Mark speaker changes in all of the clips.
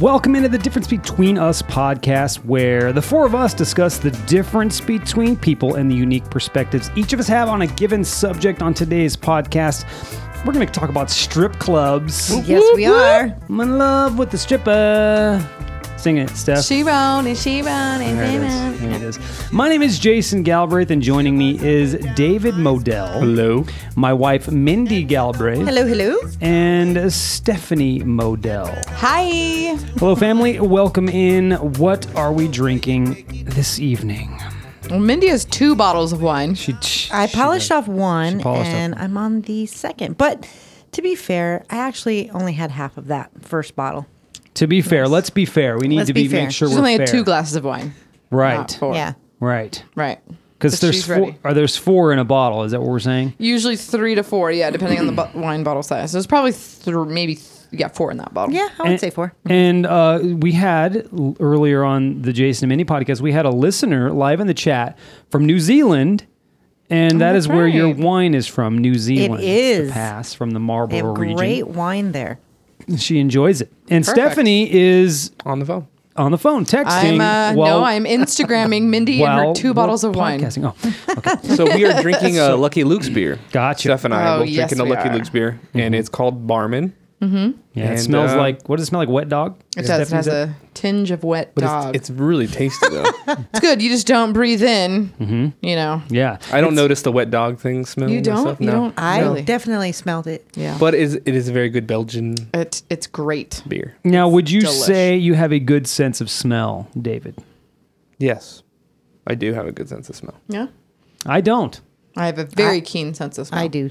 Speaker 1: Welcome into the Difference Between Us podcast, where the four of us discuss the difference between people and the unique perspectives each of us have on a given subject. On today's podcast, we're going to talk about strip clubs.
Speaker 2: Yes, we are.
Speaker 1: I'm in love with the stripper. Sing it, Steph.
Speaker 2: She run and she run and
Speaker 1: There
Speaker 2: she
Speaker 1: it is.
Speaker 2: run.
Speaker 1: There it is. My name is Jason Galbraith, and joining me is David Modell. Hello. My wife, Mindy Galbraith.
Speaker 2: Hello, hello.
Speaker 1: And Stephanie Modell.
Speaker 2: Hi.
Speaker 1: Hello, family. Welcome in. What are we drinking this evening?
Speaker 2: Well, Mindy has two bottles of wine.
Speaker 1: She, she-
Speaker 3: I polished off one
Speaker 1: she polished off-
Speaker 3: and I'm on the second. But to be fair, I actually only had half of that first bottle.
Speaker 1: to be fair, let's be fair. We need
Speaker 3: Let's
Speaker 1: to be,
Speaker 3: be fair.
Speaker 1: make sure
Speaker 2: She's
Speaker 1: we're
Speaker 2: only
Speaker 1: fair.
Speaker 2: had two glasses of wine. Not
Speaker 1: Right.
Speaker 2: four.
Speaker 3: Yeah.
Speaker 1: Right.
Speaker 2: Right.
Speaker 1: Because
Speaker 2: But
Speaker 1: there's
Speaker 2: she's
Speaker 1: four,
Speaker 2: ready.
Speaker 1: are there's four in a bottle. Is that what we're saying?
Speaker 2: Usually three to four, yeah, depending on the bo- wine bottle size. So it's probably th- maybe, th- yeah, four in that bottle.
Speaker 3: Yeah, I would
Speaker 1: And-
Speaker 3: say four.
Speaker 2: Mm-hmm.
Speaker 1: And uh, we had l- earlier on the Jason and Minnie podcast, we had a listener live in the chat from New Zealand. And that
Speaker 2: that's
Speaker 1: is where your
Speaker 2: right.
Speaker 1: wine is from, New Zealand. It's the
Speaker 3: is.
Speaker 1: pass from the
Speaker 3: They
Speaker 1: Marlborough
Speaker 3: have
Speaker 1: region.
Speaker 3: great wine there.
Speaker 1: She enjoys it. And
Speaker 2: Perfect.
Speaker 1: Stephanie is
Speaker 4: on the phone.
Speaker 1: on the phone texting.
Speaker 2: I'm, uh,
Speaker 1: while-
Speaker 2: no, I'm Instagramming Mindy and
Speaker 1: while
Speaker 2: her two
Speaker 1: we're
Speaker 2: bottles of wine.
Speaker 1: podcasting. Oh, okay.
Speaker 4: So we are drinking a Lucky Luke's beer.
Speaker 1: Gotcha.
Speaker 4: Steph and I
Speaker 2: Oh,
Speaker 4: are both
Speaker 2: yes,
Speaker 4: drinking a
Speaker 2: we
Speaker 4: Lucky
Speaker 2: are.
Speaker 4: Luke's beer, and it's called Barman.
Speaker 1: Yeah, it
Speaker 4: And,
Speaker 1: smells
Speaker 4: uh,
Speaker 1: like, what does it smell like? Wet dog?
Speaker 2: It
Speaker 1: Is
Speaker 2: does. It
Speaker 1: Stephanie's
Speaker 2: has a tinge of wet
Speaker 4: But
Speaker 2: dog.
Speaker 4: it's, it's really tasty though.
Speaker 2: It's good. You just don't breathe in. You know.
Speaker 1: Mm-hmm. Yeah.
Speaker 4: I don't notice the wet dog thing smell.
Speaker 2: You
Speaker 4: and
Speaker 2: don't.
Speaker 4: Stuff,
Speaker 2: You
Speaker 4: no.
Speaker 2: don't.
Speaker 3: I
Speaker 2: really.
Speaker 3: definitely smelled it.
Speaker 2: yeah.
Speaker 4: But is it is a very good Belgian
Speaker 2: it, it's great.
Speaker 4: beer.
Speaker 1: Now, would you
Speaker 2: delish.
Speaker 1: say you have a good sense of smell, David?
Speaker 4: Yes, I do have a good sense of smell.
Speaker 2: Yeah.
Speaker 1: I don't.
Speaker 2: I have a very keen sense of smell.
Speaker 3: I do.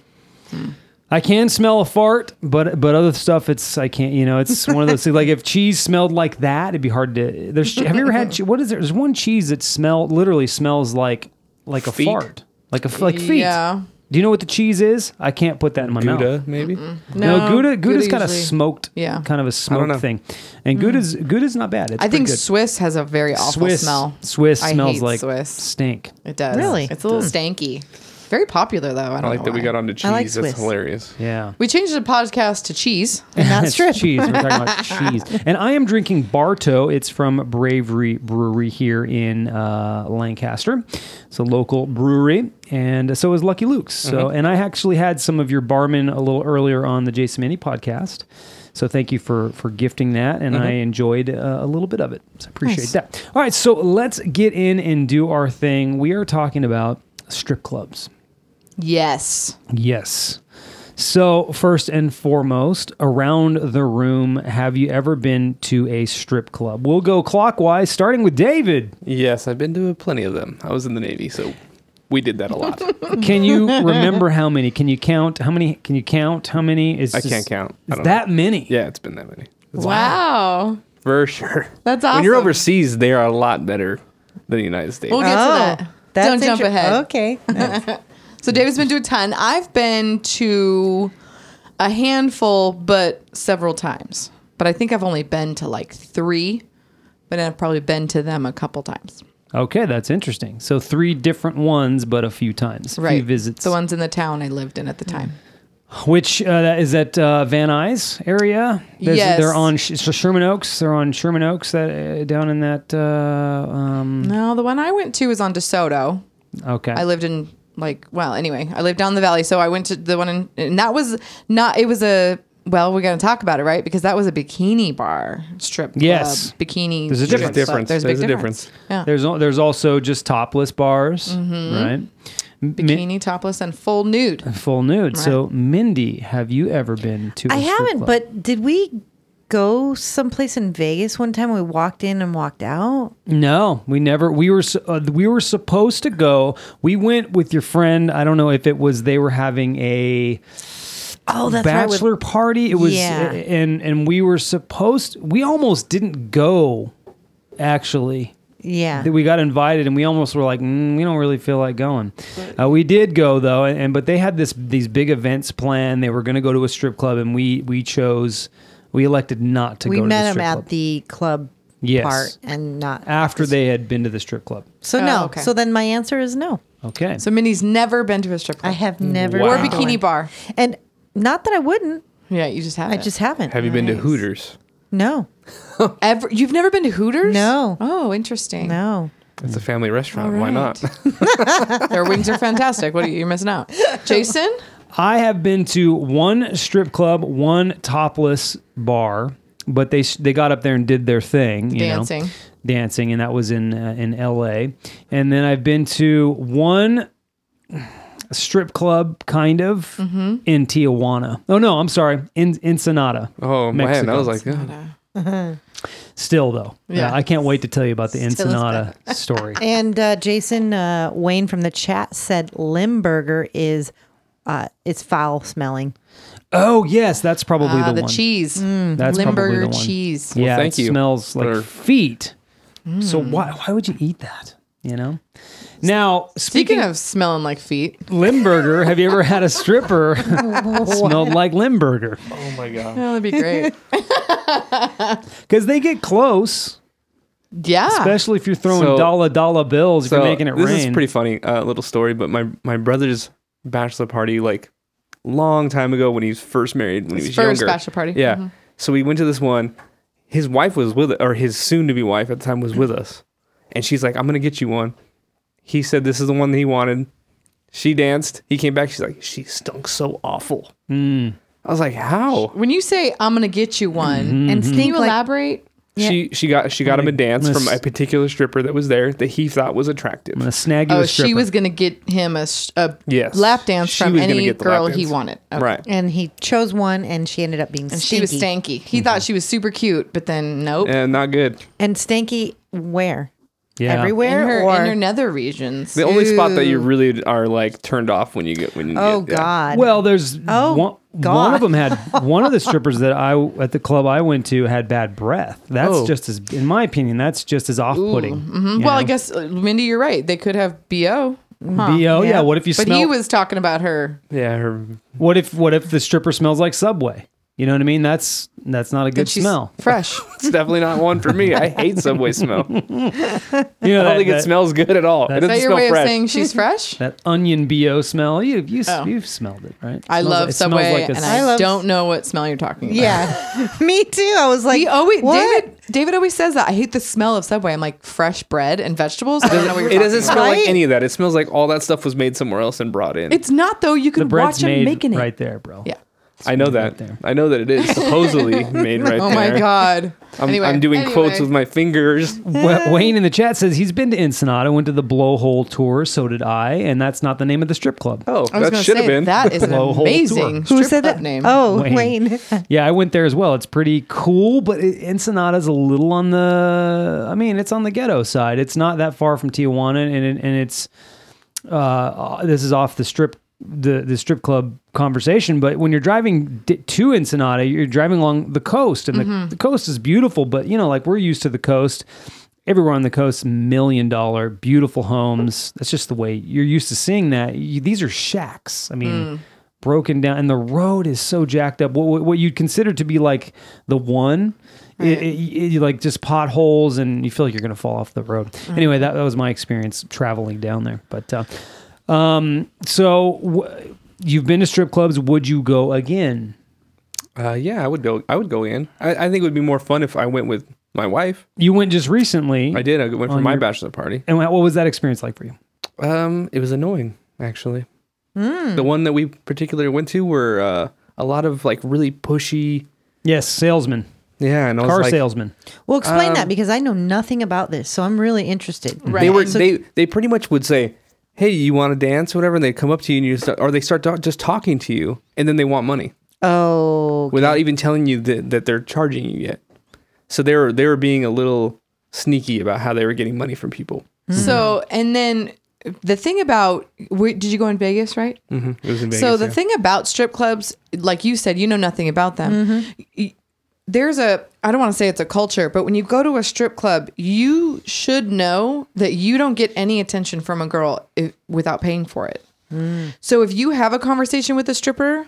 Speaker 1: I can smell a fart, but but other stuff, it's I can't. You know, it's one of those things. Like if cheese smelled like that, it'd be hard to. There's have you ever had? che- What is there? There's one cheese that smell literally smells like like a
Speaker 4: Feet?
Speaker 1: fart, like a f- like feet.
Speaker 2: Yeah.
Speaker 1: Do you know what the cheese is? I can't put that in my mouth.
Speaker 4: Gouda, maybe.
Speaker 1: No, Gouda. Gouda's
Speaker 2: Gouda's
Speaker 1: kind of
Speaker 2: usually-
Speaker 1: smoked.
Speaker 2: Yeah. Hmm.
Speaker 1: kind of a
Speaker 4: know.
Speaker 1: smoked thing, and Gouda's Gouda's not bad. It's
Speaker 2: I think
Speaker 1: pretty good.
Speaker 2: Swiss has a very awful
Speaker 1: Swiss
Speaker 2: smell.
Speaker 1: Swiss
Speaker 2: I
Speaker 1: smells
Speaker 2: hate
Speaker 1: like
Speaker 2: Swiss.
Speaker 1: stink.
Speaker 2: It does.
Speaker 3: Really?
Speaker 2: It's a little stanky. Very popular though. I, don't
Speaker 4: I like
Speaker 2: know
Speaker 4: that we
Speaker 2: why.
Speaker 4: got onto cheese.
Speaker 3: I like
Speaker 4: That's
Speaker 3: Swiss.
Speaker 4: hilarious.
Speaker 1: Yeah.
Speaker 2: We changed the podcast to cheese.
Speaker 3: Not
Speaker 1: It's
Speaker 3: strip.
Speaker 1: cheese. We're talking about cheese. And I am drinking Barto. It's from Bravery Brewery here in uh, Lancaster. It's a local brewery, and so is Lucky Luke's. So, and I actually had some of your barman a little earlier on the Jason Minnie podcast. So thank you for for gifting that, and I enjoyed uh, a little bit of it. So I appreciate that. All right, so let's get in and do our thing. We are talking about strip clubs.
Speaker 2: Yes.
Speaker 1: Yes. So, first and foremost, around the room, have you ever been to a strip club? We'll go clockwise, starting with David.
Speaker 4: Yes, I've been to plenty of them. I was in the Navy, so we did that a lot.
Speaker 1: Can you remember how many? Can you count? How many? Can you count? How many? Is
Speaker 4: I can't count. I
Speaker 1: Is
Speaker 4: don't
Speaker 1: that many?
Speaker 4: yeah, it's been that many. It's
Speaker 2: Wow.
Speaker 4: For sure.
Speaker 2: That's
Speaker 4: When you're
Speaker 2: awesome.
Speaker 4: overseas, they are a lot better than the United States.
Speaker 2: We'll get to that.
Speaker 3: Oh, that's
Speaker 2: Don't jump
Speaker 3: inter-
Speaker 2: ahead.
Speaker 3: Okay.
Speaker 2: So David's been to a ton. I've been to a handful, but several times. But I think I've only been to like three, but I've probably been to them a couple times.
Speaker 1: Okay, that's interesting. So, three different ones, but a few times. A few visits.
Speaker 2: The ones in the town I lived in at the time.
Speaker 1: Which uh, that is at uh, Van Nuys area. There's-
Speaker 2: Yes.
Speaker 1: They're on Sh- so Sherman Oaks. They're on Sherman Oaks that, uh, down in that. Uh, um,
Speaker 2: No, the one I went to was on DeSoto.
Speaker 1: okay.
Speaker 2: I lived in like well, anyway, I lived down the valley, so I went to the one in and that was not it was a well, we're gonna talk about it, right? Because that was a bikini bar strip club.
Speaker 1: Yes.
Speaker 2: Bikini
Speaker 1: There's a
Speaker 2: strip
Speaker 1: difference.
Speaker 2: club.
Speaker 4: Difference.
Speaker 2: There's a big
Speaker 4: There's a
Speaker 2: difference.
Speaker 4: difference.
Speaker 2: Yeah.
Speaker 1: There's al- there's also just topless bars,
Speaker 3: Mm-hmm.
Speaker 1: right? M-
Speaker 2: bikini, topless, and full nude.
Speaker 1: full nude. So, Mindy, have you ever been to? I
Speaker 3: I
Speaker 1: a strip
Speaker 3: haven't,
Speaker 1: club?
Speaker 3: but did we go someplace in Vegas one time? We walked in and walked out.
Speaker 1: no, we never. We were su- uh, we were supposed to go. We went with your friend. I don't know if it was they were having a
Speaker 3: Oh, that's right. with-
Speaker 1: bachelor party. It was
Speaker 3: Yeah.
Speaker 1: and and we were supposed. We almost didn't go. Actually,
Speaker 3: yeah.
Speaker 1: that we got invited and we almost were like mm, we don't really feel like going uh, we did go though and, and but they had this these big events planned they were going to go to a strip club and we we chose we elected not to
Speaker 3: we
Speaker 1: go to the
Speaker 3: met him
Speaker 1: strip
Speaker 3: at
Speaker 1: club
Speaker 3: the club
Speaker 1: Yes.
Speaker 3: part and not
Speaker 1: after they had been to the strip club
Speaker 3: So
Speaker 2: Oh,
Speaker 3: no.
Speaker 2: okay.
Speaker 3: So then my answer is no.
Speaker 1: okay
Speaker 2: So Minnie's never been to a strip
Speaker 3: I
Speaker 2: club
Speaker 3: have never
Speaker 4: Wow.
Speaker 2: or
Speaker 3: been to
Speaker 2: bikini
Speaker 3: one.
Speaker 2: bar.
Speaker 3: and not that I wouldn't.
Speaker 2: Yeah, you just have.
Speaker 3: I just haven't.
Speaker 4: Have you been to
Speaker 2: Nice.
Speaker 4: Hooters?
Speaker 3: No,
Speaker 2: Ever you've never been to Hooters?
Speaker 3: No.
Speaker 2: Oh, interesting.
Speaker 3: no.
Speaker 4: It's a family restaurant.
Speaker 2: All
Speaker 4: Why
Speaker 2: right.
Speaker 4: not?
Speaker 2: Their wings are fantastic. What are you you're missing out? Jason?
Speaker 1: I have been to one strip club, one topless bar, but they they got up there and did their thing, you know.
Speaker 2: Dancing.
Speaker 1: dancing, and that was in uh, in L.A. And then I've been to one strip club, kind of
Speaker 2: Mm-hmm.
Speaker 1: in Tijuana. Oh no, I'm sorry, in Ensenada.
Speaker 4: Oh man, I
Speaker 1: Mexico.
Speaker 4: was like, oh,
Speaker 1: Still though,
Speaker 2: Yeah.
Speaker 1: yeah, I can't wait to tell you about the
Speaker 2: Still is
Speaker 1: Ensenada story.
Speaker 3: And uh, Jason uh, Wayne from the chat said Limburger is uh, it's foul smelling.
Speaker 1: Oh yes, that's probably
Speaker 2: Ah,
Speaker 1: the,
Speaker 2: the
Speaker 1: one.
Speaker 2: cheese.
Speaker 1: That's probably the
Speaker 2: Limburger
Speaker 1: one.
Speaker 2: cheese.
Speaker 1: yeah, it
Speaker 4: thank you
Speaker 1: smells like
Speaker 4: for-
Speaker 1: feet. So
Speaker 2: Mm.
Speaker 1: why why would you eat that? You know. Now
Speaker 2: Speaking
Speaker 1: speaking,
Speaker 2: of smelling like feet,
Speaker 1: of Limburger, have you ever had a stripper smelled like Limburger?
Speaker 4: oh my god.
Speaker 2: that'd be great.
Speaker 1: Because they get close,
Speaker 2: yeah.
Speaker 1: especially if you're throwing
Speaker 4: So-
Speaker 1: dollar dollar bills. if you're making it
Speaker 4: this
Speaker 1: rain.
Speaker 4: is pretty funny uh, little story, but my my brother's bachelor party like long time ago when he was first married when he was
Speaker 2: His first
Speaker 4: younger.
Speaker 2: bachelor party. Mm-hmm.
Speaker 4: Yeah. So we went to this one. His wife was with or his soon to be wife at the time was with us. And she's like, "I'm going to get you one." He said this is the one that he wanted. She danced. He came back. She's like, "She stunk so awful."
Speaker 2: Hmm.
Speaker 4: I was like, "How?"
Speaker 2: When you say I'm gonna get you one,
Speaker 4: Mm-hmm,
Speaker 2: and can you
Speaker 3: like-
Speaker 2: elaborate?
Speaker 4: She she got she got him a dance
Speaker 1: miss-
Speaker 4: from a particular stripper that was there that he thought was attractive.
Speaker 1: I'm gonna snag you
Speaker 2: Oh,
Speaker 1: a stripper.
Speaker 2: she was gonna get him a, sh- a
Speaker 4: Yes.
Speaker 2: lap dance
Speaker 4: She
Speaker 2: from
Speaker 4: was gonna
Speaker 2: any
Speaker 4: get the lap
Speaker 2: girl he
Speaker 4: dance.
Speaker 2: wanted. Okay.
Speaker 4: Right.
Speaker 3: And he chose one, and she ended up being
Speaker 2: And
Speaker 3: stinky.
Speaker 2: she was stanky. He thought
Speaker 4: Mm-hmm.
Speaker 2: she was super cute, but then nope.
Speaker 4: And not good.
Speaker 3: And stanky where?
Speaker 1: yeah.
Speaker 2: In
Speaker 3: Everywhere
Speaker 2: her,
Speaker 3: or
Speaker 2: in her nether regions.
Speaker 4: The only spot that you really are like turned off when you get when you
Speaker 3: oh
Speaker 4: get, yeah.
Speaker 3: god.
Speaker 1: Well, there's
Speaker 3: Oh,
Speaker 1: one- one
Speaker 3: God.
Speaker 1: of them had one of the strippers that I at the club I went to had bad breath. That's
Speaker 4: Oh.
Speaker 1: just as, in my opinion, that's just as off-putting.
Speaker 2: Mhm. Well, I guess uh, Mindy, you're right. They could have bo. huh?
Speaker 1: Bo, oh, yeah.
Speaker 3: Yeah.
Speaker 1: What if you
Speaker 2: But
Speaker 1: smell?
Speaker 2: he was talking about her.
Speaker 4: Yeah, her
Speaker 1: what if what if the stripper smells like Subway? You know what I mean? That's that's not a
Speaker 2: that
Speaker 1: good
Speaker 2: she's
Speaker 1: smell.
Speaker 2: Fresh.
Speaker 4: it's definitely not one for me. I hate Subway smell. I
Speaker 1: You know
Speaker 4: don't
Speaker 1: that,
Speaker 4: think it
Speaker 1: that,
Speaker 4: smells good at all. It
Speaker 1: Is
Speaker 2: Is
Speaker 4: doesn't
Speaker 2: that your
Speaker 4: smell
Speaker 2: way
Speaker 4: fresh.
Speaker 2: of saying she's fresh?
Speaker 1: that onion bo smell. You you
Speaker 2: Oh.
Speaker 1: you've smelled it, right? It
Speaker 2: I
Speaker 1: smells
Speaker 2: love
Speaker 1: like- it smells
Speaker 2: Subway,
Speaker 1: like a
Speaker 2: and
Speaker 1: s-
Speaker 2: I
Speaker 3: love-
Speaker 2: don't know what smell you're talking about.
Speaker 3: yeah, me too. I was like,
Speaker 2: He always
Speaker 3: what?
Speaker 2: David David always says that I hate the smell of Subway. I'm like fresh bread and vegetables. I don't know what you're
Speaker 4: It doesn't
Speaker 2: talking
Speaker 4: smell
Speaker 2: about.
Speaker 4: like any of that. It smells like all that stuff was made somewhere else and brought in.
Speaker 2: It's not though. You
Speaker 1: the
Speaker 2: can watch
Speaker 1: bread's
Speaker 2: him
Speaker 1: made
Speaker 2: making it.
Speaker 1: right there, bro.
Speaker 2: Yeah.
Speaker 4: I know
Speaker 1: right
Speaker 4: that.
Speaker 1: there.
Speaker 4: I know that it is supposedly made right
Speaker 2: Oh
Speaker 4: there.
Speaker 2: my god.
Speaker 4: I'm,
Speaker 2: anyway,
Speaker 4: I'm doing quotes
Speaker 2: anyway.
Speaker 4: with my fingers.
Speaker 1: Wa- Wayne in the chat says he's been to Ensenada, went to the Blowhole tour, so did I, and that's not the name of the strip club.
Speaker 4: Oh,
Speaker 2: I was
Speaker 4: that
Speaker 2: gonna
Speaker 4: should have
Speaker 2: say,
Speaker 4: been.
Speaker 2: That is an
Speaker 1: Blowhole tour.
Speaker 2: amazing.
Speaker 1: Who
Speaker 3: Who
Speaker 2: strip
Speaker 3: said
Speaker 2: club
Speaker 3: that?
Speaker 2: name?
Speaker 3: Oh,
Speaker 1: Wayne.
Speaker 3: Wayne.
Speaker 1: Yeah, I went there as well. It's pretty cool, but it, Ensenada's a little on the. I mean, it's on the ghetto side. It's not that far from Tijuana, and it, and it's. Uh, this is off the strip, the the strip club conversation. But when you're driving d- to Ensenada, you're driving along the coast, and the, the coast is beautiful. But you know, like we're used to the coast. Everywhere on the coast, million dollar, beautiful homes. That's just the way you're used to seeing that. You, these are shacks. I mean, broken down and the road is so jacked up what, what, what you'd consider to be like the one it, it- it- like just potholes and you feel like you're gonna fall off the road anyway that, that was my experience traveling down there but uh, um so w- you've been to strip clubs would you go again
Speaker 4: Uh, yeah, I would go. I would go in. I, I think it would be more fun if I went with my wife.
Speaker 1: you went just recently
Speaker 4: I did. I went for
Speaker 1: On
Speaker 4: my
Speaker 1: your-
Speaker 4: bachelor party.
Speaker 1: and what what was that experience like for you
Speaker 4: Um, it was annoying actually.
Speaker 1: Hmm.
Speaker 4: The one that we particularly went to were uh, a lot of like really pushy.
Speaker 1: yes salesman
Speaker 4: Yeah, and I was
Speaker 1: car
Speaker 4: like,
Speaker 1: salesman
Speaker 3: Well, explain
Speaker 1: Um,
Speaker 3: that because I know nothing about this, so I'm really interested.
Speaker 2: Right.
Speaker 4: They were
Speaker 2: So-
Speaker 4: they they pretty much would say, "Hey, you want to dance?" or Whatever, and they come up to you and you start, or they start ta- just talking to you, and then they want money
Speaker 3: Oh,
Speaker 4: without even telling you that, that they're charging you yet. So they were they were being a little sneaky about how they were getting money from people.
Speaker 2: So and then the thing about where, did you go in Vegas right?
Speaker 4: hmm It was in Vegas.
Speaker 2: so the
Speaker 4: yeah.
Speaker 2: thing about strip clubs, like you said, you know nothing about them. Y- There's a I don't want to say it's a culture, but when you go to a strip club, you should know that you don't get any attention from a girl if, without paying for it. So if you have a conversation with a stripper,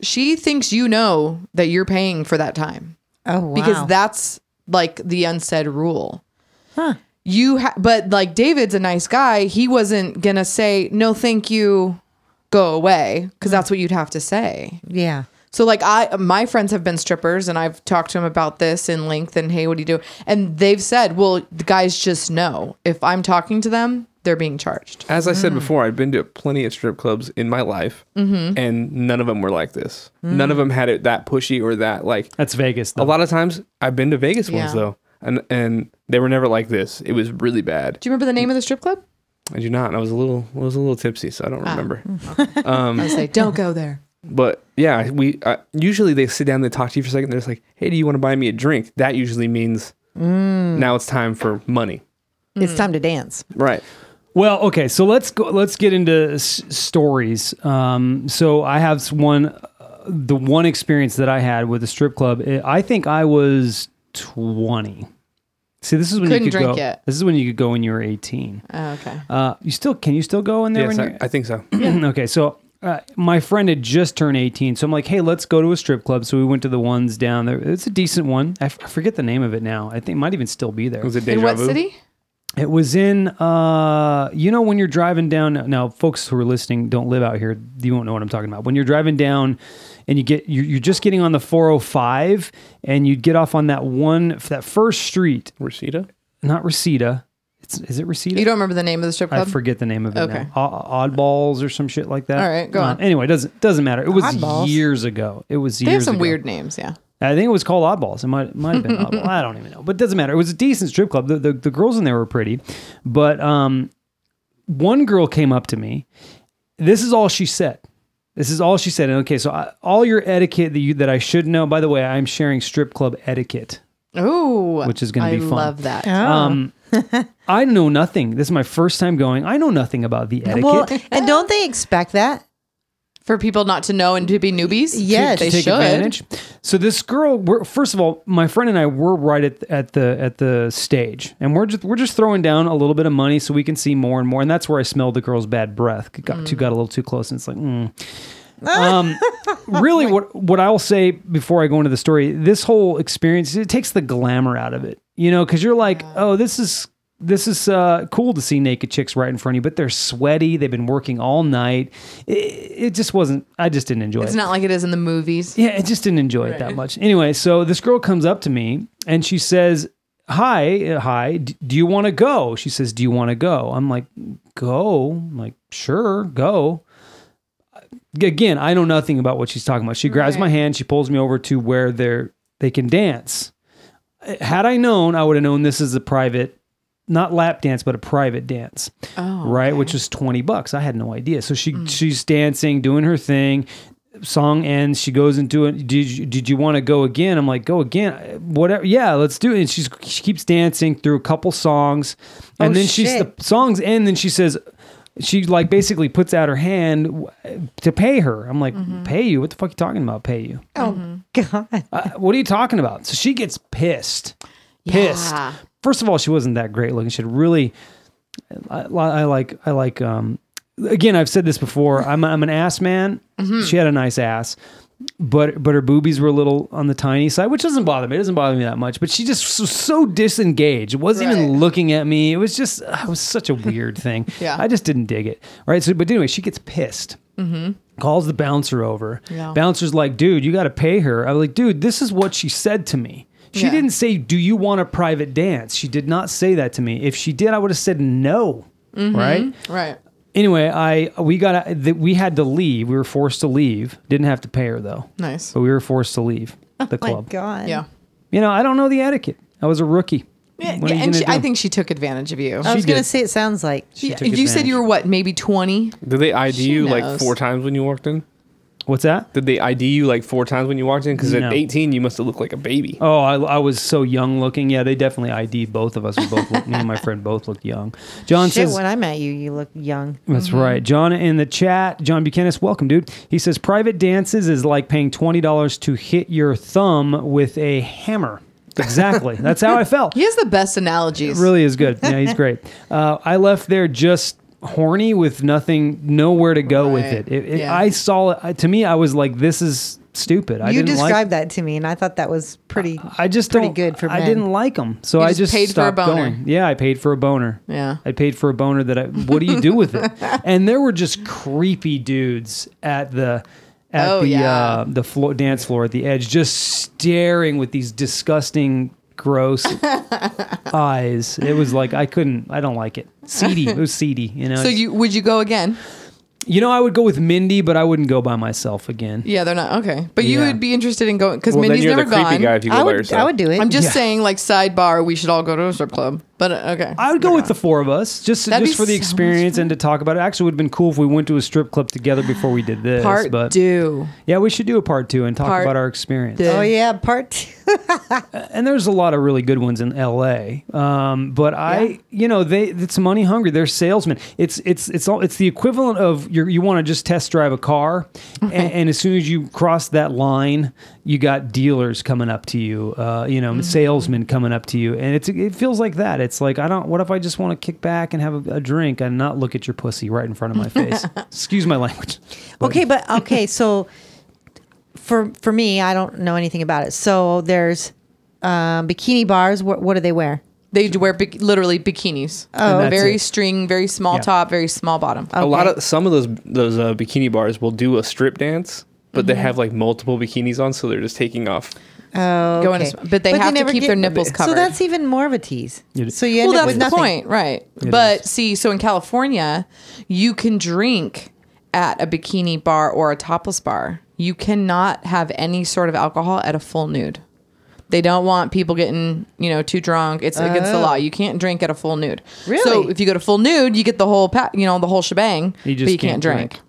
Speaker 2: she thinks you know that you're paying for that time
Speaker 3: oh, wow.
Speaker 2: because that's like the unsaid rule. You ha- but like David's a nice guy. He wasn't gonna say no, thank you, go away, because that's what you'd have to say.
Speaker 3: yeah.
Speaker 2: So like I my friends have been strippers and I've talked to them about this in length and hey, what do you do? And they've said, "Well, the guys just know if I'm talking to them, they're being charged."
Speaker 4: As I said
Speaker 2: Mm.
Speaker 4: before, I've been to plenty of strip clubs in my life,
Speaker 2: Mm-hmm.
Speaker 4: and none of them were like this. None
Speaker 2: Mm.
Speaker 4: of them had it that pushy or that like.
Speaker 1: That's Vegas. Though.
Speaker 4: A lot of times, I've been to Vegas ones
Speaker 2: Yeah.
Speaker 4: though, and and they were never like this. It was really bad.
Speaker 2: Do you remember the name of the strip club?
Speaker 4: I do not. And I was a little, I was a little tipsy, so I
Speaker 2: Ah.
Speaker 4: don't remember.
Speaker 2: Hmm.
Speaker 1: Um,
Speaker 2: I say, "Don't go there."
Speaker 4: But yeah, we uh, usually they sit down, they talk to you for a second. They're just like, "Hey, do you want to buy me a drink?" That usually means
Speaker 2: Mm.
Speaker 4: now it's time for money,
Speaker 3: It's
Speaker 1: Mm.
Speaker 3: time to dance.
Speaker 4: right?
Speaker 1: Well, okay, so let's go. Let's get into s- stories. Um, so I have s- one, uh, the one experience that I had with a strip club. I I think I was twenty. See, this is when
Speaker 2: Couldn't
Speaker 1: you could
Speaker 2: drink
Speaker 1: go.
Speaker 2: yet.
Speaker 1: This is when you could go when you were eighteen.
Speaker 2: Oh, okay.
Speaker 1: Uh, you still can you still go in there?
Speaker 4: Yes,
Speaker 1: when
Speaker 4: I,
Speaker 1: you're,
Speaker 4: I think so.
Speaker 1: okay, so uh, my friend had just turned 18, so I'm like, hey, let's go to a strip club. So we went to the ones down there. It's a decent one. I, f- I forget the name of it now. I think it might even still be there.
Speaker 4: Was it deja
Speaker 2: In what
Speaker 4: vu?
Speaker 2: city?
Speaker 1: It was in, uh, you know, when you're driving down. Now, folks who are listening don't live out here. You won't know what I'm talking about. When you're driving down, and you get you're, you're just getting on the 405, and you get off on that one that first street,
Speaker 4: Reseda?
Speaker 1: not Reseda. It's is it Reseda?
Speaker 2: You don't remember the name of the strip
Speaker 1: I
Speaker 2: club?
Speaker 1: forget the name of it
Speaker 2: Okay.
Speaker 1: now. O- oddballs or some shit like that.
Speaker 2: All right, go on.
Speaker 1: Anyway, doesn't doesn't matter. It was
Speaker 3: Oddballs.
Speaker 1: years ago. It was years
Speaker 2: They have some
Speaker 1: ago.
Speaker 2: weird names, yeah.
Speaker 1: I think it was called Oddballs. It might might have been Oddball. I don't even know, but it doesn't matter. It was a decent strip club. The, the the girls in there were pretty, but um, one girl came up to me. This is all she said. This is all she said. And okay, so I, all your etiquette that you that I should know. By the way, I'm sharing strip club etiquette.
Speaker 2: Oh,
Speaker 1: Which is gonna be fun.
Speaker 2: I love that.
Speaker 1: Um, I know nothing. This is my first time going. I know nothing about the etiquette.
Speaker 3: Well, and don't they expect that?
Speaker 2: For people not to know and to be newbies,
Speaker 3: Yes.
Speaker 2: they
Speaker 1: to take
Speaker 2: should.
Speaker 1: advantage. So this girl, we're, first of all, my friend and I were right at, at the at the stage, and we're just we're just throwing down a little bit of money so we can see more and more, and that's where I smelled the girl's bad breath. Got
Speaker 2: Mm.
Speaker 1: too got a little too close, and it's like. Mm. um really what what I'll say before I go into the story this whole experience it takes the glamour out of it you know cuz you're like oh this is this is uh, cool to see naked chicks right in front of you but they're sweaty they've been working all night it, it just wasn't I just didn't enjoy it
Speaker 2: It's not like it is in the movies.
Speaker 1: yeah, I just didn't enjoy it that much. Anyway, so this girl comes up to me and she says, "Hi, uh, hi. d- Do you want to go?" She says, "Do you want to go?" I'm like, "Go." I'm like, "Sure, go." Again, I know nothing about what she's talking about. She grabs my hand, she pulls me over to where they're they can dance. Uh, Had I known, I would have known this is a private not lap dance, but a private dance
Speaker 2: Oh,
Speaker 1: right which was 20 bucks i had no idea so she
Speaker 3: Mm.
Speaker 1: she's dancing doing her thing song ends she goes into it did you, did you want to go again i'm like go again whatever yeah let's do it and she's she keeps dancing through a couple songs and
Speaker 3: Oh,
Speaker 1: then she's the
Speaker 3: shit.
Speaker 1: songs end and she says she like basically puts out her hand w- to pay her i'm like
Speaker 3: Mm-hmm.
Speaker 1: pay you what the fuck you talking about pay you
Speaker 3: Oh God!
Speaker 1: uh, what are you talking about? So she gets pissed. Pissed.
Speaker 2: Yeah.
Speaker 1: First of all, she wasn't that great looking. She had really, I, I like, I like, um, again, I've said this before. I'm, I'm an ass man.
Speaker 2: Mm-hmm.
Speaker 1: She had a nice ass, but, but her boobies were a little on the tiny side, which doesn't bother me. It doesn't bother me that much, but she just was so disengaged. Wasn't
Speaker 2: Right.
Speaker 1: even looking at me. It was just, ah, it was such a weird thing.
Speaker 2: Yeah.
Speaker 1: I just didn't dig it. Right. So, but anyway, she gets pissed calls the bouncer over.
Speaker 2: Mm-hmm. Yeah.
Speaker 1: Bouncer's like, dude, you got to pay her. I'm like, dude, this is what she said to me. She
Speaker 2: Yeah.
Speaker 1: didn't say, do you want a private dance? She did not say that to me. If she did, I would have said no.
Speaker 2: Mm-hmm.
Speaker 1: Right.
Speaker 2: right.
Speaker 1: Anyway, I we got that we had to leave. We were forced to leave. Didn't have to pay her though,
Speaker 2: Nice. Oh
Speaker 1: but we were forced to leave the
Speaker 3: My
Speaker 1: club.
Speaker 3: God!
Speaker 2: Yeah.
Speaker 1: You know, I don't know the etiquette. I was a rookie.
Speaker 2: Yeah,
Speaker 1: What are you
Speaker 2: and
Speaker 1: gonna
Speaker 2: she, I
Speaker 1: do?
Speaker 2: think she took advantage of you.
Speaker 3: I was gonna
Speaker 1: did.
Speaker 3: say it sounds like
Speaker 1: She
Speaker 2: Yeah,
Speaker 1: took
Speaker 2: you said
Speaker 1: advantage.
Speaker 2: you were what, maybe 20?
Speaker 4: Did they ID
Speaker 2: She
Speaker 4: you like
Speaker 2: knows.
Speaker 4: four times when you walked in?
Speaker 1: What's that?
Speaker 4: Did they ID you like four times when you walked in? Because
Speaker 1: No.
Speaker 4: at 18, you must have looked like a baby.
Speaker 1: Oh, I, I was so young looking. Yeah, they definitely ID'd both of us. We both looked, me and my friend both looked young. John
Speaker 3: shit.
Speaker 1: says
Speaker 3: When I met you, you look young.
Speaker 1: That's
Speaker 2: Mm-hmm.
Speaker 1: right. John in the chat, John Buchanan, welcome, dude. He says private dances is like paying $20 to hit your thumb with a hammer. Exactly. That's how I felt.
Speaker 2: He has the best analogies.
Speaker 1: Really is good. Yeah, he's great. Uh, I left there just horny with nothing, nowhere to go with
Speaker 2: Right.
Speaker 1: it. it, it
Speaker 2: Yeah.
Speaker 1: I saw it. I, to me, I was like, this is stupid. I
Speaker 3: you
Speaker 1: didn't like
Speaker 3: described that to me, and I thought that was pretty.
Speaker 1: I just
Speaker 3: pretty
Speaker 1: don't.
Speaker 3: good for
Speaker 1: I
Speaker 3: men.
Speaker 1: didn't like them, so
Speaker 2: You
Speaker 1: I
Speaker 2: just
Speaker 1: just
Speaker 2: paid for a
Speaker 1: stopped
Speaker 2: boner.
Speaker 1: going. Yeah, I paid for a boner.
Speaker 2: Yeah.
Speaker 1: I paid for a boner. That I. What do you do with it? and there were just creepy dudes at the at
Speaker 2: Oh,
Speaker 1: the
Speaker 2: yeah.
Speaker 1: uh, the floor, dance floor at the edge, just staring with these disgusting, gross eyes. It was like I couldn't. I don't like it. Seedy. It was seedy. You know.
Speaker 2: So you would you go again?
Speaker 1: You know, I would go with Mindy, but I wouldn't go by myself again.
Speaker 2: Yeah, they're not okay. But you
Speaker 1: Yeah.
Speaker 2: would be interested in going because
Speaker 4: Well,
Speaker 2: Mindy's
Speaker 4: then you're
Speaker 2: never
Speaker 4: the creepy
Speaker 2: gone.
Speaker 4: guy if you go
Speaker 3: I
Speaker 4: by
Speaker 3: would,
Speaker 4: yourself.
Speaker 3: I would do it.
Speaker 2: I'm just
Speaker 1: Yeah.
Speaker 2: saying, like sidebar, we should all go to a strip club. But uh, okay,
Speaker 1: I would go with the four of us, just
Speaker 2: That'd
Speaker 1: just
Speaker 2: be
Speaker 1: for the
Speaker 2: so much
Speaker 1: experience and to talk about it. Actually, would have been cool if we went to a strip club together before we did this.
Speaker 2: part
Speaker 1: but
Speaker 2: two.
Speaker 1: yeah, we should do a part two and talk
Speaker 2: Part
Speaker 1: about our experience.
Speaker 2: two.
Speaker 3: Oh yeah, part two.
Speaker 1: And there's a lot of really good ones in L.A. Um, but I,
Speaker 2: Yeah.
Speaker 1: you know, they it's money hungry. They're salesmen. It's it's it's all it's the equivalent of you're, you want to just test drive a car, and, and as soon as you cross that line, you got dealers coming up to you, uh, you know, salesmen coming up to you, and it's it feels like that. It's like I don't. What if I just want to kick back and have a, a drink and not look at your pussy right in front of my face? Excuse my language.
Speaker 3: Okay, but okay, so for for me, I don't know anything about it. So there's um, bikini bars. What, what do they wear?
Speaker 2: They do wear bik- literally bikinis.
Speaker 1: And
Speaker 2: Oh,
Speaker 1: that's
Speaker 2: very
Speaker 1: it.
Speaker 2: string, very small
Speaker 1: Yeah.
Speaker 2: top, very small bottom.
Speaker 4: A lot
Speaker 3: Okay.
Speaker 4: of some of those those uh, bikini bars will do a strip dance, but
Speaker 3: Mm-hmm.
Speaker 4: they have like multiple bikinis on, so they're just taking off.
Speaker 3: Oh,
Speaker 2: Going to sp- but they have to
Speaker 3: never
Speaker 2: keep their nipples
Speaker 3: So
Speaker 2: covered.
Speaker 3: that's even more of a tease.
Speaker 1: It-
Speaker 3: So you end
Speaker 2: well,
Speaker 3: up with
Speaker 2: that's the
Speaker 3: nothing.
Speaker 2: point, right? but see, so in California, you can drink at a bikini bar or a topless bar. You cannot have any sort of alcohol at a full nude. They don't want people getting, you know, too drunk. It's against the law. You can't drink at a full nude. So
Speaker 3: Really?
Speaker 2: if you go to full nude, you get the whole, pa- you know, the whole shebang.
Speaker 1: You just
Speaker 2: but you
Speaker 1: can't
Speaker 2: can't,
Speaker 1: drink.
Speaker 2: drink.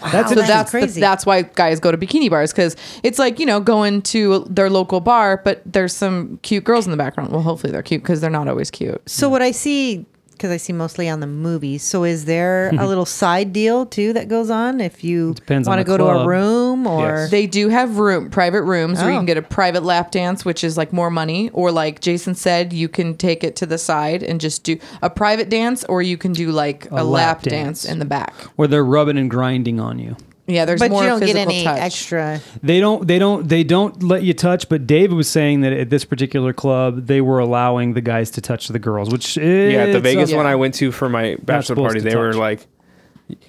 Speaker 1: That's
Speaker 3: Wow,
Speaker 1: a
Speaker 2: So that's the-
Speaker 3: crazy.
Speaker 2: that's why guys go to bikini bars because it's like you know going to their local bar, but there's some cute girls in the background. Well, hopefully they're cute because they're not always cute.
Speaker 3: So what I see, because I see mostly on the movies. So is there a little side deal too that goes on if you
Speaker 1: Depends on
Speaker 3: want to
Speaker 1: the
Speaker 3: go to
Speaker 1: club.
Speaker 3: a room or?
Speaker 4: Yes.
Speaker 2: They do have room private rooms where you
Speaker 3: Oh.
Speaker 2: can get a private lap dance, which is like more money, or like Jason said, you can take it to the side and just do a private dance, or you can do like a, lap,
Speaker 1: lap
Speaker 2: dance.
Speaker 1: dance.
Speaker 2: in the back.
Speaker 1: where they're rubbing and grinding on you.
Speaker 2: Yeah, there's
Speaker 3: But
Speaker 2: more
Speaker 3: you don't get
Speaker 2: physical
Speaker 3: any
Speaker 2: touch. Mm-hmm.
Speaker 3: extra.
Speaker 1: They don't. They don't. They don't let you touch. But David was saying that at this particular club, they were allowing the guys to touch the girls, which is
Speaker 4: Yeah, at the Vegas
Speaker 2: up-
Speaker 4: one
Speaker 2: Yeah.
Speaker 4: I went to for my bachelor
Speaker 1: supposed
Speaker 4: party,
Speaker 1: to
Speaker 4: they were
Speaker 1: touch.
Speaker 4: like,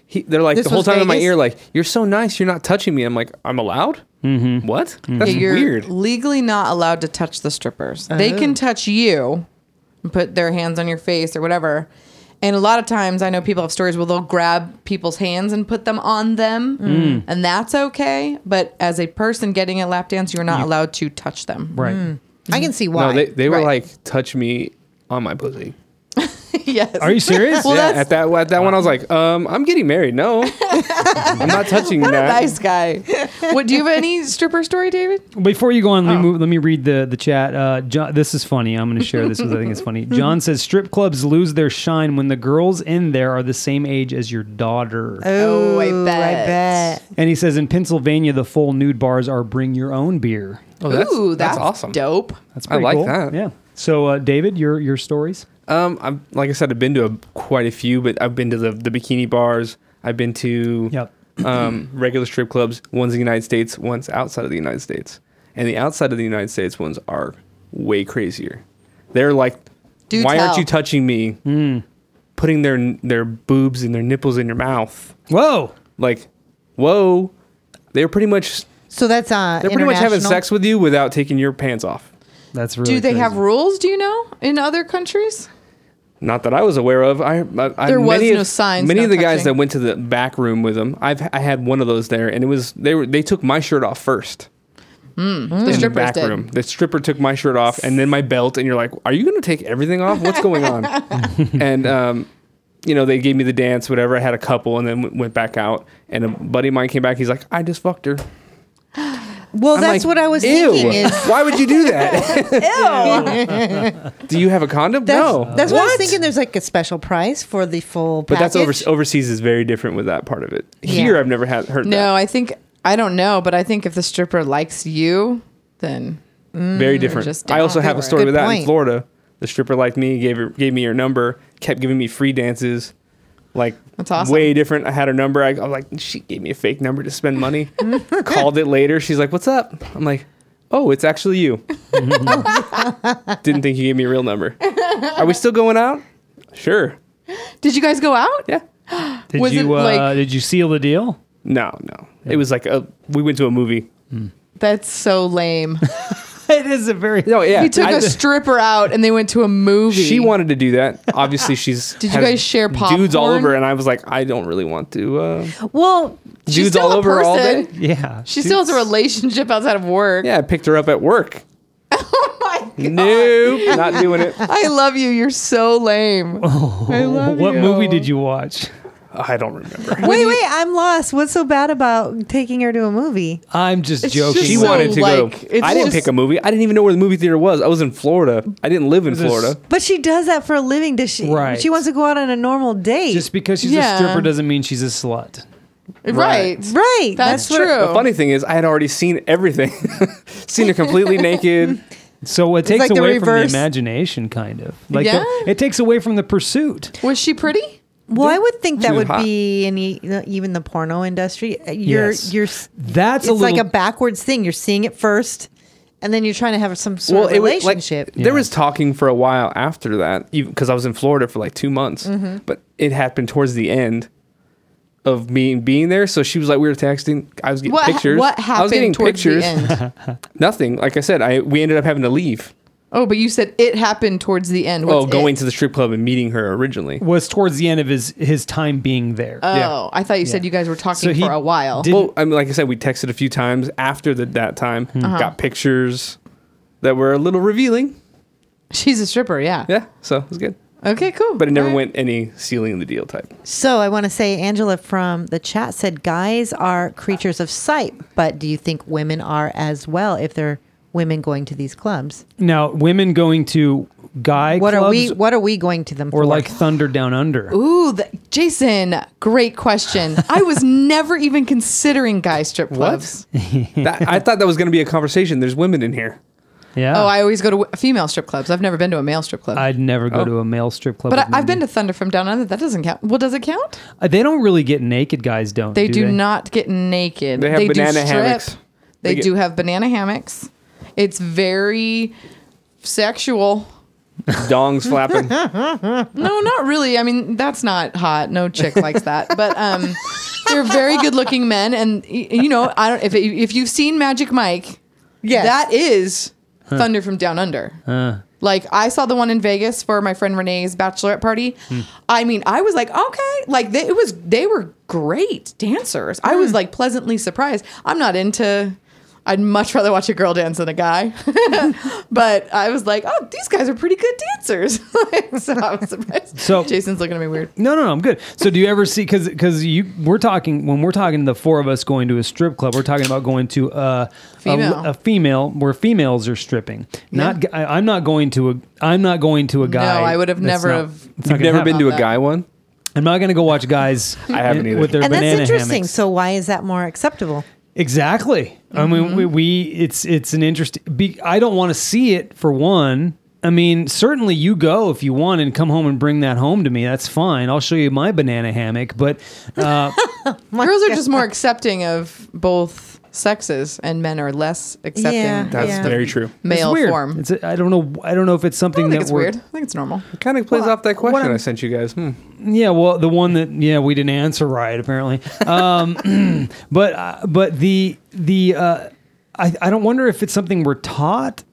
Speaker 4: he, they're like
Speaker 3: This
Speaker 4: the whole
Speaker 3: was
Speaker 4: time in my
Speaker 3: Vegas?
Speaker 4: ear, like, "You're so nice, you're not touching me." I'm like, "I'm allowed? Mm-hmm. What? That's
Speaker 2: Yeah, you're
Speaker 4: weird."
Speaker 2: legally not allowed to touch the strippers. They can touch you and put their hands on your face or whatever. And a lot of times I know people have stories where they'll grab people's hands and put them on them,
Speaker 4: Mm.
Speaker 2: and that's okay. But as a person getting a lap dance, you're not allowed to touch them.
Speaker 1: right.
Speaker 2: Hmm.
Speaker 3: I can see
Speaker 4: No,
Speaker 3: why.
Speaker 4: they they were
Speaker 2: Right.
Speaker 4: like, "Touch me on my pussy."
Speaker 2: yes.
Speaker 1: Are you serious?
Speaker 2: Well,
Speaker 4: yeah,
Speaker 2: that's-
Speaker 4: at that at that one, I was like, "Um, I'm getting married. No, I'm not touching that."
Speaker 2: nice guy? what do you have any stripper story, David?
Speaker 1: Before you go on,
Speaker 4: Oh.
Speaker 1: let me, move, let me read the the chat. Uh, John, this is funny. I'm going to share this because I think it's funny. John says strip clubs lose their shine when the girls in there are the same age as your daughter.
Speaker 2: Oh, I
Speaker 3: Ooh, I
Speaker 2: bet.
Speaker 3: bet.
Speaker 1: And he says in Pennsylvania, the full nude bars are bring your own beer.
Speaker 4: Oh, that's,
Speaker 2: Ooh, that's,
Speaker 4: awesome.
Speaker 2: Dope.
Speaker 1: That's
Speaker 4: I
Speaker 1: pretty
Speaker 4: like
Speaker 1: cool.
Speaker 4: that.
Speaker 1: Yeah. So uh, David, your your stories.
Speaker 4: Um, I'm like I said, I've been to a, quite a few, but I've been to the the bikini bars. I've been to
Speaker 1: Yep.
Speaker 4: um, regular strip clubs. One's in the United States, one's outside of the United States, and the outside of the United States ones are way crazier. They're like,
Speaker 2: Do
Speaker 4: why aren't
Speaker 2: tell."
Speaker 4: you touching me? Putting their their boobs and their nipples in your mouth,
Speaker 1: Whoa.
Speaker 4: like, whoa! They're pretty much
Speaker 3: So that's uh,
Speaker 4: they're pretty much having
Speaker 3: international?
Speaker 4: sex with you without taking your pants off.
Speaker 1: That's really.
Speaker 2: Do they
Speaker 1: crazy.
Speaker 2: have rules? Do you know in other countries?
Speaker 4: Not that I was aware of. I, I
Speaker 2: There
Speaker 4: I,
Speaker 2: was
Speaker 4: many
Speaker 2: no
Speaker 4: of,
Speaker 2: signs,
Speaker 4: Many
Speaker 2: no
Speaker 4: of the guys
Speaker 2: touching.
Speaker 4: that went to the back room with them, I've I had one of those there, and it was they were they took my shirt off first.
Speaker 2: The
Speaker 4: Mm. in the
Speaker 2: strippers
Speaker 4: back
Speaker 2: did.
Speaker 4: room, the stripper took my shirt off, and then my belt, and you're like, "Are you going to take everything off? What's going on?" and um, you know, they gave me the dance, whatever. I had a couple, and then w- went back out. And a buddy of mine came back. He's like, "I just fucked her."
Speaker 3: Well,
Speaker 4: I'm
Speaker 3: that's
Speaker 4: like,
Speaker 3: what I was
Speaker 4: Ew!
Speaker 3: thinking. Is
Speaker 4: Why would you do that? do you have a condom?
Speaker 3: that's,
Speaker 4: no.
Speaker 3: that's what? I was thinking. There's like a special price for the full.
Speaker 4: But that's over,
Speaker 3: package.
Speaker 4: overseas is very different with that part of it. Here,
Speaker 3: Yeah.
Speaker 4: I've never had heard
Speaker 2: No, I think I don't know, but I think if the stripper likes you, then
Speaker 4: that. Very different.
Speaker 2: Mm, just
Speaker 4: I also
Speaker 2: down
Speaker 4: have a
Speaker 2: for it.
Speaker 4: story
Speaker 3: Good
Speaker 4: with that in
Speaker 3: point.
Speaker 4: Florida. The stripper liked me, gave her, gave me her number, kept giving me free dances. Like
Speaker 2: That's awesome.
Speaker 4: way different. I had her number. I, I was like, she gave me a fake number to spend money. Called it later. She's like, "What's up?" I'm like, "Oh, it's actually you." Didn't think you gave me a real number. Are we still going out? Sure.
Speaker 2: did you guys go out?
Speaker 4: Yeah.
Speaker 1: Did
Speaker 2: Was
Speaker 1: you
Speaker 2: it
Speaker 1: uh,
Speaker 2: like-
Speaker 1: did you seal the deal?
Speaker 4: No, no. It was like a, we went to a movie.
Speaker 2: That's so lame.
Speaker 1: it is a very
Speaker 4: No, yeah.
Speaker 2: He took
Speaker 4: I-
Speaker 2: a stripper out and they went to a movie.
Speaker 4: She wanted to do that. Obviously, she's.
Speaker 2: Did you
Speaker 4: has
Speaker 2: guys share
Speaker 4: Dudes all
Speaker 2: popcorn?
Speaker 4: over, and I was like, I don't really want to. Uh,
Speaker 3: Well,
Speaker 2: She's
Speaker 4: dudes
Speaker 2: still
Speaker 4: all
Speaker 2: a
Speaker 4: over all
Speaker 2: person.
Speaker 4: day.
Speaker 1: yeah.
Speaker 2: She still has a relationship outside of work.
Speaker 4: Yeah, I picked her up at work.
Speaker 2: Oh my God.
Speaker 4: Nope, not doing it.
Speaker 2: I love you. You're so lame. I love
Speaker 1: Oh, what
Speaker 2: you.
Speaker 1: movie did you watch?
Speaker 4: I don't remember.
Speaker 3: wait, wait, I'm lost. What's so bad about taking her to a movie?
Speaker 1: I'm just
Speaker 2: It's
Speaker 1: joking.
Speaker 2: just
Speaker 4: She
Speaker 2: So,
Speaker 4: wanted to
Speaker 2: like,
Speaker 4: go.
Speaker 2: it's
Speaker 4: I didn't
Speaker 2: just-
Speaker 4: pick a movie. I didn't even know where the movie theater was. I was in Florida. I didn't live in
Speaker 1: This-
Speaker 4: Florida.
Speaker 3: But she does that for a living. Does she?
Speaker 1: Right.
Speaker 3: She wants to go out on a normal date.
Speaker 1: just because she's
Speaker 2: Yeah.
Speaker 1: a stripper doesn't mean she's a slut.
Speaker 2: Right.
Speaker 3: right.
Speaker 2: That's,
Speaker 3: what-
Speaker 2: true.
Speaker 4: The funny thing is, I had already seen everything. seen her completely naked.
Speaker 1: So it takes
Speaker 3: like the
Speaker 1: away from the
Speaker 3: reverse.
Speaker 1: imagination, kind of. Like
Speaker 2: Yeah?
Speaker 1: the- it takes away from the pursuit.
Speaker 2: Was she pretty?
Speaker 3: Well, I would think that
Speaker 4: She's
Speaker 3: would
Speaker 4: hot.
Speaker 3: be in the, even the porno industry. You're
Speaker 1: Yes.
Speaker 3: you're s-
Speaker 1: That's
Speaker 3: it's
Speaker 1: a little
Speaker 3: like a backwards thing. You're seeing it first, and then you're trying to have some sort of
Speaker 4: it was,
Speaker 3: relationship.
Speaker 4: Like, There was talking for a while after that, because I was in Florida for like two months,
Speaker 2: Mm-hmm.
Speaker 4: but it happened towards the end of me being there. So she was like, we were texting. I was getting
Speaker 2: What,
Speaker 4: pictures.
Speaker 2: what happened
Speaker 4: I was getting
Speaker 2: towards
Speaker 4: pictures.
Speaker 2: the end?
Speaker 4: Nothing. Like I said, I we ended up having to leave.
Speaker 2: Oh, but you said it happened towards the end.
Speaker 4: Oh,
Speaker 2: What's
Speaker 4: going
Speaker 2: it?
Speaker 4: to the strip club and meeting her originally.
Speaker 1: was towards the end of his his time being there.
Speaker 2: Oh,
Speaker 4: yeah.
Speaker 2: I thought you said
Speaker 1: Yeah.
Speaker 2: you guys were talking
Speaker 1: So he
Speaker 2: for a while.
Speaker 1: did-
Speaker 4: Well, I mean, like I said, we texted a few times after the, that time.
Speaker 2: Uh-huh.
Speaker 4: Got pictures that were a little revealing.
Speaker 2: She's a stripper, yeah.
Speaker 4: Yeah, so it was good.
Speaker 2: Okay, cool.
Speaker 4: But it never
Speaker 2: All right.
Speaker 4: went any sealing the deal type.
Speaker 3: So I want to say, Angela from the chat said, "Guys are creatures of sight, but do you think women are as well if they're women going to these clubs?
Speaker 1: Now, women going to guy
Speaker 3: What
Speaker 1: clubs
Speaker 3: are we? What are we going to them
Speaker 1: or
Speaker 3: for?
Speaker 1: like Thunder Down Under?
Speaker 2: Ooh, the, Jason, great question. I was never even considering guy strip clubs.
Speaker 4: That, I thought that was going to be a conversation. There's women in here.
Speaker 1: Yeah.
Speaker 2: Oh, I always go to w- female strip clubs. I've never been to a male strip club.
Speaker 1: would never go
Speaker 4: Oh.
Speaker 1: to a male strip club.
Speaker 2: but I,
Speaker 1: with
Speaker 2: I've
Speaker 1: men.
Speaker 2: been to Thunder from Down Under. That doesn't count. Well, does it count?
Speaker 1: Uh, They don't really get naked. Guys don't.
Speaker 2: They do
Speaker 1: they?
Speaker 2: not get naked.
Speaker 4: They have banana
Speaker 2: do strip.
Speaker 4: hammocks.
Speaker 2: They,
Speaker 4: They get-
Speaker 2: do have banana hammocks. It's very sexual.
Speaker 4: Dongs flapping.
Speaker 2: No, not really. I mean, that's not hot. No chick likes that. But um, they're very good-looking men, and y- you know, I don't. If it, if you've seen Magic Mike,
Speaker 3: Yes.
Speaker 2: that is Thunder from Down Under. Like I saw the one in Vegas for my friend Renee's bachelorette party.
Speaker 1: Hmm.
Speaker 2: I mean, I was like, okay, like they, it was they were great dancers. I
Speaker 1: Hmm.
Speaker 2: was like pleasantly surprised. I'm not into. I'd much rather watch a girl dance than a guy, but I was like, oh, these guys are pretty good dancers. so I was surprised.
Speaker 1: So-
Speaker 2: Jason's looking at me weird.
Speaker 1: No, no, no. I'm good. So, do you ever see? Because, because you, we're talking when we're talking the four of us going to a strip club. We're talking about going to uh,
Speaker 2: Female.
Speaker 1: A, a female where females are stripping. Not, g- I, am not going to a, I'm not going to a guy.
Speaker 2: I would have
Speaker 1: That's
Speaker 2: never
Speaker 1: not-
Speaker 2: have-
Speaker 1: it's not
Speaker 4: You've
Speaker 1: gonna
Speaker 4: never
Speaker 1: happen.
Speaker 4: been to a
Speaker 2: that.
Speaker 4: guy one?
Speaker 1: I'm not going to go watch guys.
Speaker 4: I haven't
Speaker 1: in-
Speaker 4: either.
Speaker 1: With their
Speaker 3: and that's
Speaker 1: banana
Speaker 3: interesting.
Speaker 1: hammocks.
Speaker 3: So why is that more acceptable?
Speaker 1: Exactly. I
Speaker 2: Mm-hmm.
Speaker 1: mean, we, we it's it's an interesting. Be, I don't want to see it for one. I mean, certainly you go if you want and come home and bring that home to me. That's fine. I'll show you my banana hammock. But uh,
Speaker 2: Girls are just more accepting of both sexes, and men are less accepting.
Speaker 3: Yeah,
Speaker 2: of
Speaker 4: That's
Speaker 3: Yeah.
Speaker 2: the
Speaker 4: very true.
Speaker 2: Male
Speaker 1: it's weird.
Speaker 2: form.
Speaker 1: It's a, I don't know. I don't know if it's
Speaker 2: I
Speaker 1: something
Speaker 2: don't
Speaker 1: that
Speaker 2: think it's
Speaker 1: we're,
Speaker 2: weird. I think it's normal.
Speaker 4: Kind of plays
Speaker 1: Well,
Speaker 4: off that
Speaker 1: what
Speaker 4: question
Speaker 1: I'm-
Speaker 4: I sent you guys. Hmm.
Speaker 1: Yeah, well, the one that yeah we didn't answer right apparently. Um, but uh, but the the uh, I I don't wonder if it's something we're taught.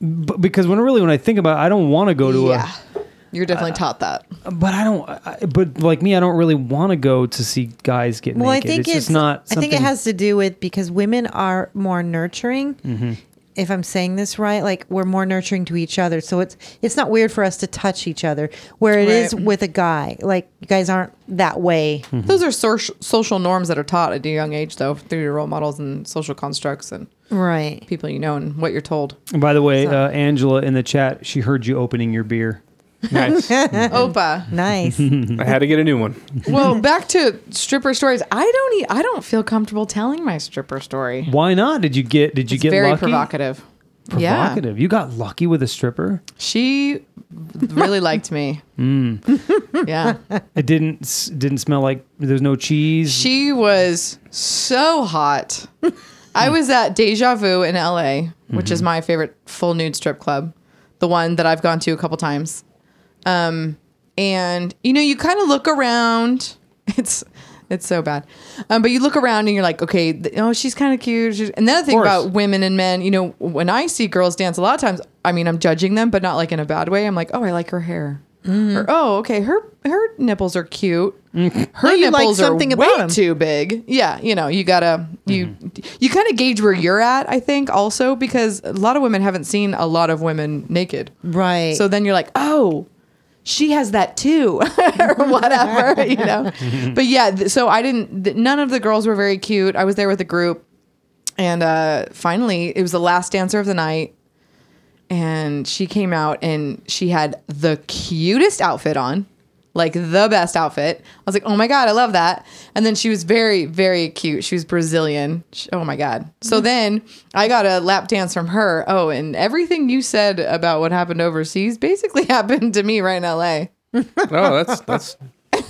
Speaker 1: b- Because when really when I think about, it, I don't want to go to
Speaker 2: yeah, you're
Speaker 1: uh,
Speaker 2: definitely taught that.
Speaker 1: a. But I don't. I, but like me, I don't really want to go to see guys get
Speaker 3: Well,
Speaker 1: naked.
Speaker 3: I think
Speaker 1: it's, just not.
Speaker 3: I
Speaker 1: Something,
Speaker 3: think it has to do with because women are more nurturing. If I'm saying this right, like we're more nurturing to each other, so it's it's not weird for us to touch each other. Where it is
Speaker 2: Right. Hmm.
Speaker 3: with a guy, like you guys aren't that way.
Speaker 1: mm-hmm.
Speaker 2: Those are social social norms that are taught at a young age, though, through your role models and social constructs and
Speaker 3: Right.
Speaker 2: people you know and what you're told.
Speaker 1: And by the way, uh, Angela in the chat, she heard you opening your beer.
Speaker 4: Nice. I
Speaker 2: Opa.
Speaker 3: Nice.
Speaker 4: had to get a new one.
Speaker 2: Well, back to stripper stories. I don't. E- I don't feel comfortable telling my stripper story.
Speaker 1: Why not? Did you get? Did you
Speaker 2: It's
Speaker 1: get
Speaker 2: very
Speaker 1: lucky?
Speaker 2: provocative. Yeah,
Speaker 1: Provocative. You got lucky with a stripper.
Speaker 2: she really liked me.
Speaker 1: Hmm.
Speaker 2: Yeah,
Speaker 1: It didn't s- didn't smell like there's no cheese.
Speaker 2: She was so hot. I was at Deja Vu in LA, which is my favorite full nude strip club, the one that I've gone to a couple times. Um, and you know, you kind of look around. It's It's so bad. Um, but you look around and you're like, okay, th- oh, she's kind of cute. She's, and another thing
Speaker 1: course.
Speaker 2: about women and men, you know, when I see girls dance, a lot of times, I mean, I'm judging them, but not like in a bad way. I'm like, oh, I like her hair. Or, oh, okay, her her nipples are cute. Her
Speaker 3: No, you like
Speaker 2: nipples
Speaker 3: something
Speaker 2: are
Speaker 3: about
Speaker 2: way
Speaker 3: 'em.
Speaker 2: too big. Yeah, you know, you gotta you you kind of gauge where you're at. I think also because a lot of women haven't seen a lot of women naked.
Speaker 3: Right.
Speaker 2: So then you're like, oh, she has that too, or whatever, you know. but yeah, th- so I didn't. Th- none of the girls were very cute. I was there with a group, and uh, finally, it was the last dancer of the night, and she came out and she had the cutest outfit on. Like the best outfit. I was like, oh my God, I love that. And then she was very, very cute. She was Brazilian. She- oh my God. So
Speaker 4: Mm-hmm.
Speaker 2: then I got a lap dance from her. Oh, and everything you said about what happened overseas basically happened to me right in LA.
Speaker 4: Oh, that's that's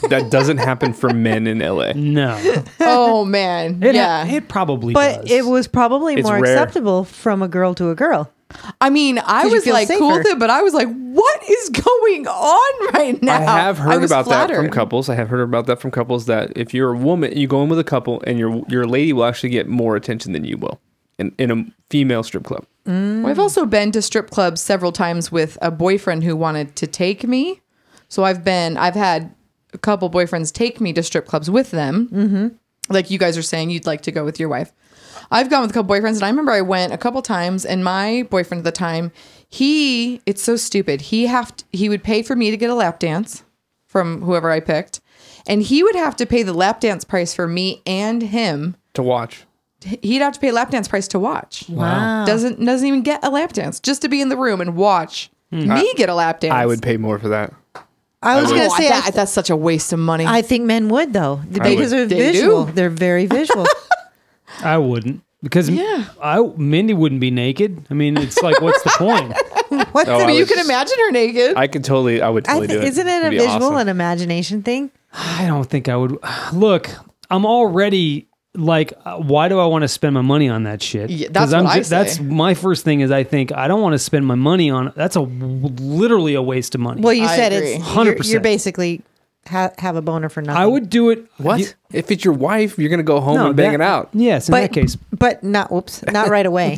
Speaker 4: that doesn't happen for men in LA.
Speaker 1: No,
Speaker 2: Oh man.
Speaker 1: it,
Speaker 2: yeah.
Speaker 1: it probably
Speaker 3: but
Speaker 1: does.
Speaker 3: it was probably
Speaker 4: It's
Speaker 3: more
Speaker 4: rare.
Speaker 3: acceptable from a girl to a girl.
Speaker 2: I mean, I
Speaker 3: Did you
Speaker 2: was
Speaker 3: feel
Speaker 2: like cool
Speaker 3: safer?
Speaker 2: with it, but I was like, what is going on right now?
Speaker 4: I have heard
Speaker 2: was
Speaker 4: about that from
Speaker 2: flattered.
Speaker 4: couples. I have heard about that from couples that if you're a woman, you go in with a couple, and your your lady will actually get more attention than you will in in a female strip club.
Speaker 2: Well, I've also been to strip clubs several times with a boyfriend who wanted to take me. So I've been, I've had a couple boyfriends take me to strip clubs with them. Mm-hmm. Like you guys are saying, you'd like to go with your wife. I've gone with a couple boyfriends, and I remember I went a couple times, and my boyfriend at the time, he, it's so stupid. He have to, he would pay for me to get a lap dance from whoever I picked, and he would have to pay the lap dance price for me and him.
Speaker 4: To watch,
Speaker 2: He'd have to pay a lap dance price to watch
Speaker 3: Wow.
Speaker 2: doesn't doesn't even get a lap dance just to be in the room and watch
Speaker 1: Hmm.
Speaker 2: me get a lap dance.
Speaker 4: I would pay more for that.
Speaker 3: I was
Speaker 2: Oh,
Speaker 3: going to say,
Speaker 2: that-
Speaker 3: I,
Speaker 2: that's such a waste of money.
Speaker 3: I think men would though because they're
Speaker 2: They do.
Speaker 3: visual. They're very visual.
Speaker 1: I wouldn't because
Speaker 2: Yeah.
Speaker 1: I Mindy wouldn't be naked. I mean, it's like, what's the point?
Speaker 3: What's
Speaker 4: Oh,
Speaker 3: the,
Speaker 4: I
Speaker 2: but you
Speaker 4: was-
Speaker 2: can imagine her naked.
Speaker 4: I could totally. I would
Speaker 3: I
Speaker 4: totally
Speaker 3: thi-
Speaker 4: do it.
Speaker 3: isn't it a
Speaker 4: It'd be
Speaker 3: visual
Speaker 4: awesome.
Speaker 3: and imagination thing?
Speaker 1: I don't think I would. Look, I'm already like, uh, why do I want to spend my money on that shit?
Speaker 2: Yeah, that's
Speaker 1: 'Cause I'm
Speaker 2: what I
Speaker 1: ju- That's
Speaker 2: say.
Speaker 1: my first thing is I think I don't want to spend my money on. That's a literally a waste of money.
Speaker 3: Well, you
Speaker 2: I
Speaker 3: said
Speaker 2: agree.
Speaker 3: it's you are
Speaker 1: 100%.
Speaker 3: you're basically ha- have a boner for nothing.
Speaker 1: I would do it.
Speaker 4: What if it's your wife? You're gonna go home and bang
Speaker 1: that-
Speaker 4: it out.
Speaker 1: Yes, in
Speaker 3: but,
Speaker 1: that case,
Speaker 3: but not whoops, not right away.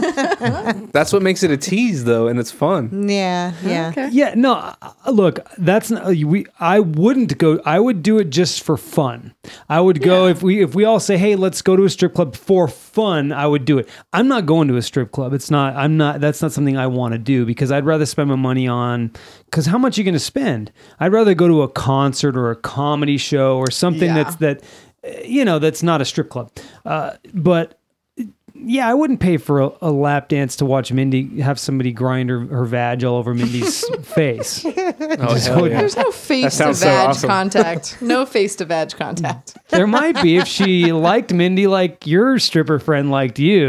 Speaker 4: That's what makes it a tease, though, and it's fun.
Speaker 3: yeah, yeah.
Speaker 2: Okay.
Speaker 1: Yeah, no. uh, Look, that's not, we. I wouldn't go. I would do it just for fun. I would go if we if we all say, "Hey, let's go to a strip club for fun." I would do it. I'm not going to a strip club. It's not. I'm not. That's not something I want to do because I'd rather spend my money on. Because how much are you going to spend? I'd rather go to a concert or a comedy show or something
Speaker 2: Yeah.
Speaker 1: that's that, uh, you know, that's not a strip club. Uh, but yeah, I wouldn't pay for a, a lap dance to watch Mindy have somebody grind her, her vag all over Mindy's face.
Speaker 4: Oh,
Speaker 1: hell yeah.
Speaker 2: There's no face to vag
Speaker 4: sounds so awesome.
Speaker 2: contact. No face to vag contact.
Speaker 1: There might be if she liked Mindy like your stripper friend liked you.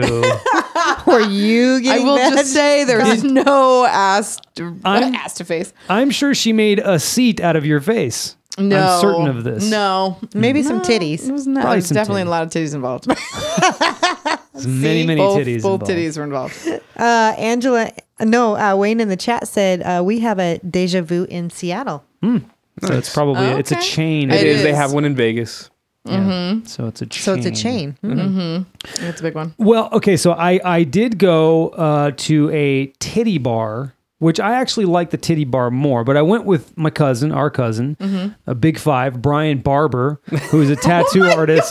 Speaker 3: Were you
Speaker 2: I
Speaker 3: getting
Speaker 2: will
Speaker 3: that?
Speaker 2: just say there's no ass to,
Speaker 1: I'm-
Speaker 2: ass to face.
Speaker 1: I'm sure she made a seat out of your face.
Speaker 2: No,
Speaker 1: I'm certain of this.
Speaker 2: No,
Speaker 3: Maybe some
Speaker 2: it
Speaker 3: titties.
Speaker 2: was not.
Speaker 1: Probably
Speaker 2: It was
Speaker 1: some
Speaker 2: definitely
Speaker 1: titties.
Speaker 2: a lot of titties involved.
Speaker 1: There's many, many
Speaker 2: both,
Speaker 1: titties.
Speaker 2: Both
Speaker 1: involved.
Speaker 2: titties were involved.
Speaker 3: Uh, Angela, no, uh, Wayne in the chat said uh, we have a deja vu in Seattle.
Speaker 1: So it's probably it's a
Speaker 2: Okay.
Speaker 1: chain.
Speaker 4: It
Speaker 2: It
Speaker 4: is. They
Speaker 2: is.
Speaker 4: have one in Vegas.
Speaker 1: Yeah. So it's a chain.
Speaker 3: So it's a chain.
Speaker 2: That's a big one.
Speaker 1: Well, okay, so I I did go uh, to a titty bar, which I actually like the titty bar more. But I went with my cousin, our cousin, a big five, Brian Barber, who is a tattoo artist.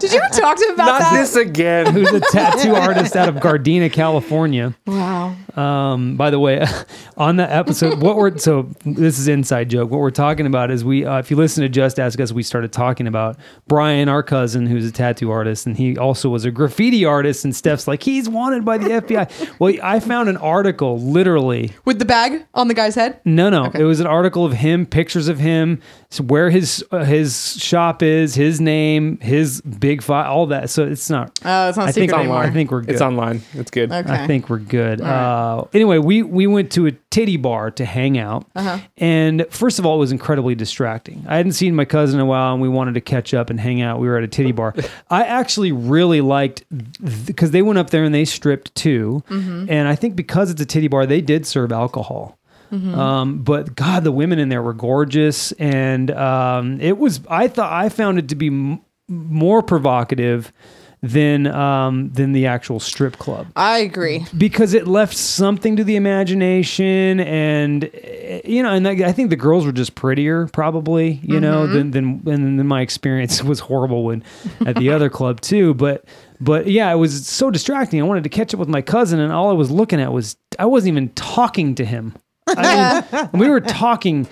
Speaker 2: Did you ever talk to him about that?
Speaker 4: again.
Speaker 1: Who's a tattoo artist out of Gardena, California?
Speaker 2: wow.
Speaker 1: Um, by the way, on the episode, what we're so this is inside joke. What we're talking about is we, uh, if you listen to Just Ask Us, we started talking about Brian, our cousin, who's a tattoo artist, and he also was a graffiti artist. And Steph's like, he's wanted by the FBI. well, I found an article, literally.
Speaker 2: With the bag on the guy's head.
Speaker 1: No, no, it was an article of him, pictures of him, so where his uh, his shop is, his name, his big file, all that. So it's not.
Speaker 2: Oh, it's not
Speaker 1: I think
Speaker 2: secret
Speaker 1: I'm-
Speaker 2: anymore.
Speaker 1: I think we're good.
Speaker 4: It's online. It's good.
Speaker 2: Okay.
Speaker 1: I think we're good. Uh, anyway, we we went to a titty bar to hang out, and first of all, it was incredibly distracting. I hadn't seen my cousin in a while, and we wanted to catch up and hang out. We were at a titty bar. I actually really liked because they went up there and they stripped too, and I think because it's a titty bar, they did serve alcohol. Um, but God, the women in there were gorgeous, and um, it was. I thought I found it to be m- more provocative than um, than the actual strip club
Speaker 2: I agree.
Speaker 1: because it left something to the imagination and eh, you know and I, I think the girls were just prettier probably you know than than and then my experience was horrible when at the other club too but but yeah it was so distracting i wanted to catch up with my cousin and all i was looking at was i wasn't even talking to him I mean, we were talking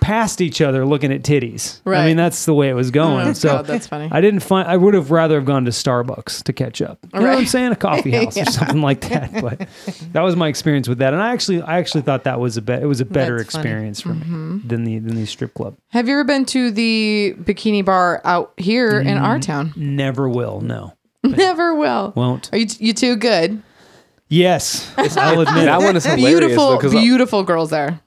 Speaker 1: past each other looking at titties i
Speaker 2: Right.
Speaker 1: mean that's the way it was going
Speaker 2: Oh,
Speaker 1: so
Speaker 2: God, that's funny.
Speaker 1: I didn't find. I would have rather have gone to Starbucks to catch up. You know what I'm
Speaker 2: Right.
Speaker 1: saying? A coffee house or something like that. But that was my experience with that, and I actually, I actually thought that was a bet. It was a better
Speaker 3: That's funny.
Speaker 1: experience for me than the than the strip club.
Speaker 2: Have you ever been to the bikini bar out here in our town?
Speaker 1: Never will. No,
Speaker 2: Never will.
Speaker 1: won't.
Speaker 2: Are you you too good?
Speaker 1: Yes, I'll admit.
Speaker 4: That one is hilarious. uh,
Speaker 2: beautiful,
Speaker 4: because
Speaker 2: beautiful girls there.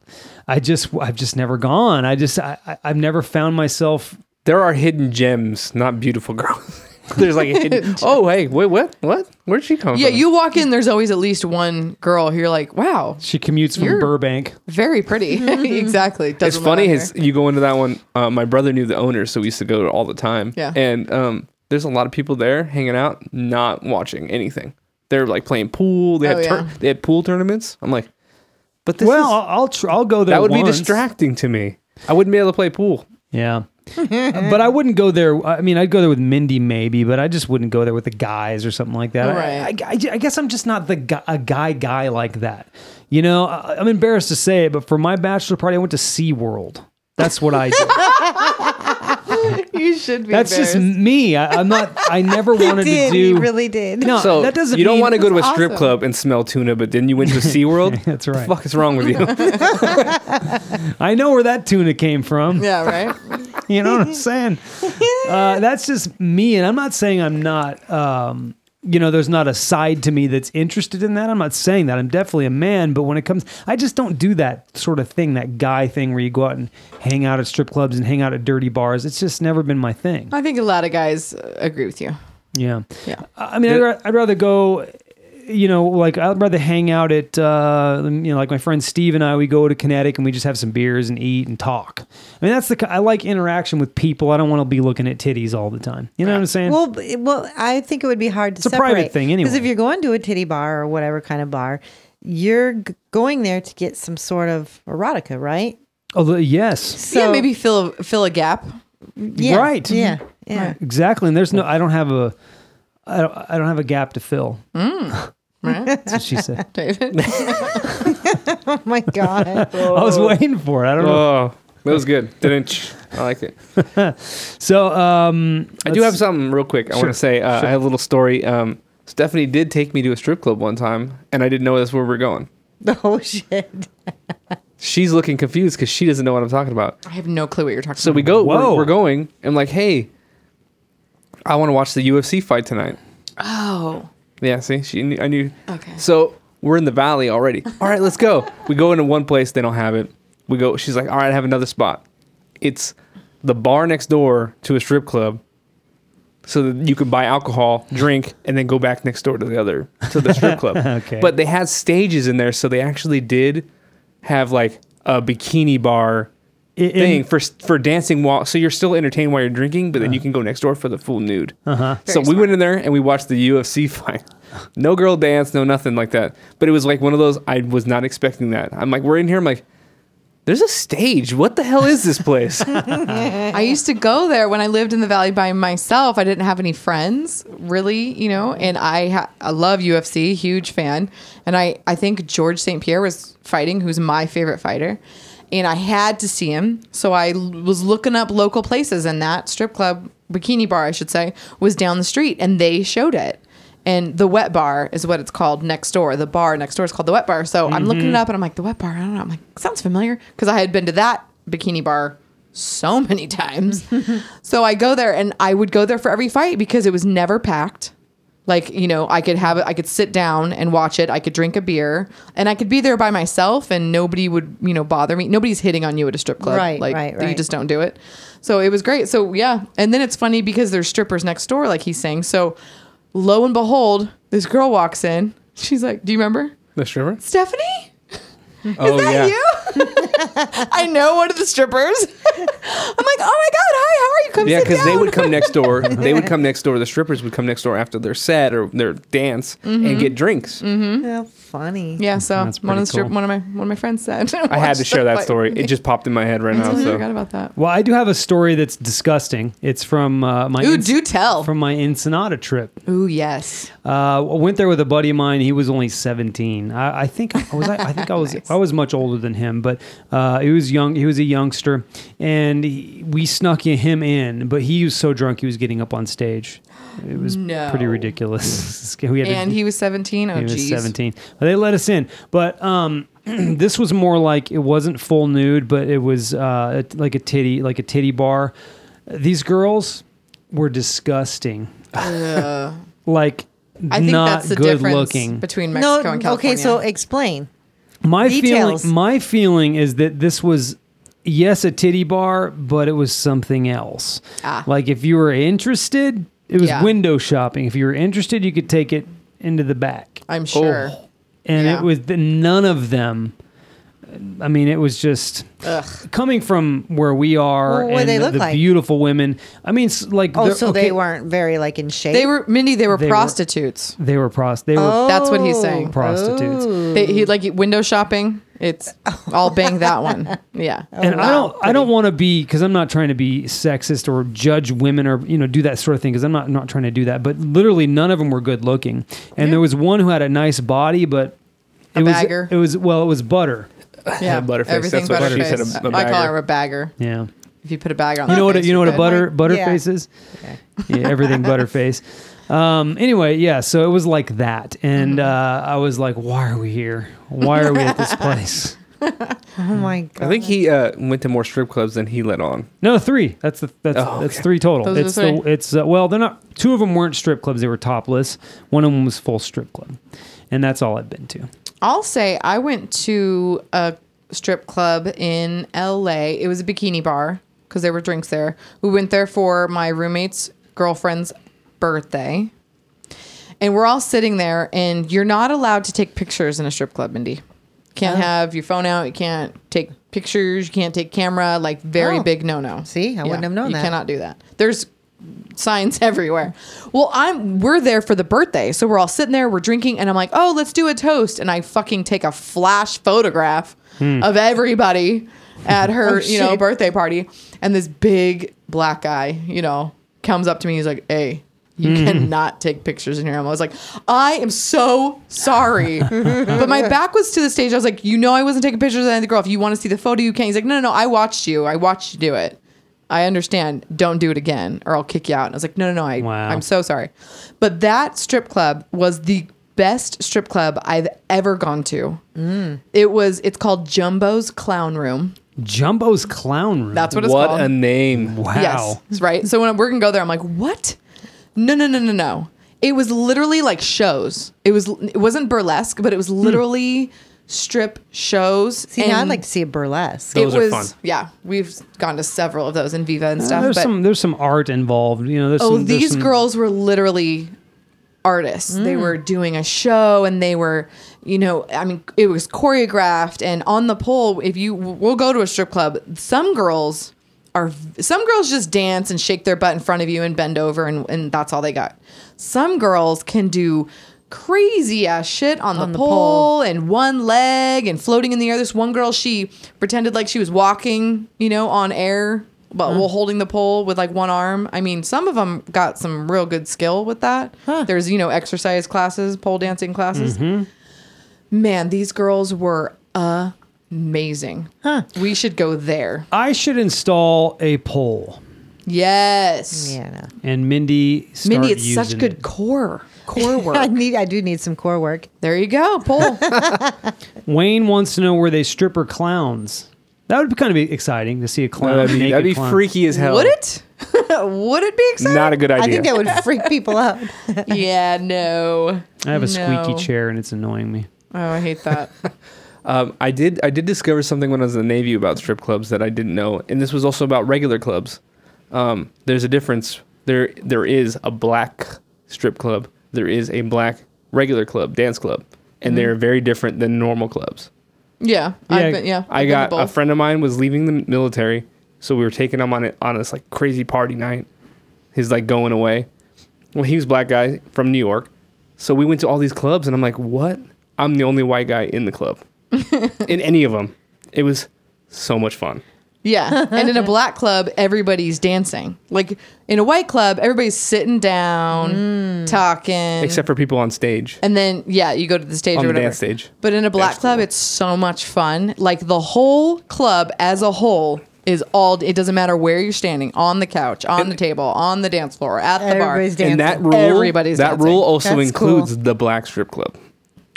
Speaker 1: I just, I've just never gone. I just, I, I, I've never found myself.
Speaker 4: there are hidden gems, not beautiful girls. There's like a hidden. Oh, hey, wait, what? What? Where'd she come
Speaker 2: Yeah,
Speaker 4: from?
Speaker 2: you walk in, there's always at least one girl who you're like, wow,
Speaker 1: She commutes from
Speaker 2: You're-
Speaker 1: Burbank.
Speaker 2: very pretty. exactly.
Speaker 4: It's
Speaker 2: Doesn't live
Speaker 4: funny
Speaker 2: out
Speaker 4: is
Speaker 2: here.
Speaker 4: you go into that one. Uh, my brother knew the owner, so we used to go all the time.
Speaker 2: Yeah.
Speaker 4: And um, there's a lot of people there hanging out, not watching anything. They're like playing pool. They had
Speaker 2: Oh, yeah.
Speaker 4: tur- they had pool tournaments. I'm like, but this
Speaker 1: well,
Speaker 4: is-
Speaker 1: I'll, I'll, tr- I'll go there.
Speaker 4: that would be
Speaker 1: once.
Speaker 4: distracting to me. I wouldn't be able to play pool.
Speaker 1: Yeah. but I wouldn't go there. I mean, I'd go there with Mindy maybe, but I just wouldn't go there with the guys or something like that.
Speaker 2: Right.
Speaker 1: I, I- I guess I'm just not the guy, a guy guy like that. You know, I, I'm embarrassed to say it, but for my bachelor party, I went to SeaWorld. That's what I did.
Speaker 2: you should be.
Speaker 1: That's just me. I, I'm not. I never wanted
Speaker 3: did.
Speaker 1: to
Speaker 3: He
Speaker 1: do.
Speaker 3: really did.
Speaker 1: No,
Speaker 4: So
Speaker 1: Uh, that doesn't.
Speaker 4: you don't
Speaker 1: mean-
Speaker 4: want to go to a strip
Speaker 2: awesome.
Speaker 4: club and smell tuna, but then you went to SeaWorld?
Speaker 1: That's right.
Speaker 4: The fuck is wrong with you?
Speaker 1: I know where that tuna came from.
Speaker 2: yeah, right.
Speaker 1: you know what I'm saying? Uh, that's just me, and I'm not saying I'm not. Um, you know, there's not a side to me that's interested in that. I'm not saying that. I'm definitely a man, but when it comes, I just don't do that sort of thing, that guy thing where you go out and hang out at strip clubs and hang out at dirty bars. It's just never been my thing.
Speaker 2: I think a lot of guys uh, agree with you.
Speaker 1: Yeah.
Speaker 2: Yeah.
Speaker 1: I mean, I'd, ra- I'd rather go. You know, like I'd rather hang out at, uh, you know, like my friend Steve and I, we go to Kinetic and we just have some beers and eat and talk. I mean, that's the, ki- I like interaction with people. I don't want to be looking at titties all the time. You know what I'm saying?
Speaker 3: Well, b- well, I think it would be hard to
Speaker 1: It's a
Speaker 3: separate.
Speaker 1: private thing
Speaker 3: Because if
Speaker 1: anyway.
Speaker 3: you're going to a titty bar or whatever kind of bar, you're g- going there to get some sort of erotica, right?
Speaker 1: Although, yes,
Speaker 3: So
Speaker 2: yeah, maybe fill fill a gap.
Speaker 3: yeah,
Speaker 1: Right.
Speaker 3: Yeah,
Speaker 4: Mm-hmm.
Speaker 3: yeah.
Speaker 1: exactly. And there's no, I don't have a, I don't, I don't have a gap to fill.
Speaker 2: Mm. Right,
Speaker 1: That's what she said.
Speaker 2: David.
Speaker 3: Oh my god.
Speaker 1: I was waiting for it. I don't know.
Speaker 4: oh, that was good. Didn't I like it?
Speaker 1: So, um,
Speaker 4: I do have something real quick. I want to say uh, I have a little story. Um, Stephanie did take me to a strip club one time, and I didn't know that's where we we're going.
Speaker 3: oh shit.
Speaker 4: She's looking confused because she doesn't know what I'm talking about.
Speaker 2: I have no clue what you're talking
Speaker 4: So
Speaker 2: about.
Speaker 4: we go.
Speaker 1: Whoa.
Speaker 4: We're, we're going. I'm like, hey, I want to watch the UFC fight tonight.
Speaker 2: Oh,
Speaker 4: Yeah, see, she knew, I knew.
Speaker 2: Okay.
Speaker 4: So we're in the valley already. All right, let's go. We go into one place, they don't have it. We go. She's like, all right, I have another spot. It's the bar next door to a strip club, so that you could buy alcohol, drink, and then go back next door to the other to the strip club.
Speaker 1: Okay.
Speaker 4: But they had stages in there, so they actually did have like a bikini bar
Speaker 1: in- in-
Speaker 4: thing for for dancing while so you're still entertained while you're drinking, but then you can go next door for the full nude. Uh-huh. So we went in there and we watched the UFC fight. No girl dance, no nothing like that. But it was like one of those I was not expecting that. I'm like, we're in here. I'm like, there's a stage. What the hell is this place?
Speaker 2: I used to go there when I lived in the valley by myself. I didn't have any friends, really, you know. And I ha- I love UFC, huge fan. And I I think George St Pierre was fighting, who's my favorite fighter. And I had to see him, so I l- was looking up local places, and that strip club, bikini bar, I should say, was down the street, and they showed it. And the wet bar is what it's called next door. The bar next door is called the wet bar. So I'm looking it up, and I'm like, the wet bar. I don't know. I'm like, sounds familiar because I had been to that bikini bar so many times. so I go there and I would go there for every fight because it was never packed. Like, you know, I could have it, I could sit down and watch it, I could drink a beer, and I could be there by myself and nobody would, you know, bother me. Nobody's hitting on you at a strip club.
Speaker 3: Right,
Speaker 2: like
Speaker 3: right,
Speaker 2: you
Speaker 3: right.
Speaker 2: just don't do it. So it was great. So yeah. And then it's funny because there's strippers next door, like he's saying. So lo and behold, this girl walks in. She's like, Do you remember?
Speaker 4: the stripper?
Speaker 2: Stephanie?
Speaker 4: oh
Speaker 2: Is that
Speaker 4: yeah.
Speaker 2: you? I know one of the strippers. I'm like, oh my god, hi, how are you? Come
Speaker 4: Yeah,
Speaker 2: sit
Speaker 4: because they
Speaker 2: down."
Speaker 4: would come next door. They would come next door. The strippers would come next door after their set or their dance
Speaker 2: Mm-hmm.
Speaker 4: and get drinks.
Speaker 3: How funny.
Speaker 2: Hmm? Yeah, so
Speaker 1: That's
Speaker 2: one of
Speaker 1: pretty
Speaker 2: the strip,
Speaker 1: cool.
Speaker 2: one of my one of my friends said.
Speaker 4: I had to share that story. It just popped in my head right
Speaker 2: I
Speaker 4: now.
Speaker 2: totally Mm-hmm. forgot
Speaker 4: So
Speaker 2: about that.
Speaker 1: Well, I do have a story that's disgusting. It's from uh, my
Speaker 2: Ooh,
Speaker 1: Enc-
Speaker 2: do tell.
Speaker 1: from my Ensenada trip.
Speaker 2: Ooh, yes.
Speaker 1: Uh, I went there with a buddy of mine. He was only 17. I, I think I was. I, I think I was. I was much older than him, but uh, he was young. He was a youngster, and he, we snuck him in. But he was so drunk, he was getting up on stage. It was
Speaker 2: No.
Speaker 1: pretty ridiculous. we had to-
Speaker 2: And he was 17. Oh,
Speaker 1: he was
Speaker 2: geez.
Speaker 1: 17. But they let us in. But um, this was more like it wasn't full nude, but it was uh, a- like a titty, like a titty bar. These girls were disgusting. like
Speaker 2: I think
Speaker 1: not
Speaker 2: that's the
Speaker 1: good
Speaker 2: difference
Speaker 1: looking.
Speaker 2: between Mexico and California.
Speaker 3: okay, so explain.
Speaker 1: my
Speaker 3: details.
Speaker 1: feeling, my feeling is that this was. Yes, a titty bar, but it was something else.
Speaker 2: Ah.
Speaker 1: Like if you were interested, it was
Speaker 2: Yeah.
Speaker 1: window shopping. If you were interested, you could take it into the back.
Speaker 2: I'm sure.
Speaker 1: and
Speaker 2: Yeah.
Speaker 1: it was the, none of them. I mean, it was just coming from where we are
Speaker 3: Well, what
Speaker 1: and
Speaker 3: they
Speaker 1: the,
Speaker 3: look
Speaker 1: the
Speaker 3: like.
Speaker 1: beautiful women. I mean, s- like
Speaker 3: Oh,
Speaker 1: they're-
Speaker 3: so
Speaker 1: okay,
Speaker 3: they weren't very like in shape.
Speaker 2: They were Mindy. They were
Speaker 1: They were- Oh.
Speaker 2: prostitutes.
Speaker 1: they were pros they were
Speaker 3: Oh.
Speaker 2: That's what he's saying.
Speaker 1: prostitutes.
Speaker 2: They, he like window shopping. It's all bang that one. Yeah.
Speaker 1: and I don't, I don't want to be because I'm not trying to be sexist or judge women or you know do that sort of thing because I'm not not trying to do that. But literally, none of them were good looking, and there was one who had a nice body, but
Speaker 2: A
Speaker 1: it was
Speaker 2: bagger.
Speaker 1: it was well, it was butter.
Speaker 2: Yeah.
Speaker 4: Butterface,
Speaker 2: Everything
Speaker 4: that's what she
Speaker 2: butterface.
Speaker 4: said, a- a
Speaker 2: I call
Speaker 4: bagger.
Speaker 2: her a bagger.
Speaker 1: Yeah,
Speaker 2: If you put a bag on,
Speaker 1: You know
Speaker 2: their
Speaker 1: what? A,
Speaker 2: face,
Speaker 1: you know what
Speaker 2: you're
Speaker 1: a
Speaker 2: good.
Speaker 1: butter
Speaker 3: Yeah.
Speaker 1: butterface is. Yeah, everything butterface. Um, anyway, yeah. So it was like that, and
Speaker 2: Mm-hmm.
Speaker 1: uh, I was like, "Why are we here? Why are we at this place?"
Speaker 3: Oh my god.
Speaker 4: I think he uh, went to more strip clubs than he let on.
Speaker 1: No, three. That's the that's
Speaker 4: Oh,
Speaker 1: that's
Speaker 4: okay.
Speaker 1: three total.
Speaker 2: Those are
Speaker 1: it's
Speaker 2: the
Speaker 1: the
Speaker 2: three.
Speaker 1: it's uh, well, they're not. Two of them weren't strip clubs; they were topless. One of them was full strip club, and that's all I've been to.
Speaker 2: I'll say I went to a strip club in LA. It was a bikini bar because there were drinks there. We went there for my roommate's girlfriend's birthday. And we're all sitting there, and you're not allowed to take pictures in a strip club, Mindy. Can't have your phone out. You can't take pictures. You can't take camera. Like, very
Speaker 3: Oh.
Speaker 2: big no no.
Speaker 3: See, I wouldn't have known
Speaker 2: you
Speaker 3: that.
Speaker 2: cannot do that. There's signs everywhere. Well, I'm we're there for the birthday, so we're all sitting there, we're drinking, and I'm like, oh, let's do a toast, and I fucking take a flash photograph of everybody at her,
Speaker 3: Oh,
Speaker 2: you know,
Speaker 3: shit.
Speaker 2: birthday party, and this big black guy, you know, comes up to me, he's like, hey. You cannot take pictures in here. And I was like, I am so sorry. but my back was to the stage. I was like, you know, I wasn't taking pictures of any of the girl. If you want to see the photo, you can. He's like, no, no, no. I watched you. I watched you do it. I understand. Don't do it again, or I'll kick you out. And I was like, no, no, no. I,
Speaker 1: Wow.
Speaker 2: I'm so sorry. But that strip club was the best strip club I've ever gone to. It was. It's called Jumbo's Clown Room.
Speaker 1: Jumbo's clown room.
Speaker 2: That's what it's
Speaker 4: what
Speaker 2: called.
Speaker 4: a name!
Speaker 1: wow.
Speaker 2: Yes, right. So when we're gonna go there, I'm like, what? No, no, no, no, no. It was literally like shows. It was. It wasn't burlesque, but it was
Speaker 4: Hmm.
Speaker 2: literally strip shows.
Speaker 3: See, now I'd
Speaker 2: and
Speaker 3: like to see a burlesque.
Speaker 4: Those
Speaker 2: it
Speaker 4: are
Speaker 2: was,
Speaker 4: fun.
Speaker 2: Yeah, we've gone to several of those in Viva and stuff.
Speaker 1: there's
Speaker 2: but
Speaker 1: some there's some art involved. You know, there's
Speaker 2: oh,
Speaker 1: some, there's
Speaker 2: these
Speaker 1: some-
Speaker 2: girls were literally artists. They
Speaker 3: Hmm.
Speaker 2: were doing a show and they were, you know, I mean, it was choreographed and on the pole. If you we'll go to a strip club, some girls are some girls just dance and shake their butt in front of you and bend over and, and that's all they got. Some girls can do crazy ass shit on, the,
Speaker 3: On the
Speaker 2: pole,
Speaker 3: pole.
Speaker 2: and one leg and floating in the air. This one girl, she pretended like she was walking, you know, on air, but while holding the pole with like one arm. I mean, some of them got some real good skill with that. There's, you know, exercise classes, pole dancing classes.
Speaker 1: Mm-hmm.
Speaker 2: Man, these girls were amazing. We should go there.
Speaker 1: I should install a pole,
Speaker 2: Yes.
Speaker 3: Yeah. No.
Speaker 1: and Mindy. Start
Speaker 2: Mindy, it's such
Speaker 1: using
Speaker 2: good
Speaker 1: it.
Speaker 2: core. Core
Speaker 3: I
Speaker 2: work.
Speaker 3: need. I do need some core work.
Speaker 2: there you go. Pole.
Speaker 1: Wayne wants to know where they strip or clowns. That would be kind of be exciting to see a clown.
Speaker 4: That'd be,
Speaker 1: naked
Speaker 4: that'd be
Speaker 1: clown.
Speaker 4: freaky as hell.
Speaker 2: Would it? Would it be exciting?
Speaker 4: Not a good idea.
Speaker 3: I think that would freak people out.
Speaker 2: yeah, no.
Speaker 1: I have a squeaky
Speaker 2: No.
Speaker 1: chair and it's annoying me.
Speaker 2: Oh, I hate that.
Speaker 4: Um, I did I did discover something when I was in the Navy about strip clubs that I didn't know, and this was also about regular clubs. Um, there's a difference. There there is a black strip club.
Speaker 2: Mm-hmm.
Speaker 4: There is a black regular club, dance club, and they're very different than normal clubs.
Speaker 2: Yeah, I've been, yeah.
Speaker 4: I
Speaker 2: I've been to
Speaker 4: got a
Speaker 2: both.
Speaker 4: friend of mine was leaving the military, so we were taking him on it on this like crazy party night. He's like going away. Well, he was a black guy from New York, so we went to all these clubs, and I'm like, what? I'm the only white guy in the club, in any of them. It was so much fun.
Speaker 2: Yeah. And in a black club, everybody's dancing. Like in a white club, everybody's sitting down, talking.
Speaker 4: Mm. except for people on stage
Speaker 2: and then yeah, you go to the stage
Speaker 4: on
Speaker 2: or
Speaker 4: the
Speaker 2: whatever.
Speaker 4: dance stage.
Speaker 2: But in a black club, it's so much fun. Like the whole club as a whole is all it doesn't matter where you're standing, on the couch, on the table, on the dance floor, at
Speaker 3: Everybody's
Speaker 2: the
Speaker 3: dancing.
Speaker 4: And that rule,
Speaker 2: Everybody's
Speaker 4: that
Speaker 2: dancing.
Speaker 4: rule also
Speaker 3: That's
Speaker 4: includes the black strip club.
Speaker 2: bar.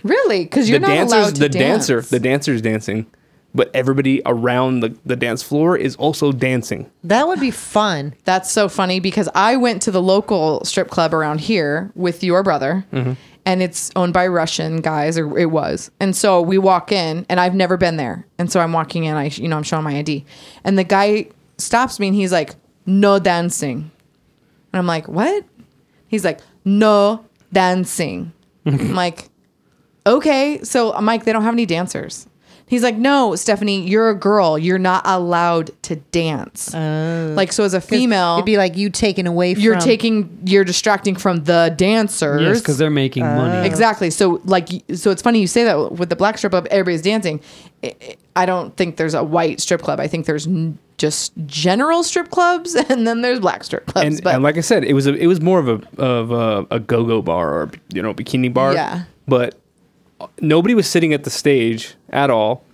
Speaker 2: Really? Cuz you're
Speaker 4: the
Speaker 2: not allowed
Speaker 4: dancers,
Speaker 2: to
Speaker 4: the
Speaker 2: dance.
Speaker 4: dancer, the dancer's dancing, but everybody around the, the dance floor is also dancing.
Speaker 3: That would be fun.
Speaker 2: That's so funny because I went to the local strip club around here with your brother,
Speaker 3: Mm-hmm.
Speaker 2: and it's owned by Russian guys, or it was. And so we walk in, and I've never been there. And so I'm walking in, I you know I'm showing my ID, and the guy stops me, and he's like, "No dancing," and I'm like, "What?" He's like, "No dancing." I'm like, "Okay." So Mike, they don't have any dancers. He's like, "No, Stephanie, you're a girl. You're not allowed to dance." Like so, as a
Speaker 3: 'Cause
Speaker 2: female,
Speaker 3: Oh. It'd be like you taken away from.
Speaker 2: you're taking, you're distracting from the dancers.
Speaker 1: Yes, because they're making money.
Speaker 2: exactly. So like, y- so it's funny you say that with the black strip club, everybody's dancing. I- I- I don't think there's a white strip club. I think there's n- just general strip clubs, and then there's black strip clubs.
Speaker 4: And,
Speaker 2: but
Speaker 4: and like I said, it was a, it was more of a of a, a go go bar or you know bikini bar.
Speaker 2: Yeah.
Speaker 4: But nobody was sitting at the stage at all.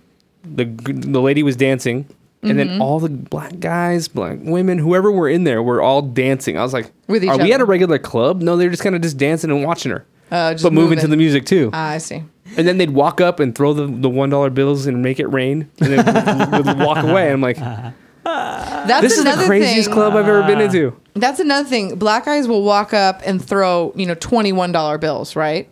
Speaker 4: The g- the lady was dancing, and
Speaker 2: Mm-hmm.
Speaker 4: then all the black guys, black women, whoever were in there were all dancing. I was like,
Speaker 2: With each
Speaker 4: Are we
Speaker 2: other.
Speaker 4: at a regular club? No, they're just kind of just dancing and watching her.
Speaker 2: Uh, just
Speaker 4: but moving, to
Speaker 2: moving.
Speaker 4: the music too.
Speaker 2: Ah, I see.
Speaker 4: And then they'd walk up and throw the, the one dollar bills and make it rain, and then would, would walk away. And I'm like,
Speaker 2: That's
Speaker 4: this is the
Speaker 2: another
Speaker 4: craziest
Speaker 2: thing.
Speaker 4: club I've ever been into.
Speaker 2: That's another thing. Black guys will walk up and throw, you know, twenty-one dollar bills, right?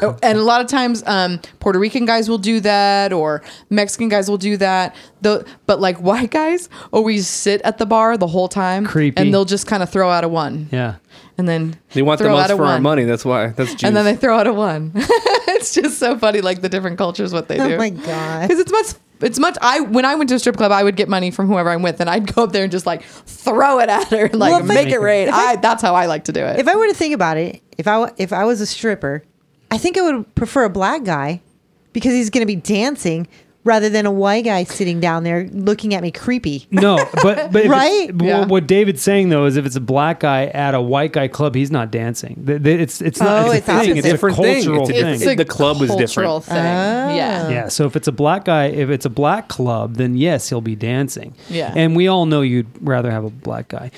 Speaker 2: Oh, and a lot of times, um, Puerto Rican guys will do that, or Mexican guys will do that. The but like white guys always sit at the bar the whole time,
Speaker 1: Creepy.
Speaker 2: and they'll just kind of throw out a one,
Speaker 1: Yeah.
Speaker 2: and then
Speaker 4: They want the
Speaker 2: throw
Speaker 4: most
Speaker 2: out a
Speaker 4: for our
Speaker 2: one.
Speaker 4: money. That's why. That's juice.
Speaker 2: and then they throw out a one. it's just so funny, like the different cultures, what they do.
Speaker 3: Oh my god.
Speaker 2: Because it's much, it's much. I when I went to a strip club, I would get money from whoever I'm with, and I'd go up there and just like throw it at her, and like
Speaker 3: Well, if I-
Speaker 2: make it rain. I, that's how I like to do it.
Speaker 3: If I were to think about it, if I wa- if I was a stripper, I think I would prefer a black guy because he's going to be dancing rather than a white guy sitting down there looking at me creepy.
Speaker 1: No, but but if it's-
Speaker 3: Right?
Speaker 1: wh-
Speaker 2: Yeah.
Speaker 1: What David's saying though is, if it's a black guy at a white guy club, he's not dancing. Th- th- It's it's not.
Speaker 3: Oh,
Speaker 1: it's,
Speaker 3: it's
Speaker 1: a thing. It's
Speaker 3: opposite.
Speaker 1: a
Speaker 4: Different thing.
Speaker 1: cultural
Speaker 4: It's a
Speaker 1: thing.
Speaker 4: different thing. The club was
Speaker 2: cultural
Speaker 3: Oh.
Speaker 4: different.
Speaker 2: Thing. Yeah.
Speaker 1: Yeah. So if it's a black guy, if it's a black club, then yes, he'll be dancing.
Speaker 2: Yeah.
Speaker 1: And we all know you'd rather have a black guy.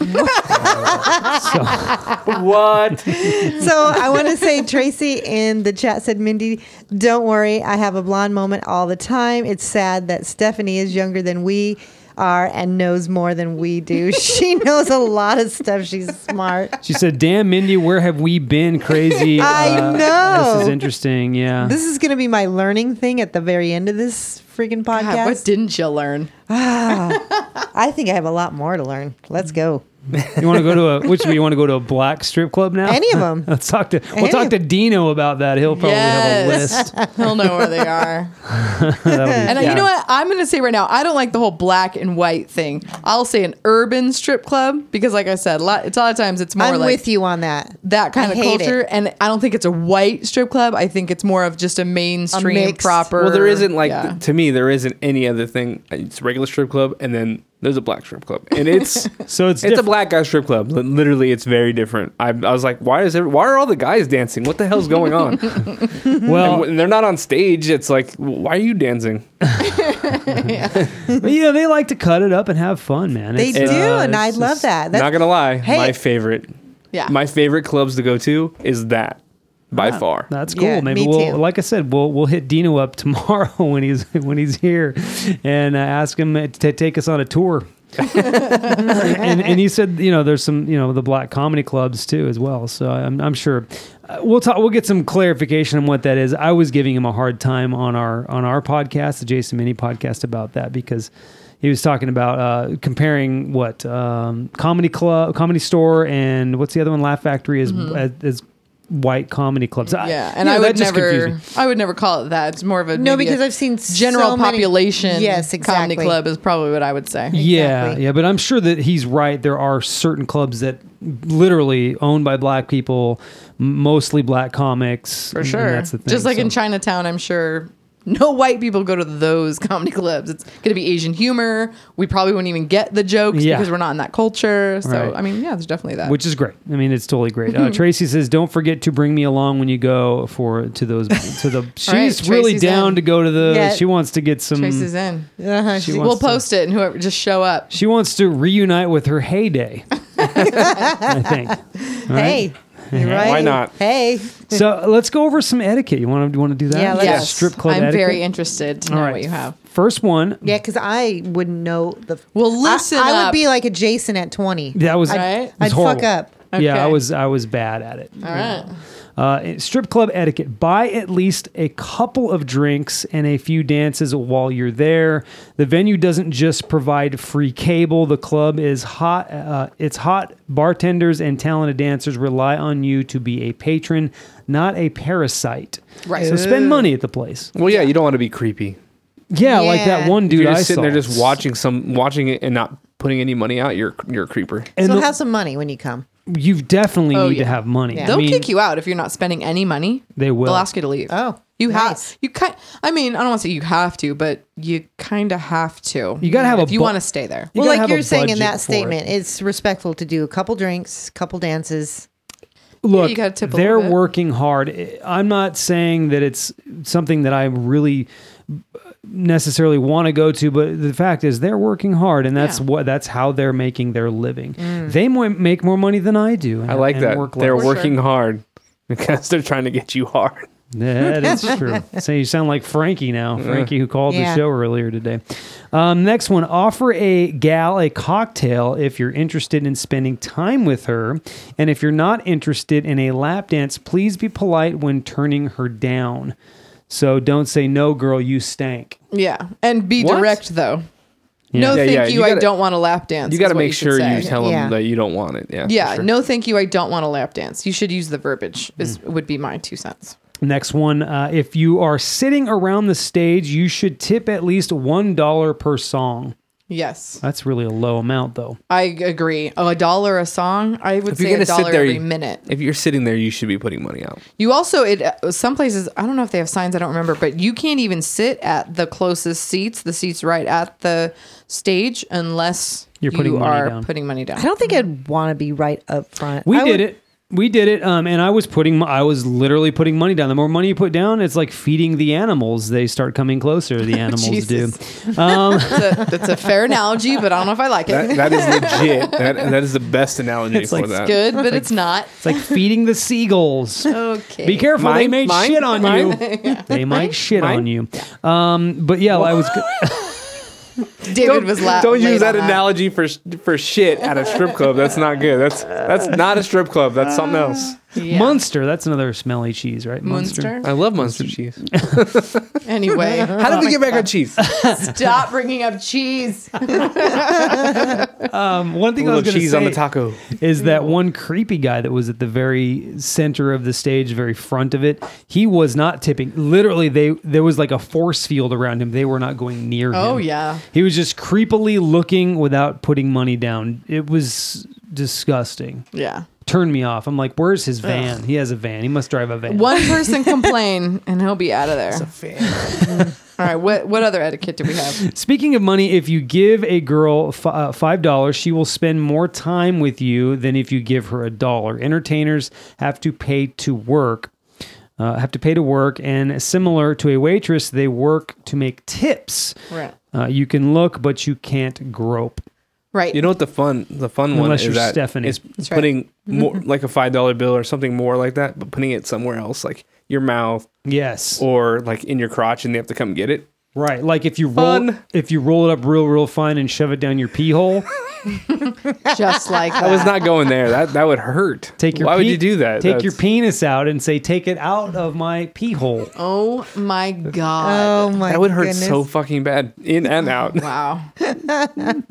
Speaker 4: what?
Speaker 3: so I want to say Tracy in the chat said, Mindy, don't worry. I have a blonde moment all the time. It's sad that Stephanie is younger than we are and knows more than we do. she knows a lot of stuff. She's smart.
Speaker 1: She said, "Damn, Mindy, where have we been? Crazy. Uh,
Speaker 3: I know.
Speaker 1: This is interesting. Yeah.
Speaker 3: This is going to be my learning thing at the very end of this freaking podcast.
Speaker 2: God, what didn't you learn?
Speaker 3: I think I have a lot more to learn. Let's go.
Speaker 1: you want to go to a which? You want to go to a black strip club now?
Speaker 3: Any of 'em.
Speaker 1: Let's talk to. We'll
Speaker 3: Any
Speaker 1: talk
Speaker 3: of-
Speaker 1: to Dino about that. He'll probably
Speaker 2: Yes.
Speaker 1: have a list.
Speaker 2: He'll know where they are.
Speaker 1: That'll be-
Speaker 3: uh,
Speaker 2: And uh, you know what? I'm going to say right now, I don't like the whole black and white thing. I'll say an urban strip club because, like I said, a lot, it's a lot of times it's more
Speaker 3: I'm
Speaker 2: like
Speaker 3: with you on that.
Speaker 2: that kind
Speaker 3: I
Speaker 2: of
Speaker 3: hate
Speaker 2: culture.
Speaker 3: it.
Speaker 2: And I don't think it's a white strip club. I think it's more of just a mainstream
Speaker 3: mixed-
Speaker 2: proper.
Speaker 4: Well, there isn't like
Speaker 2: yeah.
Speaker 4: to me. There isn't any other thing. It's a regular strip club, and then there's a black strip club, and it's it's
Speaker 1: So it's
Speaker 4: a
Speaker 1: diff-
Speaker 4: black guy strip club. Li- Literally, it's very different. I, I was like, why is every, why are all the guys dancing? What the hell's going on? and
Speaker 1: Well,
Speaker 4: when they're not on stage, it's like, why are you dancing?
Speaker 1: yeah, they like to cut it up and have fun, man.
Speaker 3: They do, and I
Speaker 1: it's
Speaker 3: love
Speaker 1: just-
Speaker 3: that. That's,
Speaker 4: not gonna lie,
Speaker 3: Hey.
Speaker 4: my favorite.
Speaker 2: Yeah.
Speaker 4: My favorite clubs to go to is that by far.
Speaker 1: That's cool.
Speaker 3: Yeah,
Speaker 1: Maybe
Speaker 3: me
Speaker 1: we'll,
Speaker 3: too.
Speaker 1: like I said, we'll we'll hit Dino up tomorrow when he's when he's here, and uh, ask him to take us on a tour. and, and he said, you know, there's some, you know, the black comedy clubs too as well. So I'm, I'm sure uh, we'll talk. We'll get some clarification on what that is. I was giving him a hard time on our on our podcast, the Jason Mini podcast, about that because he was talking about uh, comparing what um, comedy club, comedy store, and what's the other one? Laugh Factory is as, as white comedy clubs. I-
Speaker 2: Mm-hmm. Yeah, and
Speaker 1: you know,
Speaker 2: I
Speaker 1: that
Speaker 2: would
Speaker 1: just confused me.
Speaker 2: never, I would never call it that. It's more of a
Speaker 3: No,
Speaker 2: maybe
Speaker 3: because
Speaker 2: a
Speaker 3: I've seen
Speaker 2: general
Speaker 3: so many-
Speaker 2: population.
Speaker 3: Yes, exactly.
Speaker 2: Comedy club is probably what I would say.
Speaker 3: Exactly.
Speaker 1: Yeah, yeah, but I'm sure that he's right. There are certain clubs that literally owned by black people, m- mostly black comics.
Speaker 2: for sure. Just like in Chinatown, I'm sure no white people go to those comedy clubs. It's going to be Asian humor. We probably wouldn't even get the jokes
Speaker 1: Yeah.
Speaker 2: because we're not in that culture. So
Speaker 1: Right.
Speaker 2: I mean, yeah, there's definitely that.
Speaker 1: which is great. I mean, it's totally great. Uh, Tracy says, "Don't forget to bring me along when you go for to those to the." She's really
Speaker 2: Tracy's
Speaker 1: down
Speaker 2: in.
Speaker 1: to go to the.
Speaker 3: Yeah.
Speaker 1: She wants to get some.
Speaker 2: Trace is in.
Speaker 3: Uh-huh.
Speaker 1: um, She
Speaker 2: We'll
Speaker 1: wants to-
Speaker 2: post it and whoever just show up.
Speaker 1: She wants to reunite with her heyday. I think. All right?
Speaker 3: Hey, you're right.
Speaker 4: Why not?
Speaker 3: Hey,
Speaker 1: So let's go over some etiquette. You want to want to do that?
Speaker 3: Yeah, let's-
Speaker 2: Yes,
Speaker 1: strip club.
Speaker 2: I'm
Speaker 1: etiquette?
Speaker 2: very interested to know
Speaker 1: All right.
Speaker 2: what you have.
Speaker 1: First one.
Speaker 3: yeah, because I wouldn't know the.
Speaker 2: Well,
Speaker 3: I-
Speaker 2: listen
Speaker 3: I,
Speaker 2: up.
Speaker 3: would be like a Jason at twenty.
Speaker 1: That was
Speaker 2: Right?
Speaker 1: it was
Speaker 3: I'd
Speaker 1: horrible.
Speaker 3: fuck up.
Speaker 1: Yeah, I
Speaker 2: Okay.
Speaker 1: was I was bad at it.
Speaker 2: All right.
Speaker 1: Uh, strip club etiquette: buy at least a couple of drinks and a few dances while you're there. The venue doesn't just provide free cable. The club is hot. Uh, it's hot. Bartenders and talented dancers rely on you to be a patron, not a parasite.
Speaker 2: Right.
Speaker 1: So spend money at the place.
Speaker 4: Well, yeah, you don't want to be creepy.
Speaker 1: Yeah, like that
Speaker 3: Yeah.
Speaker 1: one
Speaker 4: If
Speaker 1: dude
Speaker 4: you're
Speaker 1: I
Speaker 4: just sitting there
Speaker 1: saw.
Speaker 4: just watching some watching it and not putting any money out. You're you're a creeper.
Speaker 1: And
Speaker 3: so
Speaker 1: the-
Speaker 3: have some money when you come.
Speaker 1: you definitely
Speaker 2: Oh,
Speaker 1: need
Speaker 2: yeah.
Speaker 1: to have money.
Speaker 3: Yeah.
Speaker 2: They'll
Speaker 1: I mean,
Speaker 2: kick you out if you're not spending any money.
Speaker 1: They will.
Speaker 2: They'll ask you to leave.
Speaker 3: Oh,
Speaker 2: you
Speaker 3: nice.
Speaker 2: have you kind. I mean, I don't want to say you have to, but you kind of have to.
Speaker 1: You gotta have a
Speaker 2: if you
Speaker 1: bu-
Speaker 2: want to stay there.
Speaker 1: You
Speaker 3: well,
Speaker 1: gotta
Speaker 3: like
Speaker 1: have
Speaker 3: you're
Speaker 1: a
Speaker 3: saying in
Speaker 1: budget for
Speaker 3: that
Speaker 1: it.
Speaker 3: statement, it's respectful to do a couple drinks, couple dances.
Speaker 1: look,
Speaker 2: you gotta tip a
Speaker 1: they're
Speaker 2: little bit.
Speaker 1: working hard. I'm not saying that it's something that I really necessarily want to go to, but the fact is they're working hard, and that's
Speaker 2: Yeah. Mm.
Speaker 1: what that's how they're making their living. They mo- make more money than I do. and-
Speaker 4: I like
Speaker 1: and
Speaker 4: that.
Speaker 1: work
Speaker 4: They're
Speaker 1: less.
Speaker 2: sure.
Speaker 4: working hard because they're trying to get you hard.
Speaker 1: That is true. So you sound like Frankie now, Frankie who called
Speaker 3: Yeah.
Speaker 1: the show earlier today. Um, next one, offer a gal a cocktail if you're interested in spending time with her, and if you're not interested in a lap dance, please be polite when turning her down. So don't say no, girl, you stank.
Speaker 2: Yeah, and be
Speaker 4: What?
Speaker 2: direct though. No,
Speaker 4: Yeah,
Speaker 2: thank
Speaker 4: yeah,
Speaker 2: you.
Speaker 4: you
Speaker 2: I
Speaker 4: gotta-
Speaker 2: don't want a lap dance.
Speaker 4: You
Speaker 2: got
Speaker 4: got to make sure you tell
Speaker 3: Yeah.
Speaker 4: them that you don't want it. Yeah. for
Speaker 2: yeah,
Speaker 4: sure.
Speaker 2: no, thank you. I don't want a lap dance. You should use the verbiage. Is
Speaker 4: Mm.
Speaker 2: would be my two cents.
Speaker 1: Next one, uh, if you are sitting around the stage, you should tip at least one dollar per song.
Speaker 2: Yes,
Speaker 1: That's really a low amount, though.
Speaker 2: I agree. Oh, a dollar a song. I would
Speaker 4: If you're
Speaker 2: say
Speaker 4: gonna
Speaker 2: a dollar
Speaker 4: sit there,
Speaker 2: every
Speaker 4: you-
Speaker 2: minute.
Speaker 4: If you're sitting there, you should be putting money out.
Speaker 2: You also, it uh, some places I don't know if they have signs. I don't remember, but you can't even sit at the closest seats, the seats right at the stage, unless
Speaker 1: You're putting
Speaker 2: you
Speaker 1: money
Speaker 2: are
Speaker 1: down.
Speaker 2: putting money
Speaker 3: I
Speaker 2: down.
Speaker 3: don't think I'd want to be right up front.
Speaker 1: We
Speaker 3: I
Speaker 1: did
Speaker 3: would-
Speaker 1: it. We did it. Um, and I was putting, mo- I was literally putting money down. The more money you put down, it's like feeding the animals. They start coming closer. The animals do. Um,
Speaker 2: That's a, that's a fair analogy, but I don't know if I like it.
Speaker 4: That, that is legit. That, that is the best analogy
Speaker 1: It's
Speaker 4: for
Speaker 1: like
Speaker 4: that.
Speaker 2: Good, but it's not.
Speaker 1: it's like feeding the seagulls.
Speaker 2: Okay.
Speaker 1: Be careful. they
Speaker 4: Mine-
Speaker 1: may
Speaker 4: mine-
Speaker 1: shit on
Speaker 4: mine.
Speaker 1: you. They might shit
Speaker 4: Mine?
Speaker 1: on you. Um, but yeah, I was.
Speaker 2: David was la-
Speaker 4: Don't
Speaker 2: late
Speaker 4: use that
Speaker 2: on
Speaker 4: analogy for for shit at a strip club. That's not good. That's that's not a strip club. That's something else.
Speaker 2: Yeah.
Speaker 1: Munster. That's another smelly cheese, right?
Speaker 2: Munster.
Speaker 4: I love monster cheese.
Speaker 2: Anyway,
Speaker 4: How did we get back on cheese?
Speaker 2: stop bringing up cheese.
Speaker 1: Um, one thing I
Speaker 4: little
Speaker 1: was going to
Speaker 4: cheese
Speaker 1: say
Speaker 4: on the taco.
Speaker 1: is that one creepy guy that was at the very center of the stage, very front of it. He was not tipping. Literally, they there was like a force field around him. They were not going near him.
Speaker 2: Oh, yeah.
Speaker 1: he was just creepily looking without putting money down. It was disgusting.
Speaker 2: Yeah.
Speaker 1: Turned me off. I'm like, where's his van? He has a van. He must drive a van.
Speaker 2: One person complain, and he'll be out of there. All right. What what other etiquette do we have?
Speaker 1: Speaking of money, if you give a girl f- uh, five dollars, she will spend more time with you than if you give her a dollar. Entertainers have to pay to work. Uh, have to pay to work, and similar to a waitress, they work to make tips.
Speaker 2: Right.
Speaker 1: Uh, you can look, but you can't grope.
Speaker 2: Right.
Speaker 4: You know what the fun the fun one
Speaker 1: Unless
Speaker 4: is
Speaker 1: you're
Speaker 4: that
Speaker 1: Stephanie.
Speaker 4: it's
Speaker 2: right.
Speaker 4: putting more like a five dollar bill or something more like that, but putting it somewhere else, like your mouth
Speaker 1: Yes,
Speaker 4: or like in your crotch, and they have to come get it.
Speaker 1: Right, like if you roll
Speaker 4: Fun.
Speaker 1: if you roll it up real real fine and shove it down your pee hole,
Speaker 2: just like that.
Speaker 4: I was not going there. That that would hurt.
Speaker 1: take your
Speaker 4: Why would
Speaker 1: pe-
Speaker 4: you do that?
Speaker 1: Take your
Speaker 4: That's-
Speaker 1: penis out and say take it out of my pee hole.
Speaker 2: oh my god!
Speaker 3: Oh my!
Speaker 4: That would hurt
Speaker 3: goodness.
Speaker 4: so fucking bad, in and out.
Speaker 2: Wow,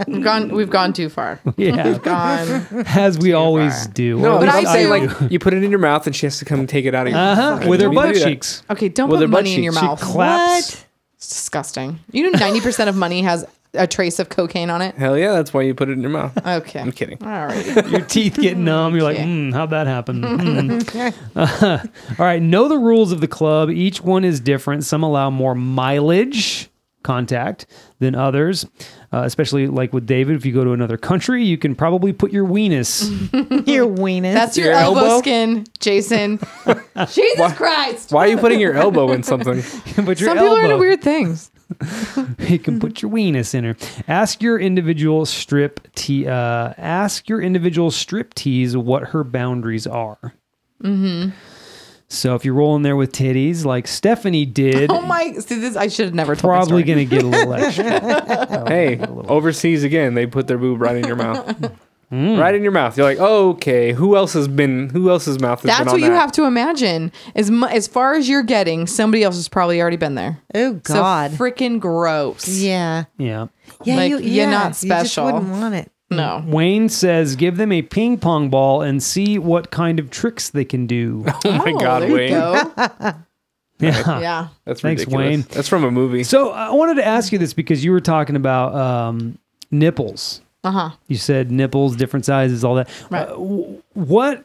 Speaker 2: we've gone we've gone too far.
Speaker 1: Yeah,
Speaker 2: Gone.
Speaker 1: as we always do.
Speaker 4: No,
Speaker 1: Or
Speaker 4: but
Speaker 1: at
Speaker 4: I'm
Speaker 1: least
Speaker 4: saying
Speaker 1: I
Speaker 2: do.
Speaker 4: like you put it in your mouth and she has to come take it out of your
Speaker 1: uh-huh, with her
Speaker 4: You do
Speaker 1: butt
Speaker 4: that.
Speaker 1: cheeks.
Speaker 2: Okay, don't
Speaker 4: Well,
Speaker 2: put
Speaker 4: their butt
Speaker 2: money in your
Speaker 4: cheeks, she
Speaker 2: mouth.
Speaker 1: Claps.
Speaker 3: What?
Speaker 2: It's disgusting. You know, ninety percent of money has a trace of cocaine on it.
Speaker 4: Hell yeah, that's why you put it in your mouth.
Speaker 2: Okay,
Speaker 4: I'm kidding.
Speaker 2: All right.
Speaker 1: your teeth get numb. You're like,
Speaker 2: Yeah.
Speaker 1: hmm, how'd that happen? Hmm. Uh, all right, know the rules of the club. Each one is different. Some allow more mileage contact than others, uh, especially like with David. If you go to another country, you can probably put your weenus.
Speaker 3: Your weenus.
Speaker 2: That's your,
Speaker 4: Your
Speaker 2: elbow,
Speaker 4: elbow?
Speaker 2: skin, Jason. Jesus Christ!
Speaker 4: Why are you putting your elbow in something?
Speaker 1: but your
Speaker 2: Some people
Speaker 1: elbow,
Speaker 2: are into weird things.
Speaker 1: you can
Speaker 2: Mm-hmm.
Speaker 1: put your weenus in her. Ask your individual strip te- uh, ask your individual strip tease what her boundaries are. Mm-hmm. So if you're rolling there with titties like Stephanie did,
Speaker 2: Oh my! See, this I should have never told. my
Speaker 1: probably
Speaker 2: story.
Speaker 1: going to get a little extra.
Speaker 4: Hey, overseas again, they put their boob right in your mouth.
Speaker 2: Hmm.
Speaker 4: Right in your mouth. You're like, okay, who else has been? Who else's mouth has been
Speaker 2: That's
Speaker 4: on
Speaker 2: what you
Speaker 4: that?
Speaker 2: have to imagine. As mu- as far as you're getting, somebody else has probably already been there.
Speaker 3: oh God.
Speaker 2: so freaking gross.
Speaker 3: yeah.
Speaker 1: Yeah.
Speaker 3: Yeah.
Speaker 2: Like,
Speaker 3: you,
Speaker 2: you're
Speaker 3: yeah,
Speaker 2: not
Speaker 3: You just
Speaker 2: special.
Speaker 3: wouldn't want it.
Speaker 2: No.
Speaker 1: Wayne says give them a ping pong ball and see what kind of tricks they can do.
Speaker 4: Oh my god,
Speaker 2: there you
Speaker 4: Wayne.
Speaker 2: go.
Speaker 1: yeah.
Speaker 2: yeah.
Speaker 4: That's
Speaker 1: Thanks,
Speaker 4: ridiculous.
Speaker 1: Wayne.
Speaker 4: That's from a movie.
Speaker 1: So I wanted to ask you this because you were talking about um, nipples.
Speaker 2: Uh huh.
Speaker 1: You said nipples, different sizes, all that.
Speaker 2: Right.
Speaker 1: Uh, w- what?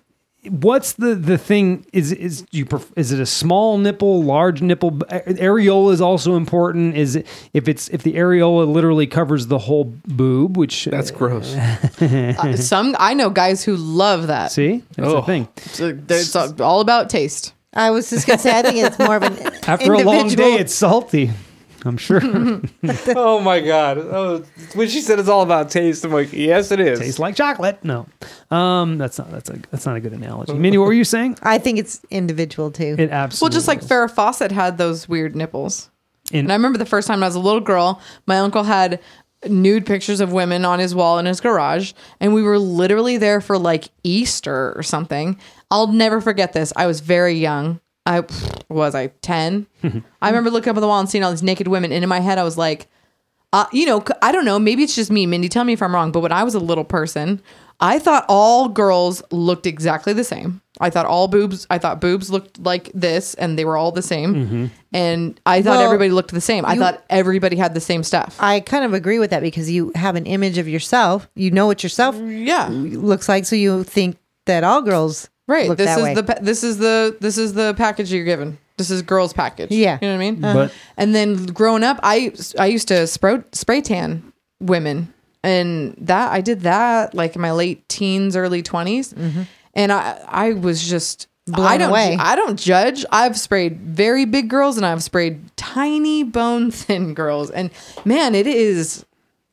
Speaker 1: What's the the thing? Is is do you pref- is it a small nipple, large nipple? B- Areola is also important. Is it if it's if the areola literally covers the whole boob, which
Speaker 4: That's gross.
Speaker 2: Uh, some I know guys who love that.
Speaker 1: Mm-hmm. see that's the
Speaker 4: Oh.
Speaker 1: thing.
Speaker 2: So It's all about taste.
Speaker 3: I was just gonna say. I think it's more of an
Speaker 1: After a long day,
Speaker 3: individual-
Speaker 1: it's salty. I'm sure.
Speaker 4: oh my god. Oh, when she said it's all about taste, I'm like, yes, it is.
Speaker 1: tastes like chocolate. No, um, that's not that's a that's not a good analogy. Minnie, what were you saying?
Speaker 3: I think it's individual too.
Speaker 1: It
Speaker 2: Well,
Speaker 1: absolutely.
Speaker 2: just like
Speaker 1: is.
Speaker 2: Farrah Fawcett had those weird nipples.
Speaker 1: And-
Speaker 2: And I remember the first time I was a little girl, my uncle had nude pictures of women on his wall in his garage. And we were literally there for like Easter or something. I'll never forget this. I was very young. I was I 10. I remember looking up on the wall and seeing all these naked women. And in my head, I was like, uh, you know, c- I don't know. Maybe it's just me, Mindy. Tell me if I'm wrong. But when I was a little person, I thought all girls looked exactly the same. I thought all boobs. I thought boobs looked like this, and they were all the same. And I thought
Speaker 3: Well,
Speaker 2: everybody looked the same. I
Speaker 3: you-
Speaker 2: thought everybody had the same stuff.
Speaker 3: I kind of agree with that because you have an image of yourself. You know what yourself
Speaker 2: yeah,
Speaker 3: looks like, so you think that all girls
Speaker 2: right.
Speaker 3: look
Speaker 2: This
Speaker 3: that
Speaker 2: is
Speaker 3: way.
Speaker 2: the pa- this is the this is the package you're given. This is girls' package.
Speaker 3: Yeah.
Speaker 2: you know what I mean. Uh-huh.
Speaker 1: But-
Speaker 2: and then growing up, I I used to spray spray tan women, and that I did that like in my late teens, early 20s and I I was just
Speaker 3: Mm-hmm. Blown
Speaker 2: I don't
Speaker 3: away.
Speaker 2: I don't judge. I've sprayed very big girls, and I've sprayed tiny bone thin girls, and man, it is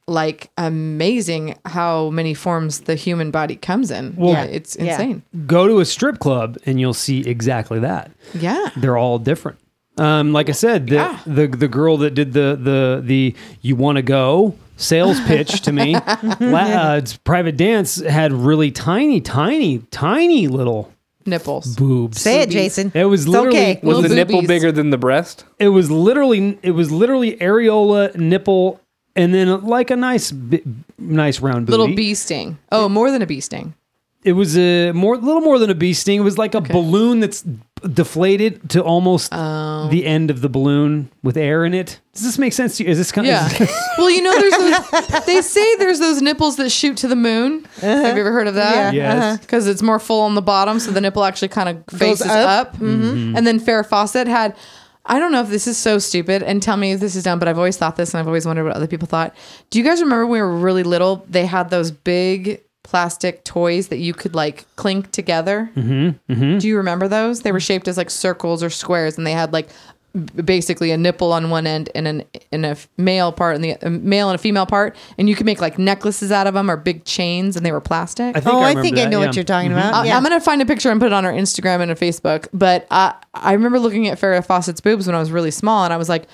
Speaker 2: like amazing how many forms the human body comes in. yeah, it's
Speaker 3: Yeah.
Speaker 2: insane.
Speaker 1: go to a strip club and you'll see exactly that.
Speaker 2: Yeah.
Speaker 1: They're all different. Um, like I said, the,
Speaker 2: Yeah.
Speaker 1: the the girl that did the the the you want to go sales pitch to me, la- uh, it's private dance had really tiny, tiny, tiny little
Speaker 2: Nipples.
Speaker 1: boobs.
Speaker 3: Say it, Jason.
Speaker 1: It was
Speaker 3: It's
Speaker 1: literally
Speaker 3: okay.
Speaker 4: Was
Speaker 2: Little
Speaker 4: the nipple
Speaker 2: boobies.
Speaker 4: bigger than the breast?
Speaker 1: it was literally it was literally areola nipple and then uh, like a nice bi- nice round booty.
Speaker 2: Little bee sting. Oh, more than a bee sting.
Speaker 1: It was a more little more than a bee sting. It was like a balloon that's deflated to almost
Speaker 2: Oh.
Speaker 1: the end of the balloon with air in it. Does this make sense to you? Is this kind
Speaker 2: Yeah.
Speaker 1: of
Speaker 2: well, you know, there's those, they say there's those nipples that shoot to the moon. Have you ever heard of that?
Speaker 1: Yeah. Yes.
Speaker 2: Because it's more full on the bottom, so the nipple actually kind of faces
Speaker 3: up.
Speaker 2: up. And then Farrah Fawcett had. I don't know if this is so stupid, and tell me if this is dumb, but I've always thought this, and I've always wondered what other people thought. Do you guys remember when we were really little? They had those big plastic toys that you could like clink together. Do you remember those? They were shaped as like circles or squares, and they had like b- basically a nipple on one end and an and a f- male part and the a male and a female part, and you could make like necklaces out of them or big chains, and they were plastic.
Speaker 1: think
Speaker 3: oh,
Speaker 1: I
Speaker 3: I,
Speaker 1: remember
Speaker 3: think I
Speaker 1: that, yeah. Mm.
Speaker 3: know
Speaker 1: Mm-hmm.
Speaker 3: what you're talking about.
Speaker 2: I-
Speaker 3: Yeah.
Speaker 2: I'm gonna find a picture and put it on our Instagram and our Facebook. But I I remember looking at Farrah Fawcett's boobs when I was really small, and I was like,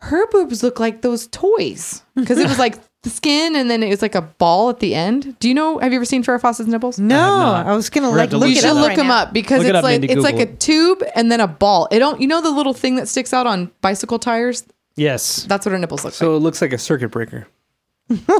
Speaker 2: her boobs look like those toys because it was like the skin and then it was like a ball at the end. Do you know? Have you ever seen Farrah Fawcett's nipples?
Speaker 3: No,
Speaker 1: not.
Speaker 3: I was gonna
Speaker 1: We're
Speaker 3: like
Speaker 1: gonna
Speaker 3: look
Speaker 1: have
Speaker 2: You
Speaker 3: it
Speaker 1: to
Speaker 2: should
Speaker 3: up
Speaker 2: look
Speaker 3: right
Speaker 2: them
Speaker 3: now.
Speaker 2: up because
Speaker 1: Look it
Speaker 2: it's
Speaker 1: up,
Speaker 2: like
Speaker 1: Mindy,
Speaker 2: it's like a
Speaker 1: Google it.
Speaker 2: tube and then a ball. It don't you know the little thing that sticks out on bicycle tires?
Speaker 1: Yes.
Speaker 2: That's what her nipples look
Speaker 4: So it looks like a circuit breaker.
Speaker 2: like.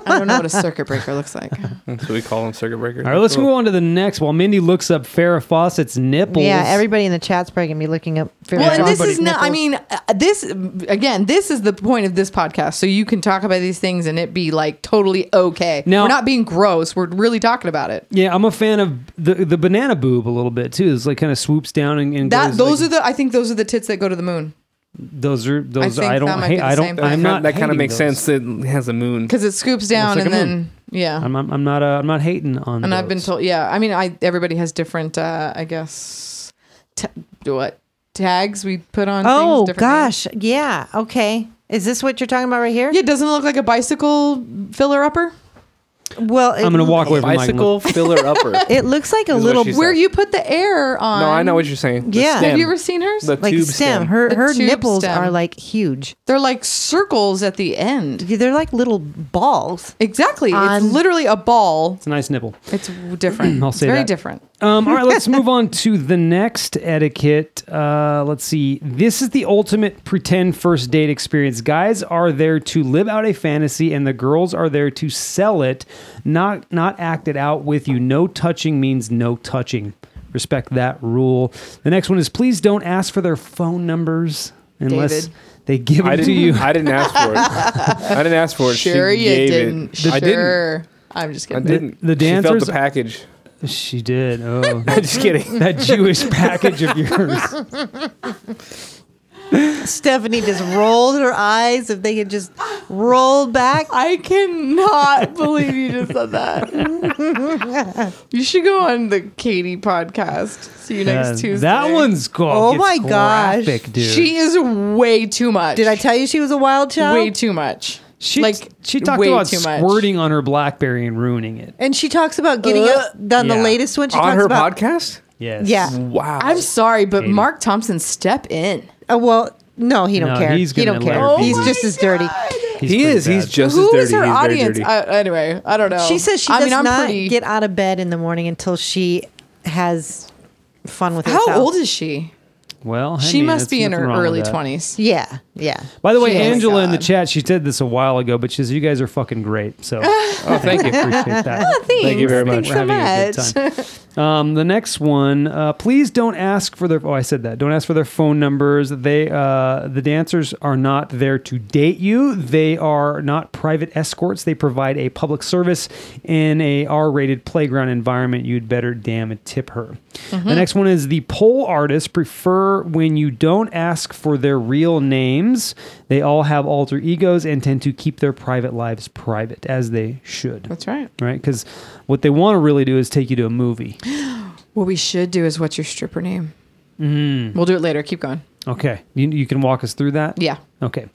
Speaker 2: I don't know what a circuit breaker looks like.
Speaker 4: That's what we call them, circuit breakers.
Speaker 1: All right, let's move on to the next. While Mindy looks up Farrah Fawcett's nipples.
Speaker 3: Yeah, everybody in the chat's probably gonna be looking up.
Speaker 2: Well, and this
Speaker 3: Everybody's
Speaker 2: is not. I
Speaker 3: nipples.
Speaker 2: mean, uh, this again. This is the point of this podcast, so you can talk about these things and it be like totally okay.
Speaker 1: Now-
Speaker 2: We're not being gross. We're really talking about it.
Speaker 1: Yeah, I'm a fan of the the banana boob a little bit too. It's like kind of swoops down and, and
Speaker 2: That
Speaker 1: goes
Speaker 2: those
Speaker 1: like-
Speaker 2: are the. I think those are the tits that go to the moon
Speaker 1: those are those
Speaker 2: think
Speaker 1: I,
Speaker 2: that
Speaker 1: don't
Speaker 2: might
Speaker 1: hate
Speaker 2: be the
Speaker 1: I
Speaker 2: same
Speaker 1: don't
Speaker 2: thing.
Speaker 1: I'm not
Speaker 4: that kind of
Speaker 1: hating
Speaker 4: makes
Speaker 1: those.
Speaker 4: sense. It has a moon.
Speaker 2: because it scoops down
Speaker 1: like
Speaker 2: and
Speaker 1: a
Speaker 2: then
Speaker 1: moon.
Speaker 2: yeah.
Speaker 1: I'm, I'm I'm not uh, I'm not hating on
Speaker 2: and I've been
Speaker 1: those.
Speaker 2: told yeah. I mean, I everybody has different. uh I guess t- what tags we put on.
Speaker 3: oh
Speaker 2: things, different names.
Speaker 3: gosh, yeah. Okay, is this what you're talking about right here?
Speaker 2: Yeah, doesn't it look like a bicycle filler upper?
Speaker 3: Well, it,
Speaker 1: I'm going to walk away from Mike and look.
Speaker 4: Bicycle filler upper.
Speaker 3: It looks like a
Speaker 4: Is what
Speaker 3: little
Speaker 4: she said.
Speaker 2: Where you put the air on.
Speaker 4: no, I know what you're saying. The
Speaker 3: Yeah.
Speaker 2: Have
Speaker 4: stem.
Speaker 2: you ever seen hers?
Speaker 4: the
Speaker 3: like
Speaker 4: tube
Speaker 3: stem. Her
Speaker 2: The
Speaker 3: her
Speaker 2: tube
Speaker 3: nipples
Speaker 2: stem.
Speaker 3: are like huge.
Speaker 2: They're like circles at the end.
Speaker 3: They're like little balls.
Speaker 2: Exactly.
Speaker 3: On-
Speaker 2: it's literally a ball.
Speaker 1: It's a nice nipple.
Speaker 2: It's w- different.
Speaker 1: I'll
Speaker 2: it's
Speaker 1: say
Speaker 2: very
Speaker 1: that.
Speaker 2: different.
Speaker 1: Um, all right, let's move on to the next etiquette. Uh, let's see. This is the ultimate pretend first date experience. Guys are there to live out a fantasy, and the girls are there to sell it, not not act it out with you. No touching means no touching. Respect that rule. The next one is please don't ask for their phone numbers unless
Speaker 2: David.
Speaker 1: they give
Speaker 4: I
Speaker 1: them to
Speaker 4: didn't.
Speaker 1: you.
Speaker 4: I didn't ask for it. I didn't ask for it. She
Speaker 2: Sure, you
Speaker 4: gave it.
Speaker 2: didn't. Sure.
Speaker 4: I didn't.
Speaker 2: I'm just
Speaker 4: I
Speaker 2: kidding.
Speaker 4: didn't.
Speaker 1: the
Speaker 4: she felt
Speaker 1: dancers-
Speaker 4: the package.
Speaker 1: She did. Oh,
Speaker 4: Just kidding.
Speaker 1: that Jewish package of yours.
Speaker 3: Stephanie just rolled her eyes. If they could just roll back.
Speaker 2: I cannot believe you just said that. you should go on the Katie podcast. See you next
Speaker 1: Yeah,
Speaker 2: Tuesday.
Speaker 1: That one's cool.
Speaker 3: Oh my gosh.
Speaker 1: graphic, dude.
Speaker 2: She is way too much.
Speaker 3: Did I tell you she was a wild child?
Speaker 2: Way too much.
Speaker 1: She
Speaker 2: like
Speaker 1: she talked
Speaker 2: way
Speaker 1: about
Speaker 2: too much.
Speaker 1: squirting on her BlackBerry and ruining it.
Speaker 3: And she talks about getting
Speaker 2: Ugh.
Speaker 3: up on the
Speaker 1: Yeah.
Speaker 3: latest one. She
Speaker 4: On
Speaker 3: talks
Speaker 4: her
Speaker 3: about,
Speaker 4: podcast.
Speaker 1: Yes.
Speaker 3: Yeah.
Speaker 4: Wow.
Speaker 2: I'm sorry, but
Speaker 1: Katie.
Speaker 2: Mark Thompson, step in.
Speaker 3: Oh, well, no, he don't
Speaker 1: No,
Speaker 3: care.
Speaker 1: he's
Speaker 3: he
Speaker 1: gonna
Speaker 3: don't
Speaker 1: let
Speaker 3: care.
Speaker 1: her be.
Speaker 3: he's
Speaker 1: Oh
Speaker 3: just
Speaker 2: my
Speaker 3: as dirty.
Speaker 1: He's
Speaker 4: he
Speaker 1: pretty
Speaker 4: is. He's
Speaker 1: bad.
Speaker 4: just
Speaker 2: Who
Speaker 4: as
Speaker 2: is
Speaker 4: dirty.
Speaker 2: her
Speaker 4: He's very
Speaker 2: audience?
Speaker 4: dirty.
Speaker 2: I, anyway, I don't know.
Speaker 3: She says she
Speaker 2: I
Speaker 3: does
Speaker 2: mean, I'm
Speaker 3: not
Speaker 2: pretty.
Speaker 3: get out of bed in the morning until she has fun with herself.
Speaker 2: How old is she?
Speaker 1: Well, I
Speaker 2: She
Speaker 1: mean,
Speaker 2: must
Speaker 1: that's
Speaker 2: be in
Speaker 1: nothing
Speaker 2: her
Speaker 1: wrong with
Speaker 2: early
Speaker 1: that.
Speaker 2: twenties.
Speaker 3: Yeah, yeah.
Speaker 1: By the way,
Speaker 2: She is.
Speaker 1: Angela in the
Speaker 2: God.
Speaker 1: chat, she said this a while ago, but she says you guys are fucking great. So I
Speaker 4: Oh, thank you.
Speaker 1: appreciate that.
Speaker 4: Thank you very
Speaker 1: We're
Speaker 4: much.
Speaker 1: having a good time. Um, the next one, uh, please don't ask for their. Oh, I said that. Don't ask for their phone numbers. They, uh, the dancers are not there to date you. They are not private escorts. They provide a public service in a R-rated playground environment. You'd better damn it tip her. The next one is the poll artists prefer when you don't ask for their real names. They all have alter egos and tend to keep their private lives private, as they should
Speaker 2: That's right.
Speaker 1: right? Because what they want to really do is take you to a movie.
Speaker 2: What we should do is what's your stripper name?
Speaker 4: Mm-hmm.
Speaker 2: We'll do it later. Keep going.
Speaker 1: Okay, you, you can walk us through that.
Speaker 2: Yeah.
Speaker 1: Okay.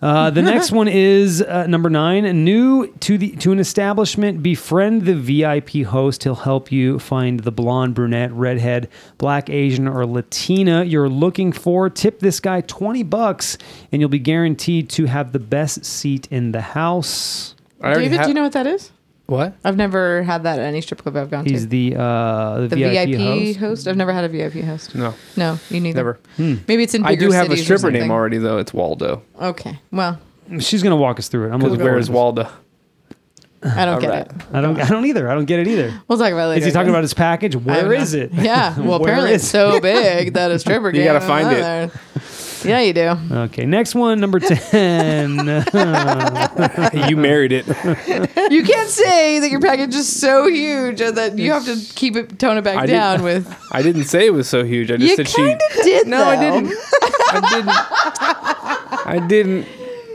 Speaker 1: Uh, the next one is uh, number nine. New to the to an establishment, befriend the VIP host. He'll help you find the blonde, brunette, redhead, black, Asian, or Latina you're looking for. Tip this guy twenty bucks, and you'll be guaranteed to have the best seat in the house.
Speaker 4: I already
Speaker 2: David,
Speaker 4: ha-
Speaker 2: do you know what that is?
Speaker 4: what?
Speaker 2: I've never had that at any strip club I've gone
Speaker 1: He's
Speaker 2: to.
Speaker 1: the uh, the,
Speaker 2: The
Speaker 1: VIP,
Speaker 2: VIP, host?
Speaker 1: host.
Speaker 2: I've never had a VIP host.
Speaker 4: No,
Speaker 2: No, you neither.
Speaker 4: never.
Speaker 2: Maybe it's in.
Speaker 4: I
Speaker 2: Bigger
Speaker 4: do have a
Speaker 2: cities or
Speaker 4: stripper name
Speaker 2: something.
Speaker 4: already though. It's Waldo.
Speaker 2: Okay. Well,
Speaker 1: She's gonna walk us through it. I'm
Speaker 4: Because
Speaker 1: looking
Speaker 4: where
Speaker 1: forward
Speaker 4: is
Speaker 1: to this.
Speaker 4: Waldo?
Speaker 2: I don't get
Speaker 4: right.
Speaker 2: it.
Speaker 1: I don't. I don't either. I don't get it either.
Speaker 2: We'll talk about it later.
Speaker 1: Is he talking
Speaker 2: I guess.
Speaker 1: about his package?
Speaker 2: I have
Speaker 1: Where
Speaker 2: no-
Speaker 1: is it?
Speaker 2: Yeah. Well,
Speaker 1: Where
Speaker 2: apparently it's
Speaker 1: is
Speaker 2: so big that a stripper.
Speaker 4: You gotta
Speaker 2: can't
Speaker 4: find
Speaker 2: fit
Speaker 4: it.
Speaker 2: there. Yeah, you do.
Speaker 1: Okay, next one, number 10.
Speaker 4: you married it.
Speaker 2: You can't say that your package is so huge and that you have to keep it tone it back
Speaker 4: I didn't-
Speaker 2: down with.
Speaker 4: I didn't say it was so huge. I just
Speaker 2: You
Speaker 4: said
Speaker 2: kind
Speaker 4: she.
Speaker 2: of did.
Speaker 4: No, I didn't. I didn't. I didn't.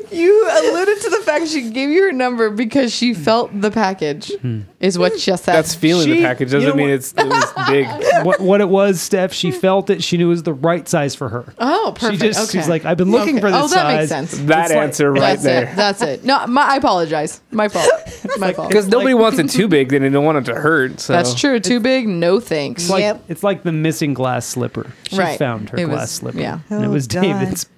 Speaker 2: You alluded to the fact she gave you her number because she felt the package.
Speaker 1: Hmm.
Speaker 2: Is what she said.
Speaker 4: That's feeling
Speaker 1: She-
Speaker 4: the package
Speaker 1: you know
Speaker 4: doesn't mean
Speaker 1: what-
Speaker 4: it's it was big.
Speaker 1: what, what it was, Steph, she felt it. She knew it was the right size for her.
Speaker 2: oh, perfect.
Speaker 1: She just,
Speaker 2: okay.
Speaker 1: she's like, I've been looking
Speaker 2: Okay.
Speaker 1: for this
Speaker 2: Oh, that makes
Speaker 1: size.
Speaker 2: sense.
Speaker 4: That answer right
Speaker 2: That's
Speaker 4: there.
Speaker 2: it. That's it. No, my, I apologize. My fault. My fault.
Speaker 4: Because nobody wants it too big, then they don't want it to hurt. So
Speaker 2: That's true. Too big. No thanks.
Speaker 1: It's like,
Speaker 3: Yep.
Speaker 1: it's like the missing glass slipper. She
Speaker 2: Right.
Speaker 1: found her
Speaker 2: It
Speaker 1: glass
Speaker 2: was-
Speaker 1: slipper.
Speaker 2: yeah.
Speaker 1: And it
Speaker 3: Oh,
Speaker 1: was
Speaker 3: God.
Speaker 1: David's package.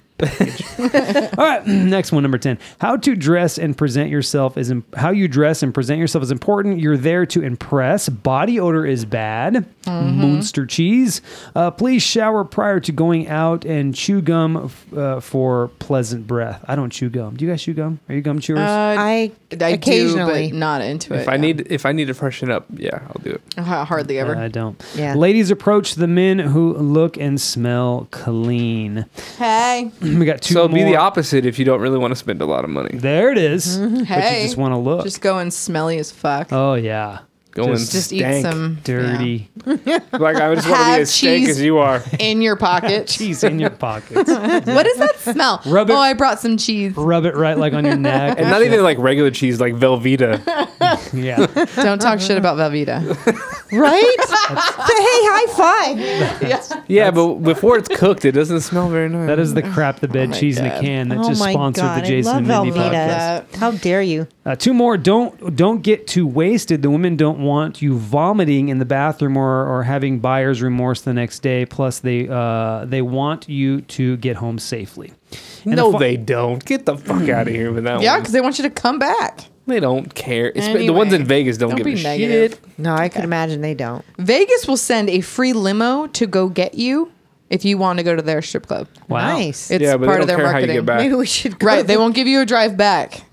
Speaker 1: All right, next one, number ten. How to dress and present yourself is im- how you dress and present yourself is important. You're there to impress. Body odor is bad.
Speaker 3: Mm-hmm.
Speaker 1: Monster cheese. Uh, please shower prior to going out and chew gum uh, for pleasant breath. I don't chew gum. Do you guys chew gum? Are you gum chewers?
Speaker 3: Uh, I,
Speaker 2: Uh, I
Speaker 3: occasionally.
Speaker 2: do, but not into it.
Speaker 4: If I
Speaker 2: yeah.
Speaker 4: need if I need to freshen up, yeah, I'll do it.
Speaker 2: Ha- hardly ever.
Speaker 1: I don't.
Speaker 3: Yeah.
Speaker 1: Ladies approach the men who look and smell clean.
Speaker 2: hey,
Speaker 1: we got two
Speaker 4: so it'll be the
Speaker 1: more.
Speaker 4: opposite if you don't really want to spend a lot of money.
Speaker 1: There it is. But you
Speaker 2: hey.
Speaker 1: just want to look.
Speaker 2: just going smelly as fuck.
Speaker 1: oh yeah.
Speaker 4: Going
Speaker 1: Just-
Speaker 2: just
Speaker 4: stank.
Speaker 2: eat some yeah.
Speaker 1: Dirty
Speaker 4: like I just want to
Speaker 2: Have
Speaker 4: be as stank
Speaker 2: cheese.
Speaker 4: as you are.
Speaker 2: in your pocket.
Speaker 1: cheese in your pockets.
Speaker 2: what is that smell?
Speaker 1: Rub it-
Speaker 2: oh, I brought some cheese.
Speaker 1: Rub it right like on your neck.
Speaker 4: And not even like regular cheese, like Velveeta.
Speaker 1: yeah.
Speaker 2: Don't talk shit about Velveeta.
Speaker 3: right? Say, hey, high five.
Speaker 4: yeah, but before it's cooked, it doesn't smell very nice.
Speaker 1: That is the crap the bed
Speaker 2: my
Speaker 1: cheese in a
Speaker 2: God.
Speaker 1: can that
Speaker 3: Oh
Speaker 1: just
Speaker 3: my
Speaker 1: sponsored
Speaker 3: God,
Speaker 1: the
Speaker 3: I
Speaker 1: Jason and
Speaker 3: love
Speaker 1: Mindy
Speaker 3: Velveeta.
Speaker 1: podcast.
Speaker 2: That-
Speaker 3: How dare you?
Speaker 1: Uh, two more. Don't don't get too wasted. The women don't want you vomiting in the bathroom or, or having buyer's remorse the next day. Plus, they uh, they want you to get home safely. And
Speaker 4: no,
Speaker 1: the fi-
Speaker 4: they don't. Get the fuck out of here with that
Speaker 2: yeah,
Speaker 4: one.
Speaker 2: because they want you to come back.
Speaker 4: They don't care. It's the ones
Speaker 2: Anyway,
Speaker 4: in Vegas don't,
Speaker 2: don't
Speaker 4: give
Speaker 2: be
Speaker 4: a
Speaker 2: negative.
Speaker 4: shit.
Speaker 3: No, I can imagine they don't.
Speaker 2: Vegas will send a free limo to go get you if you want to go to their strip club.
Speaker 1: Wow.
Speaker 3: Nice.
Speaker 2: It's
Speaker 4: Yeah, but they
Speaker 2: part
Speaker 4: don't
Speaker 2: of their
Speaker 4: care how you
Speaker 2: marketing.
Speaker 4: get back.
Speaker 3: Maybe we should go.
Speaker 2: Right. They won't give you a drive back.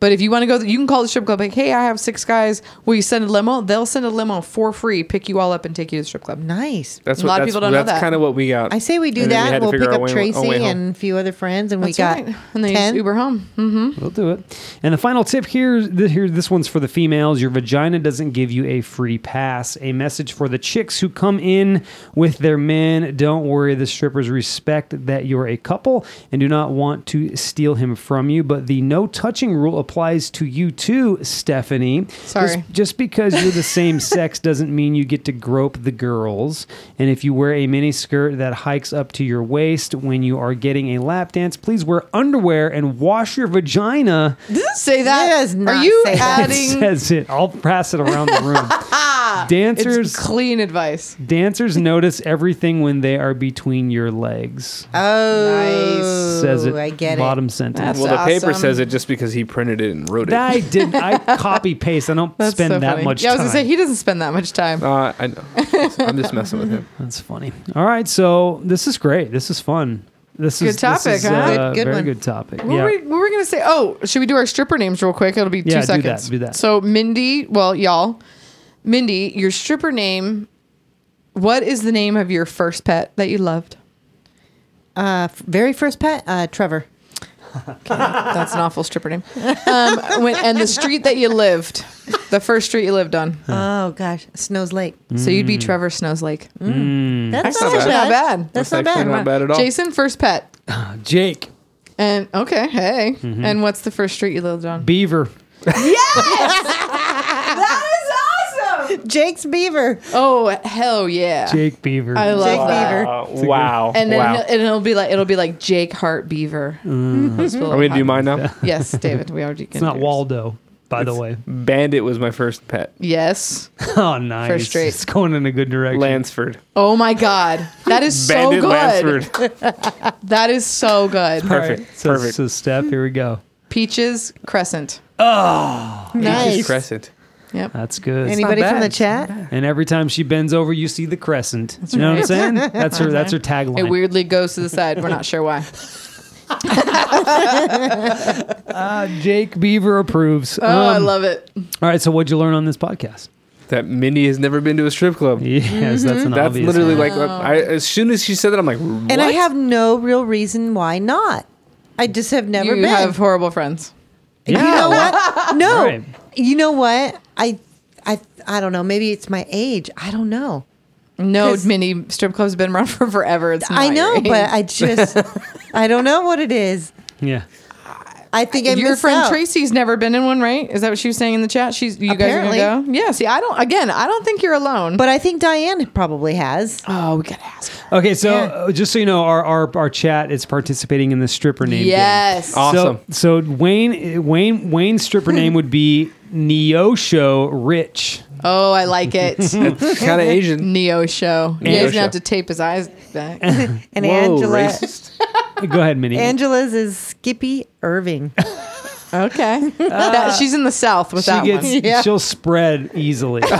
Speaker 2: But if you want to go, you can call the strip club. Like, hey, I have six guys. Will you send a limo? They'll send a limo for free, pick you all up, and take you to the strip club.
Speaker 3: Nice.
Speaker 4: That's
Speaker 2: A
Speaker 4: what,
Speaker 2: lot of
Speaker 4: that's,
Speaker 2: people don't know
Speaker 4: That's
Speaker 2: that.
Speaker 4: kind of what we got.
Speaker 3: I say we do
Speaker 4: And then we oh,
Speaker 3: that.
Speaker 4: had to
Speaker 3: we'll
Speaker 4: figure
Speaker 3: pick
Speaker 4: our
Speaker 3: up
Speaker 4: way- our
Speaker 3: Tracy
Speaker 4: way home.
Speaker 3: and a few other friends, and
Speaker 2: That's
Speaker 3: we got
Speaker 2: right. And then you just
Speaker 3: ten.
Speaker 2: Uber home. hmm
Speaker 1: We'll do it. And the final tip here, th- here, this one's for the females. Your vagina doesn't give you a free pass. A message for the chicks who come in with their men. Don't worry, the strippers respect that you're a couple and do not want to steal him from you. But the no touching rule applies to you too, Stephanie.
Speaker 2: Sorry.
Speaker 1: Just, just because you're the same sex doesn't mean you get to grope the girls. And if you wear a mini skirt that hikes up to your waist when you are getting a lap dance, please wear underwear and wash your vagina.
Speaker 2: Does it say that?
Speaker 3: It does not
Speaker 2: Are you
Speaker 3: say that.
Speaker 1: It
Speaker 2: adding?
Speaker 1: says it. I'll pass it around the room.
Speaker 2: It's
Speaker 1: dancers
Speaker 2: clean advice.
Speaker 1: dancers notice everything when they are between your legs.
Speaker 3: Oh,
Speaker 1: says it.
Speaker 3: I get
Speaker 1: Bottom
Speaker 3: it.
Speaker 1: sentence.
Speaker 4: well, the paper
Speaker 2: awesome.
Speaker 4: says it just because he printed it and wrote it.
Speaker 1: I did. I copy paste. I don't
Speaker 2: That's
Speaker 1: spend
Speaker 2: so
Speaker 1: that
Speaker 2: funny.
Speaker 1: much
Speaker 2: Yeah, I was
Speaker 1: time.
Speaker 2: gonna say he doesn't spend that much time.
Speaker 4: uh, I know. I'm just messing with him.
Speaker 1: That's funny. All right, so this is great. This is fun. This
Speaker 2: Good
Speaker 1: is this
Speaker 2: topic,
Speaker 1: is,
Speaker 2: huh?
Speaker 1: uh,
Speaker 3: Good- good
Speaker 1: very
Speaker 3: one.
Speaker 1: good topic.
Speaker 2: What,
Speaker 1: yeah.
Speaker 2: were we, what were we gonna say? Oh, should we do our stripper names real quick? It'll be
Speaker 1: Yeah, do
Speaker 2: two
Speaker 1: that,
Speaker 2: seconds.
Speaker 1: do that.
Speaker 2: So Mindy, well, y'all, Mindy, your stripper name. What is the name of your first pet that you loved?
Speaker 3: Uh, f- very first pet, uh, Trevor.
Speaker 2: That's an awful stripper name. Um, when, and the street that you lived, the first street you lived on.
Speaker 3: Oh gosh, Snows Lake.
Speaker 2: So you'd be
Speaker 1: Mm.
Speaker 2: Trevor Snows Lake.
Speaker 1: Hmm.
Speaker 3: That's
Speaker 4: That's
Speaker 3: not,
Speaker 4: not
Speaker 3: bad.
Speaker 2: bad.
Speaker 3: That's, not
Speaker 4: actually
Speaker 3: bad.
Speaker 4: not bad at Mm. all.
Speaker 2: Jason, first pet.
Speaker 1: Uh, Jake
Speaker 2: And okay, hey.
Speaker 1: Mm-hmm.
Speaker 2: And what's the first street you lived on?
Speaker 1: Beaver.
Speaker 2: that is awesome.
Speaker 3: Jake's Beaver.
Speaker 2: Oh hell yeah!
Speaker 1: Jake Beaver.
Speaker 2: I love
Speaker 3: Jake
Speaker 2: that.
Speaker 3: Beaver.
Speaker 4: Uh, wow.
Speaker 2: And then
Speaker 4: wow.
Speaker 2: it'll, and it'll be like it'll be like Jake Hart Beaver.
Speaker 1: Mm.
Speaker 4: Are we going to do mine now?
Speaker 2: Yes, David. We already.
Speaker 1: it's not Waldo, by the way.
Speaker 4: Bandit was my first pet.
Speaker 2: Yes.
Speaker 1: Oh, nice.
Speaker 2: First straight.
Speaker 1: It's going in a good direction.
Speaker 4: Lansford.
Speaker 2: Oh my God, that is so
Speaker 4: Bandit
Speaker 2: good.
Speaker 4: Lansford.
Speaker 2: That is so good.
Speaker 1: All right,
Speaker 4: Perfect,
Speaker 1: So,
Speaker 4: perfect.
Speaker 1: so step. Here we go.
Speaker 2: Peaches Crescent.
Speaker 4: Peaches
Speaker 3: Nice.
Speaker 4: Crescent.
Speaker 2: Yep.
Speaker 1: That's good.
Speaker 3: Anybody
Speaker 2: not
Speaker 3: from the
Speaker 2: bad.
Speaker 3: chat?
Speaker 1: and every time she bends over, you see the crescent. you know what I'm saying? That's her. That's her
Speaker 2: It
Speaker 1: tagline.
Speaker 2: weirdly goes to the side. We're not sure why.
Speaker 1: Uh, Jake Beaver approves. Um,
Speaker 2: Oh, I love it.
Speaker 1: All right. So what'd you learn on this podcast?
Speaker 4: That Minnie has never been to a strip club.
Speaker 1: Yes,
Speaker 2: Mm-hmm.
Speaker 1: that's an
Speaker 4: That's
Speaker 1: obvious.
Speaker 4: literally
Speaker 1: one.
Speaker 4: like,
Speaker 2: Oh.
Speaker 4: I, as soon as she said that, I'm like, what?
Speaker 3: And I have no real reason why not. I just have never
Speaker 2: you
Speaker 3: been.
Speaker 2: have horrible friends.
Speaker 1: Yeah.
Speaker 3: You know what? No.
Speaker 1: Right.
Speaker 3: You know what? I, I, I don't know. Maybe it's my age. I don't know.
Speaker 2: No
Speaker 3: 'Cause-
Speaker 2: mini strip clubs have been around for forever. It's
Speaker 3: I
Speaker 2: not your
Speaker 3: know,
Speaker 2: age.
Speaker 3: but I just, I don't know what it is.
Speaker 1: Yeah.
Speaker 3: I think I
Speaker 2: your
Speaker 3: missed
Speaker 2: friend
Speaker 3: out.
Speaker 2: Tracy's never been in one, right? Is that what she was saying in the chat? She's you guys are gonna
Speaker 3: Apparently.
Speaker 2: go. Yeah. See, I don't. Again, I don't think you're alone.
Speaker 3: But I think Diane probably has.
Speaker 2: oh, we gotta ask. her.
Speaker 1: Okay, so
Speaker 3: Yeah.
Speaker 1: uh, just so you know, our, our our chat is participating in the stripper name. game.
Speaker 2: Yes.
Speaker 1: So-
Speaker 4: Awesome.
Speaker 1: So, Wayne Wayne Wayne's stripper name would be Neosho Rich.
Speaker 2: Oh, I like it.
Speaker 4: kind of Asian.
Speaker 2: Neo show. Yeah, he's
Speaker 4: Neo show.
Speaker 2: gonna have to tape his eyes back.
Speaker 3: And
Speaker 4: Whoa,
Speaker 3: Angela,
Speaker 4: racist.
Speaker 1: Go ahead, Minnie.
Speaker 3: Angela's is Skippy Irving.
Speaker 2: Okay. That- she's in the South with
Speaker 1: Uh, she
Speaker 2: that
Speaker 1: gets,
Speaker 2: one.
Speaker 3: Yeah.
Speaker 1: she'll spread easily. Uh,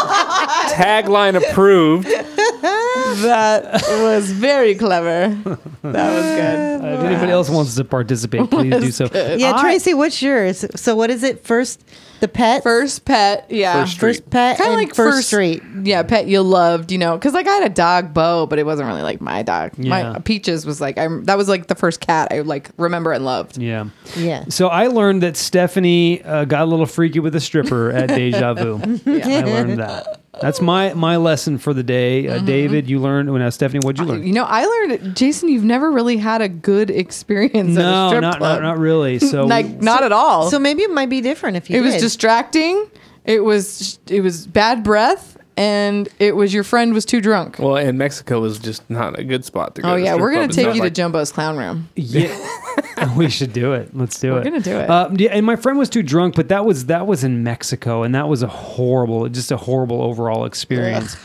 Speaker 4: Tagline approved.
Speaker 2: That was very clever. That was good.
Speaker 1: if anybody else wants to participate, please do so.
Speaker 3: Yeah,
Speaker 1: I-
Speaker 3: Tracy, what's yours? So what is it? First, the pet.
Speaker 2: First pet, yeah.
Speaker 4: First
Speaker 3: First pet.
Speaker 2: Kind of like first,
Speaker 3: street.
Speaker 2: Yeah, pet you loved, you know, because like I had a dog, Bo, but it wasn't really like my dog.
Speaker 1: Yeah.
Speaker 2: My Peaches was like I. That was like the first cat I like remember and loved.
Speaker 1: Yeah.
Speaker 3: Yeah.
Speaker 1: So I learned that Stephanie uh, got a little freaky with a stripper at Deja Vu. I learned that. That's my my lesson for the day. Uh, David, you learned. When I Stephanie, what'd you learn?
Speaker 2: You know, I learned, Jason, you've never really had a good experience at a
Speaker 1: no,
Speaker 2: strip
Speaker 1: not,
Speaker 2: club.
Speaker 1: not not really. So
Speaker 2: like
Speaker 1: we-
Speaker 2: not at all.
Speaker 3: So maybe it might be different if you.
Speaker 2: it was
Speaker 3: did.
Speaker 2: distracting. It was it was bad breath, and it was your friend was too drunk.
Speaker 4: Well, and Mexico is just not a good spot to go.
Speaker 2: Oh
Speaker 4: to
Speaker 2: yeah,
Speaker 4: strip
Speaker 2: we're gonna
Speaker 4: club. It's
Speaker 2: take
Speaker 4: not
Speaker 2: you to
Speaker 4: like-
Speaker 2: Jumbo's clown room.
Speaker 1: Yeah, we should do it. Let's do it.
Speaker 2: gonna do it.
Speaker 1: Uh, yeah, and my friend was too drunk, but that was that was in Mexico, and that was a horrible, just a horrible overall experience.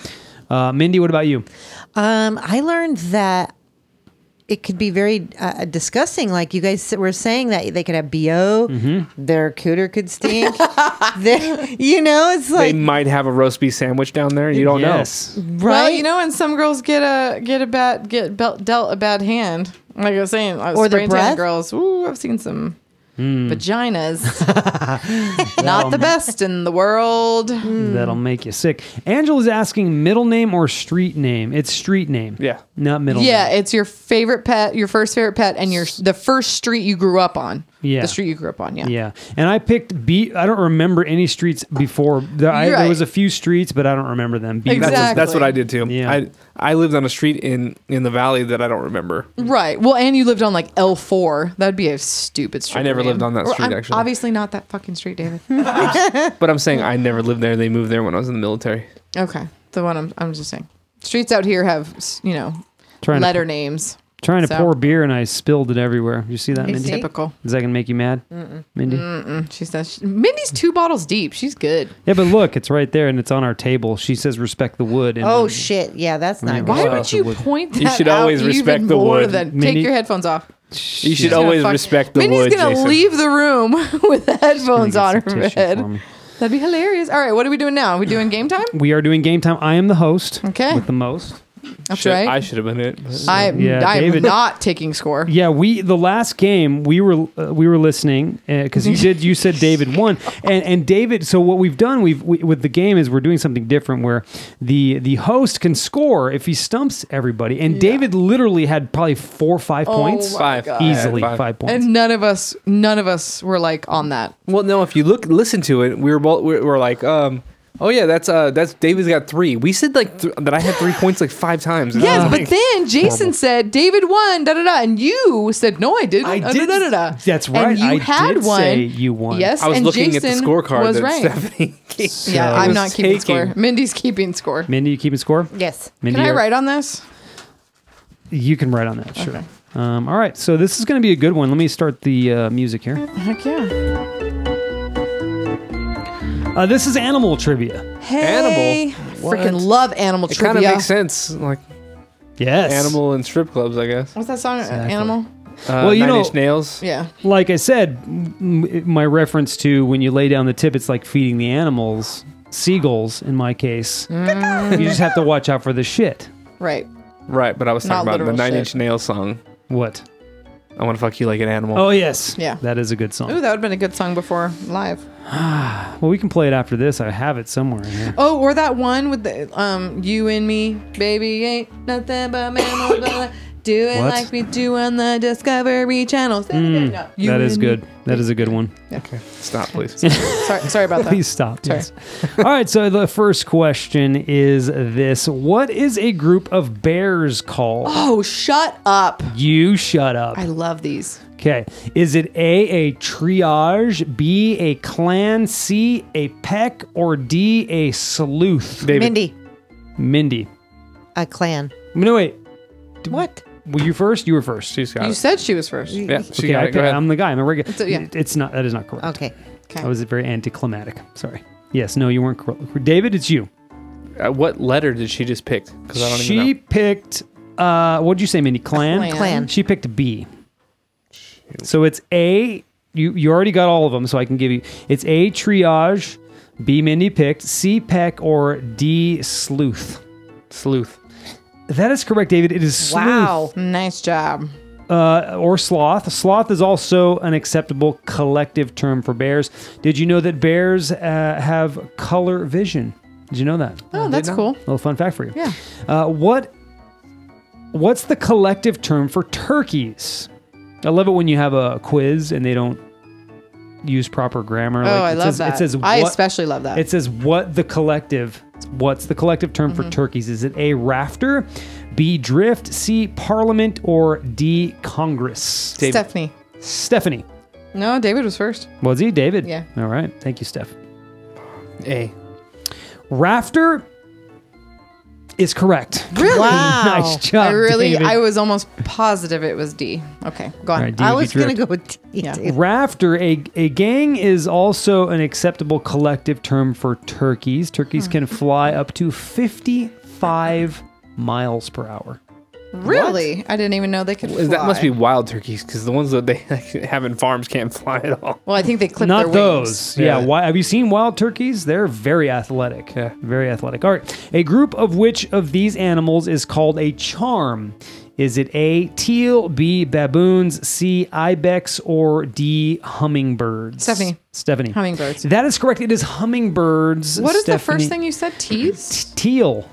Speaker 1: Uh, Mindy, what about you?
Speaker 3: Um, I learned that it could be very uh, disgusting. Like you guys were saying that they could have bo, their cooter could stink. They- you know, it's
Speaker 4: They
Speaker 3: like
Speaker 4: might have a roast beef sandwich down there. You don't
Speaker 1: yes. know.
Speaker 3: right.
Speaker 2: Well, you know, and some girls get a get a bad get belt, dealt a bad hand. Like I was saying, like
Speaker 3: Or their
Speaker 2: spray tan
Speaker 3: breath?
Speaker 2: girls. Ooh, I've seen some
Speaker 4: Hmm.
Speaker 2: vaginas. Not the best in the world.
Speaker 1: That'll make you sick. Angela's asking middle name or street name. It's street name.
Speaker 4: Yeah.
Speaker 1: Not middle
Speaker 2: Yeah,
Speaker 1: name.
Speaker 2: it's your favorite pet, your first favorite pet, and your the first street you grew up on.
Speaker 1: Yeah.
Speaker 2: the street you grew up on. Yeah,
Speaker 1: Yeah. And I picked B. I don't remember any streets before. There, I,
Speaker 2: You're
Speaker 1: there was
Speaker 2: right.
Speaker 1: a few streets, but I don't remember them. B-
Speaker 4: That's,
Speaker 2: Exactly.
Speaker 4: that's what I did too.
Speaker 1: Yeah.
Speaker 4: I I lived on a street in in the valley that I don't remember.
Speaker 2: right. Well, and you lived on like L four. That'd be a stupid street.
Speaker 4: I never
Speaker 2: name.
Speaker 4: lived on that
Speaker 2: Or,
Speaker 4: street,
Speaker 2: I'm
Speaker 4: actually.
Speaker 2: obviously not that fucking street, David.
Speaker 4: But I'm saying I never lived there. They moved there when I was in the military.
Speaker 2: okay, the one I'm I'm just saying. Streets out here have s- you know
Speaker 1: trying
Speaker 2: letter
Speaker 1: to,
Speaker 2: names.
Speaker 1: trying to
Speaker 2: so-
Speaker 1: pour beer and I spilled it everywhere. You see that, Mindy?
Speaker 3: see?
Speaker 2: Typical. Mm,
Speaker 1: Is that gonna make you mad, Mindy?
Speaker 2: She says she- Mindy's two bottles deep. She's good.
Speaker 1: Yeah, but look, it's right there and it's on our table. She says respect the wood. And
Speaker 3: oh shit, yeah, that's not
Speaker 1: Wow.
Speaker 2: Why
Speaker 3: good.
Speaker 2: would you
Speaker 1: wood.
Speaker 2: point that
Speaker 4: You should
Speaker 2: out
Speaker 4: always respect
Speaker 2: even
Speaker 4: the
Speaker 2: more
Speaker 4: wood.
Speaker 2: than-
Speaker 1: Mindy-
Speaker 2: take your headphones off.
Speaker 4: You should
Speaker 2: She's gonna
Speaker 4: always
Speaker 2: fuck-
Speaker 4: respect the
Speaker 2: Mindy's
Speaker 4: wood,
Speaker 2: gonna
Speaker 4: Jason.
Speaker 2: leave the room with the
Speaker 1: Gonna
Speaker 2: headphones
Speaker 1: get some
Speaker 2: on her
Speaker 1: tissue
Speaker 2: head.
Speaker 1: for me.
Speaker 2: That'd be hilarious. All right, what are we doing now? Are we doing game time?
Speaker 1: We are doing game time. I am the host.
Speaker 2: Okay.
Speaker 1: With the most.
Speaker 2: That's
Speaker 4: Shit, I
Speaker 2: right.
Speaker 4: should have been it.
Speaker 2: I, am
Speaker 1: Yeah,
Speaker 2: I am
Speaker 1: David-
Speaker 2: not taking score.
Speaker 1: Yeah, we the last game we were uh, we were listening because you did you said David won and and David. So what we've done we've we, with the game is we're doing something different where the the host can score if he stumps everybody and David literally had probably four or five points
Speaker 2: my
Speaker 4: Five.
Speaker 2: God.
Speaker 1: easily
Speaker 4: Yeah,
Speaker 1: five. points.
Speaker 2: And none of us, none of us were like on that.
Speaker 4: Well, no. If you look, listen to it. We were both. We were like, um, oh yeah, that's uh, that's David's got three. We said like th- that. I had three points like five times.
Speaker 2: Yes,
Speaker 4: Uh,
Speaker 2: but then Jason said David won, da da da, and you said no, I didn't.
Speaker 1: I
Speaker 2: uh,
Speaker 1: did-
Speaker 2: Da, da, da, da.
Speaker 1: that's
Speaker 2: And
Speaker 1: right,
Speaker 2: you
Speaker 1: I
Speaker 2: had
Speaker 1: did
Speaker 2: one.
Speaker 1: say you won.
Speaker 2: Yes,
Speaker 4: I was
Speaker 2: and
Speaker 4: looking at
Speaker 2: Jason
Speaker 4: the scorecard
Speaker 2: Was
Speaker 4: that
Speaker 2: right.
Speaker 4: Stephanie. gave.
Speaker 2: Yeah,
Speaker 1: So-
Speaker 2: I'm
Speaker 4: was
Speaker 2: not keeping
Speaker 4: taking.
Speaker 2: score. Mindy's keeping score.
Speaker 1: Mindy, you keeping score?
Speaker 3: Yes.
Speaker 1: Mindy,
Speaker 2: Can I
Speaker 1: you're-
Speaker 2: write on this?
Speaker 1: You can write on that. Sure. Um, all right. So this is going to be a good one. Let me start the uh, music here.
Speaker 2: Heck yeah.
Speaker 1: Uh, this is animal trivia.
Speaker 2: Hey,
Speaker 4: Animal?
Speaker 2: freaking
Speaker 4: What?
Speaker 2: love animal
Speaker 4: It kind
Speaker 2: trivia.
Speaker 4: of makes sense, like
Speaker 1: Yes.
Speaker 4: animal and strip clubs, I guess. Uh,
Speaker 2: What's that song?
Speaker 1: Exactly.
Speaker 2: Animal.
Speaker 4: well,
Speaker 1: you
Speaker 4: you
Speaker 1: know-
Speaker 4: know, Inch Nails.
Speaker 2: Yeah.
Speaker 1: Like I said, m- m- my reference to when you lay down the tip, it's like feeding the animals, seagulls in my case.
Speaker 2: Mm.
Speaker 1: you just have to watch out for the shit.
Speaker 2: Right.
Speaker 4: Right, but I was
Speaker 2: Not
Speaker 4: talking about the
Speaker 2: literal
Speaker 4: Nine
Speaker 2: shit.
Speaker 4: Inch Nails song.
Speaker 1: What?
Speaker 4: I want to fuck you like an animal.
Speaker 1: Oh yes.
Speaker 2: Yeah.
Speaker 1: That is a good
Speaker 2: Ooh, that
Speaker 1: song.
Speaker 2: would have been a good song before live.
Speaker 1: Well, we can play it after this. I have it somewhere. in here.
Speaker 2: Oh, or that one with the um, you and me, baby ain't nothing but mammals. blah, blah. do it
Speaker 1: What? Hmm,
Speaker 2: like we do on the Discovery Channel. No, you
Speaker 1: that is
Speaker 2: and
Speaker 1: good.
Speaker 2: me.
Speaker 1: That is a good one.
Speaker 4: Stop, please.
Speaker 2: Sorry, sorry about
Speaker 1: Please
Speaker 2: that.
Speaker 1: stop. Yes. All right. So the first question is this: What is a group of bears called?
Speaker 2: Oh, shut up!
Speaker 1: You shut up.
Speaker 2: I love these.
Speaker 1: Okay. Is it A, a triage, B, a clan, C, a peck, or D, a sleuth?
Speaker 4: David,
Speaker 3: Mindy,
Speaker 1: Mindy.
Speaker 3: a clan.
Speaker 1: No, wait.
Speaker 3: What?
Speaker 1: Were you first? You were first.
Speaker 4: she's got
Speaker 2: You
Speaker 4: it.
Speaker 2: said she was first.
Speaker 4: Yeah, she
Speaker 1: okay,
Speaker 4: got
Speaker 1: I,
Speaker 4: it. Go ahead.
Speaker 1: am the guy. I'm a regular.
Speaker 2: It's a- yeah.
Speaker 1: It's not. That is not correct.
Speaker 3: Okay.
Speaker 1: That was very anticlimactic. Sorry. Yes. No, you weren't correct. David, it's you.
Speaker 4: Uh, what letter did she just pick? Because I don't
Speaker 1: She
Speaker 4: even know.
Speaker 1: picked uh, what'd you say, Mindy? Clan?
Speaker 2: Clan.
Speaker 3: Clan.
Speaker 1: She picked B. So it's A. You you already got all of them, so I can give you. It's A triage, B Mindy picked, C peck, or D sleuth.
Speaker 4: Sleuth.
Speaker 1: That is correct, David. It is sleuth
Speaker 3: Wow.
Speaker 2: Nice job.
Speaker 1: uh, or sloth. Sloth is also an acceptable collective term for bears. Did you know that bears uh, have color vision? Did you know that?
Speaker 2: Oh, that's
Speaker 4: not.
Speaker 2: cool.
Speaker 1: little fun fact for you.
Speaker 2: Yeah.
Speaker 1: Uh, what What's the collective term for turkeys? I love it when you have a quiz and they don't use proper grammar.
Speaker 2: oh, I
Speaker 1: it
Speaker 2: love
Speaker 1: says,
Speaker 2: that.
Speaker 1: It says
Speaker 2: I
Speaker 1: what,
Speaker 2: especially love that.
Speaker 1: it says what the collective. What's the collective term
Speaker 2: Mm-hmm.
Speaker 1: for turkeys? Is it a rafter, B drift, C parliament, or D Congress?
Speaker 4: David.
Speaker 2: Stephanie.
Speaker 1: Stephanie,
Speaker 2: No, David was first.
Speaker 1: was he David?
Speaker 2: Yeah.
Speaker 1: All right. Thank you, Steph.
Speaker 4: A.
Speaker 1: Rafter is correct.
Speaker 2: Really?
Speaker 1: nice job.
Speaker 2: I really,
Speaker 1: David.
Speaker 2: I was almost positive it was D. Okay, go on.
Speaker 1: All right, D
Speaker 3: I
Speaker 1: would be
Speaker 3: was going
Speaker 1: drift.
Speaker 3: to go with D.
Speaker 2: Yeah.
Speaker 3: dude.
Speaker 1: Rafter, a, a gang is also an acceptable collective term for turkeys.
Speaker 2: Hmm.
Speaker 1: Turkeys can fly up to 55 miles per hour.
Speaker 2: really? I didn't even know they could fly.
Speaker 4: That must be wild turkeys because the ones that they have in farms can't fly at all.
Speaker 2: Well, I think they clipped their
Speaker 1: Not
Speaker 2: wings.
Speaker 1: those. Yeah.
Speaker 4: Yeah.
Speaker 1: Why, have you seen wild turkeys? They're very athletic.
Speaker 4: Yeah.
Speaker 1: Very athletic. All right. A group of which of these animals is called a charm? Is it A, teal, B, baboons, C, ibex, or D, hummingbirds?
Speaker 2: Stephanie.
Speaker 1: Stephanie.
Speaker 2: Hummingbirds.
Speaker 1: That is correct. It is hummingbirds.
Speaker 2: What is the first
Speaker 1: Stephanie.
Speaker 2: thing you said? Tease?
Speaker 1: teal.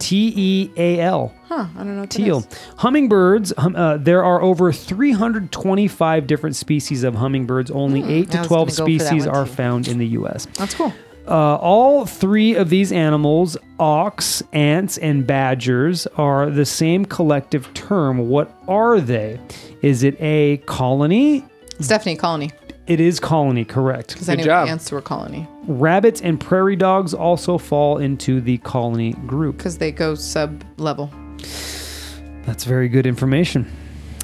Speaker 1: T E A L.
Speaker 2: Huh? I don't know. What that
Speaker 1: Teal.
Speaker 2: is.
Speaker 1: Hummingbirds, hum, uh, there are over 325 different species of hummingbirds. Only 8
Speaker 2: Hmm, I
Speaker 1: to
Speaker 2: was
Speaker 1: 12
Speaker 2: gonna go for that
Speaker 1: species
Speaker 2: one
Speaker 1: are
Speaker 2: too.
Speaker 1: found in the U.S.
Speaker 2: That's cool.
Speaker 1: Uh, all three of these animals, ox, ants, and badgers, are the same collective term. What are they? Is it A, colony?
Speaker 2: Stephanie, colony.
Speaker 1: It is colony, correct.
Speaker 2: Because I
Speaker 4: Good
Speaker 2: knew
Speaker 4: job.
Speaker 2: ants were colony.
Speaker 1: Rabbits and prairie dogs also fall into the colony group.
Speaker 2: Because they go sub level.
Speaker 1: That's very good information.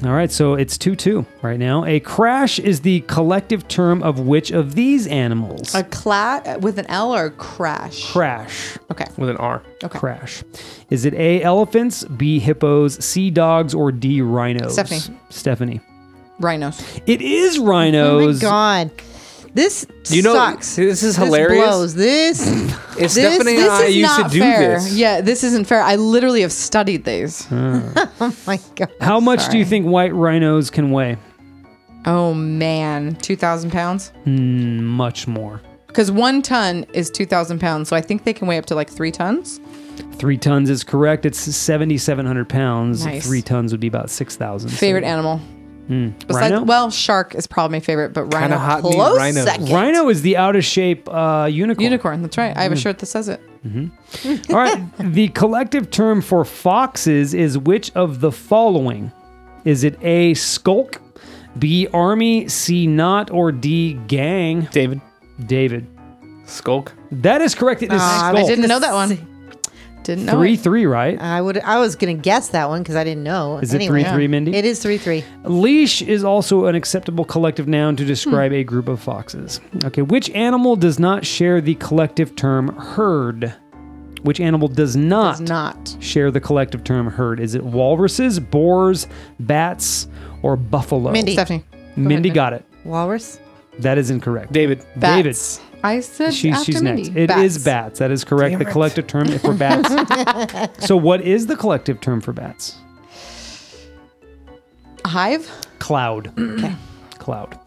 Speaker 1: All right, so it's 2 2 right now. A crash is the collective term of which of these animals?
Speaker 2: A clat with an L or a crash?
Speaker 1: crash.
Speaker 2: okay.
Speaker 4: With an R.
Speaker 2: Okay.
Speaker 1: Crash. Is it A, elephants, B, hippos, C, dogs, or D, rhinos?
Speaker 2: Stephanie.
Speaker 1: Stephanie.
Speaker 2: Rhinos.
Speaker 1: It is
Speaker 3: Oh my
Speaker 1: rhinos.
Speaker 3: God. This
Speaker 4: You know,
Speaker 3: sucks.
Speaker 4: this is hilarious.
Speaker 3: This blows. This.
Speaker 4: If
Speaker 3: This-
Speaker 4: Stephanie
Speaker 3: this
Speaker 4: and I
Speaker 3: is
Speaker 4: used to
Speaker 2: not
Speaker 4: do
Speaker 2: fair.
Speaker 4: this,
Speaker 2: Yeah, this isn't fair. I literally have studied these.
Speaker 3: my God.
Speaker 1: How much do you
Speaker 2: Sorry.
Speaker 1: think white rhinos can weigh?
Speaker 2: Oh man, two thousand pounds.
Speaker 1: Mm, much more.
Speaker 2: Because one ton is two thousand pounds, so I think they can weigh up to like three tons.
Speaker 1: Three tons is correct. It's 7,700 pounds.
Speaker 2: Nice.
Speaker 1: Three tons would be about 6,000. so-
Speaker 2: Favorite animal? Besides,
Speaker 1: Rhino?
Speaker 2: well, shark is probably my favorite, but rhino
Speaker 4: Kinda hot meat
Speaker 2: close
Speaker 4: rhinos.
Speaker 2: second.
Speaker 1: Rhino is the out of shape uh, unicorn.
Speaker 2: Unicorn. That's right. I have a shirt that says it.
Speaker 1: All right. the collective term for foxes is which of the following? Is it A, skulk, B, army, C, not, or D, gang?
Speaker 4: David,
Speaker 1: David.
Speaker 4: skulk.
Speaker 1: That is correct. It is
Speaker 3: Ah,
Speaker 1: skulk.
Speaker 2: I didn't know that
Speaker 3: This-
Speaker 2: one. Didn't know
Speaker 1: Three,
Speaker 2: it.
Speaker 1: three, right?
Speaker 3: I would. I was gonna guess that one because I didn't know.
Speaker 1: Is it
Speaker 3: Anyway.
Speaker 1: 3 3, Mindy?
Speaker 3: It is three three.
Speaker 1: Leash is also an acceptable collective noun to describe a group of foxes. Okay, which animal does not share the collective term herd? Which animal does not,
Speaker 2: It's not.
Speaker 1: share the collective term herd? Is it walruses, boars, bats, or buffalo?
Speaker 3: Mindy.
Speaker 2: Stephanie.
Speaker 1: Mindy
Speaker 2: Go
Speaker 1: got
Speaker 2: ahead,
Speaker 1: it.
Speaker 3: Walrus.
Speaker 1: That is incorrect.
Speaker 4: David,
Speaker 1: David.
Speaker 2: Bats. I said
Speaker 1: She-
Speaker 2: after
Speaker 1: she's
Speaker 2: Mindy.
Speaker 1: next. It is bats. That is correct.
Speaker 4: Damn
Speaker 1: the
Speaker 4: it.
Speaker 1: collective term for bats. so, what is the collective term for bats?
Speaker 2: A hive.
Speaker 1: Cloud. Cloud.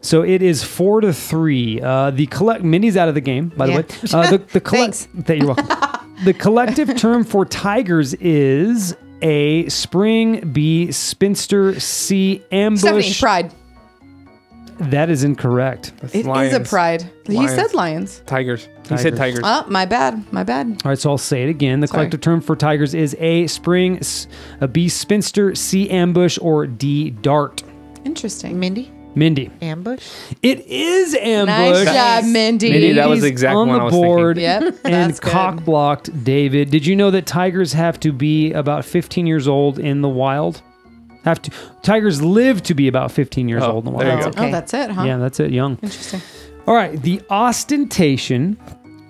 Speaker 1: So it is four to three. Uh, the collect Minnie's out of the game, by the
Speaker 3: Yeah.
Speaker 1: way. Uh, the the collect.
Speaker 3: Thanks.
Speaker 1: that you're welcome. the collective term for tigers is a spring, b spinster, c
Speaker 2: Stephanie.
Speaker 1: ambush.
Speaker 2: Pride.
Speaker 1: That is incorrect.
Speaker 4: That's
Speaker 2: It is a
Speaker 4: lions.
Speaker 2: pride.
Speaker 4: Lions.
Speaker 2: He said lions.
Speaker 4: Tigers. He said
Speaker 1: Tigers.
Speaker 4: tigers.
Speaker 2: Oh, my bad. My bad.
Speaker 1: All right, so I'll say it again. The
Speaker 2: Sorry.
Speaker 1: collective term for tigers is A, spring, S- a B, spinster, C, ambush, or D, dart.
Speaker 2: Interesting.
Speaker 3: Mindy.
Speaker 1: Mindy.
Speaker 3: Ambush.
Speaker 1: It is ambush.
Speaker 2: Nice job, Mindy.
Speaker 4: Mindy, that was
Speaker 1: Mindy's
Speaker 4: the exact
Speaker 1: on
Speaker 4: one
Speaker 1: the
Speaker 4: I was
Speaker 1: board
Speaker 2: thinking. Yep,
Speaker 1: and
Speaker 2: that's good.
Speaker 1: cock blocked David. Did you know that tigers have to be about 15 years old in the wild? Have to tigers live to be about 15 years
Speaker 4: Oh,
Speaker 1: old in the
Speaker 4: there
Speaker 1: wild.
Speaker 4: you go.
Speaker 2: Oh, that's it, huh?
Speaker 1: Yeah, that's it, young.
Speaker 2: Interesting.
Speaker 1: All right, the ostentation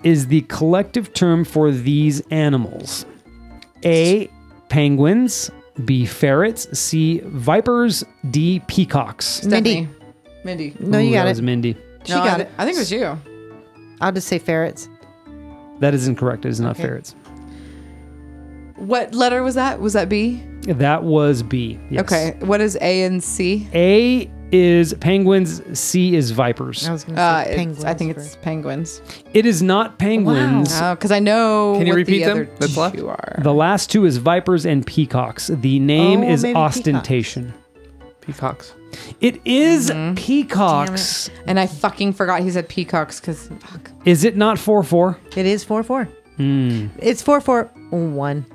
Speaker 1: is the collective term for these animals. A, penguins, B. Ferrets. C. Vipers. D. Peacocks.
Speaker 3: Mindy.
Speaker 2: Stephanie. Mindy.
Speaker 3: No,
Speaker 1: Ooh,
Speaker 3: you
Speaker 1: that
Speaker 3: got
Speaker 1: was
Speaker 3: it.
Speaker 1: Mindy.
Speaker 3: She
Speaker 2: No, I
Speaker 3: got
Speaker 2: thi-
Speaker 3: it.
Speaker 2: I think it was you.
Speaker 3: I'll just say ferrets.
Speaker 1: That is incorrect. It is not ferrets.
Speaker 2: What letter was that? Was that B?
Speaker 1: That was B. Yes.
Speaker 2: Okay. What is A and C?
Speaker 1: A is penguins. C is vipers.
Speaker 3: I was going to say
Speaker 2: Uh,
Speaker 3: penguins.
Speaker 2: it's, I think it's
Speaker 3: first.
Speaker 2: penguins.
Speaker 1: It is not penguins.
Speaker 2: Oh, because I know.
Speaker 4: Can you
Speaker 2: what
Speaker 4: repeat
Speaker 2: the
Speaker 4: them?
Speaker 2: Other
Speaker 4: That's left?
Speaker 2: two are.
Speaker 1: The last two is vipers and peacocks. The name
Speaker 3: Oh,
Speaker 1: is
Speaker 3: maybe
Speaker 1: ostentation.
Speaker 4: Peacocks.
Speaker 1: It is
Speaker 3: Mm-hmm.
Speaker 1: peacocks.
Speaker 2: And I fucking forgot he said peacocks because fuck.
Speaker 1: Is it not four four?
Speaker 3: It is 4 4. It's 4 4 1.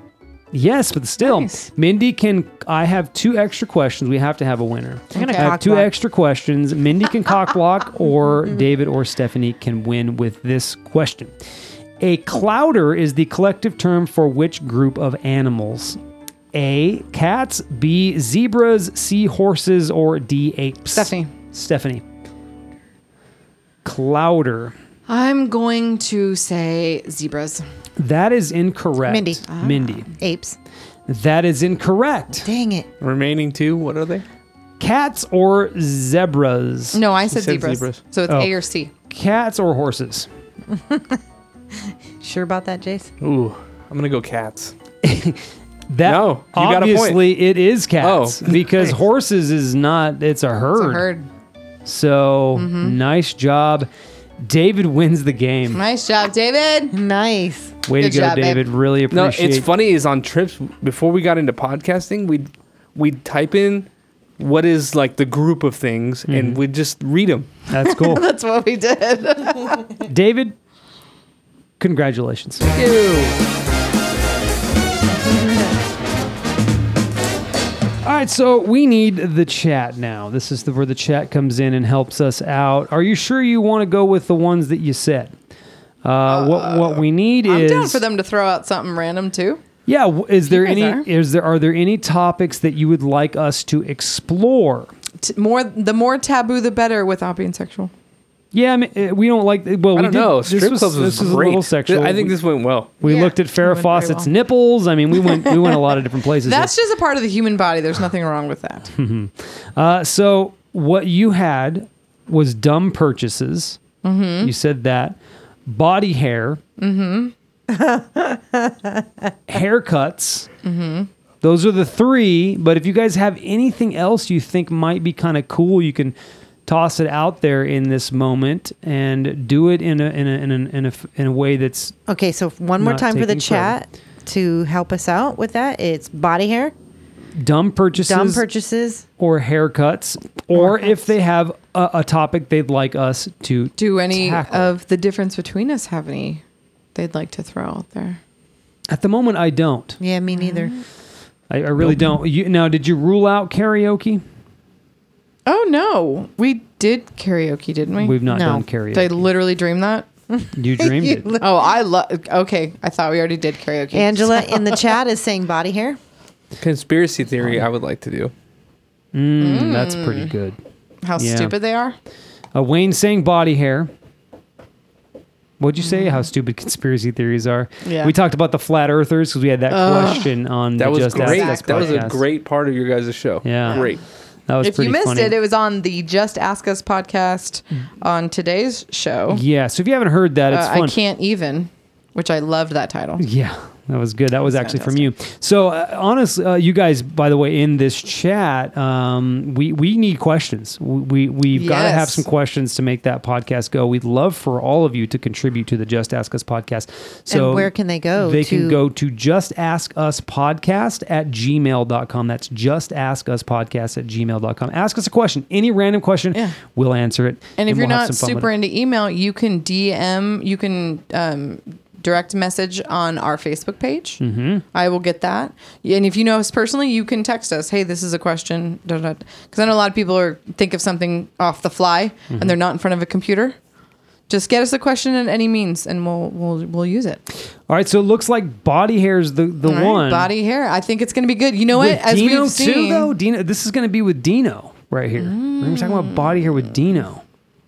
Speaker 1: Yes, but still,
Speaker 2: Nice.
Speaker 1: Mindy can. I have two extra questions. We have to have a winner.
Speaker 3: gonna
Speaker 1: I have
Speaker 3: cock
Speaker 1: two
Speaker 3: block.
Speaker 1: extra questions. Mindy can cock block, or David or Stephanie can win with this question. A clouder is the collective term for which group of animals? A. Cats. B. Zebras. C. Horses. Or D. Apes.
Speaker 2: Stephanie.
Speaker 1: Stephanie. Clouder.
Speaker 2: I'm going to say zebras.
Speaker 1: That is incorrect.
Speaker 3: Mindy.
Speaker 1: Mindy.
Speaker 3: Apes.
Speaker 1: That is incorrect.
Speaker 3: Dang it.
Speaker 4: Remaining two, what are they?
Speaker 1: Cats or zebras?
Speaker 2: No, I said,
Speaker 4: said
Speaker 2: zebras.
Speaker 4: zebras.
Speaker 2: So it's
Speaker 1: Oh.
Speaker 2: A or C.
Speaker 1: Cats or horses?
Speaker 3: Sure about that, Jace?
Speaker 4: Ooh, I'm gonna go cats.
Speaker 1: That
Speaker 4: No, you got a point.
Speaker 1: obviously it is cats
Speaker 4: Oh,
Speaker 1: because
Speaker 4: nice.
Speaker 1: horses is not it's a herd.
Speaker 2: It's a herd. Mm-hmm.
Speaker 1: So nice job. David wins the game.
Speaker 2: Nice job, David.
Speaker 3: Nice.
Speaker 1: Way
Speaker 2: Good
Speaker 1: to go,
Speaker 2: job, babe.
Speaker 1: David. Really
Speaker 4: No,
Speaker 1: appreciate
Speaker 4: it's funny is on trips before we got into podcasting, we'd we'd type in what is like the group of things
Speaker 1: Mm-hmm.
Speaker 4: and we'd just read them.
Speaker 1: That's cool.
Speaker 2: That's what we did.
Speaker 1: David, congratulations. All right, so we need the chat now. This is the, where the chat comes in and helps us out. Are you sure you want to go with the ones that you said? Uh, what what we need
Speaker 2: I'm
Speaker 1: is
Speaker 2: down for them to throw out something random too.
Speaker 1: yeah. w- Is there
Speaker 2: guys
Speaker 1: any
Speaker 2: are.
Speaker 1: is there are there any topics that you would like us to explore?
Speaker 2: T- more, the more taboo, the better. Without being sexual.
Speaker 1: Yeah, I mean, uh, we don't like. Well,
Speaker 4: I
Speaker 1: we
Speaker 4: don't
Speaker 1: did-
Speaker 4: know. Strip
Speaker 1: this
Speaker 4: clubs was,
Speaker 1: this was
Speaker 4: great.
Speaker 1: a little sexual.
Speaker 4: I think
Speaker 1: We-
Speaker 4: this went well.
Speaker 1: We
Speaker 2: Yeah,
Speaker 1: look's at
Speaker 2: it
Speaker 1: Farrah
Speaker 2: went very
Speaker 1: Fawcett's
Speaker 2: well.
Speaker 1: nipples. I mean, we went we went a lot of different places. here.
Speaker 2: That's just a part of the human body. There's nothing wrong with that.
Speaker 1: Uh, so what you had was dumb purchases. You said that body hair, haircuts. Those are the three. But if you guys have anything else you think might be kind of cool, you can toss it out there in this moment and do it in a in a in a in a, f- in a way that's
Speaker 3: Okay, so one more
Speaker 1: Not
Speaker 3: time for the
Speaker 1: taking
Speaker 3: chat to help us out with that. It's body hair,
Speaker 1: dumb purchases,
Speaker 3: dumb purchases.
Speaker 1: or haircuts, or if they have a, a topic they'd like us to
Speaker 2: Do any
Speaker 1: tackle.
Speaker 2: of the difference between us have any they'd like to throw out there?
Speaker 1: At the moment, I don't.
Speaker 3: Yeah, me neither.
Speaker 1: I, I really don't. You, now, did you rule out karaoke?
Speaker 2: Oh no, we did karaoke, didn't we?
Speaker 1: We've not
Speaker 3: No.
Speaker 1: done
Speaker 2: Did I
Speaker 1: karaoke.
Speaker 2: literally dream that?
Speaker 1: you dreamed
Speaker 3: You
Speaker 1: it.
Speaker 3: li-
Speaker 2: Oh, I love. Okay, I thought we already did karaoke.
Speaker 3: Angela in the chat is saying body hair.
Speaker 4: Conspiracy theory, I would like to do.
Speaker 1: Mm, that's pretty good.
Speaker 2: how
Speaker 1: yeah.
Speaker 2: stupid they are.
Speaker 1: Uh, Wayne saying body hair. What'd you say? How stupid conspiracy theories are.
Speaker 2: Mm. Yeah.
Speaker 1: We talked about the flat earthers because we had that question on
Speaker 4: That
Speaker 1: the
Speaker 4: was
Speaker 1: Just Ask
Speaker 4: great.
Speaker 1: Us
Speaker 4: That was a
Speaker 1: podcast.
Speaker 4: great part of your guys' show.
Speaker 1: Yeah.
Speaker 4: Great.
Speaker 1: That was
Speaker 2: If you
Speaker 1: pretty
Speaker 2: missed
Speaker 1: funny. Mm.
Speaker 2: it, it was on the Just Ask Us podcast on today's show.
Speaker 1: yeah. So if you haven't heard that, it's
Speaker 2: Uh,
Speaker 1: fun.
Speaker 2: I can't even, which I loved that title.
Speaker 1: Yeah, that was good. That was actually from you. So, uh, honestly, uh, you guys, by the way, in this chat, um, we we need questions. We, we we've got to have
Speaker 2: Yes.
Speaker 1: some questions to make that podcast go. We'd love for all of you to contribute to the Just Ask Us podcast. So,
Speaker 3: And where can they go
Speaker 1: They can
Speaker 3: to-
Speaker 1: go to Just Ask Us Podcast at gmail.com. That's Just Ask Us Podcast at gmail.com. Ask us a question, any random question,
Speaker 2: Yeah.
Speaker 1: we'll answer it.
Speaker 2: And if you're
Speaker 1: we'll have
Speaker 2: not
Speaker 1: some fun with
Speaker 2: super
Speaker 1: it.
Speaker 2: into email, you can DM, you can um, direct message on our Facebook page. Mm-hmm. I will get that. And if you know us personally, you can text us. Hey, this is a question. Because I know a lot of people are think of something off the fly
Speaker 1: Mm-hmm.
Speaker 2: and they're not in front of a computer. Just get us a question in any means, and we'll we'll we'll use it.
Speaker 1: all right, so it looks like body hair is the, the
Speaker 2: All right,
Speaker 1: one.
Speaker 2: body hair. I think it's going to be good. You know what?
Speaker 1: with Dino
Speaker 2: we've
Speaker 1: too, though. Dino, this is going to be with Dino right here. We're talking about body hair with Dino.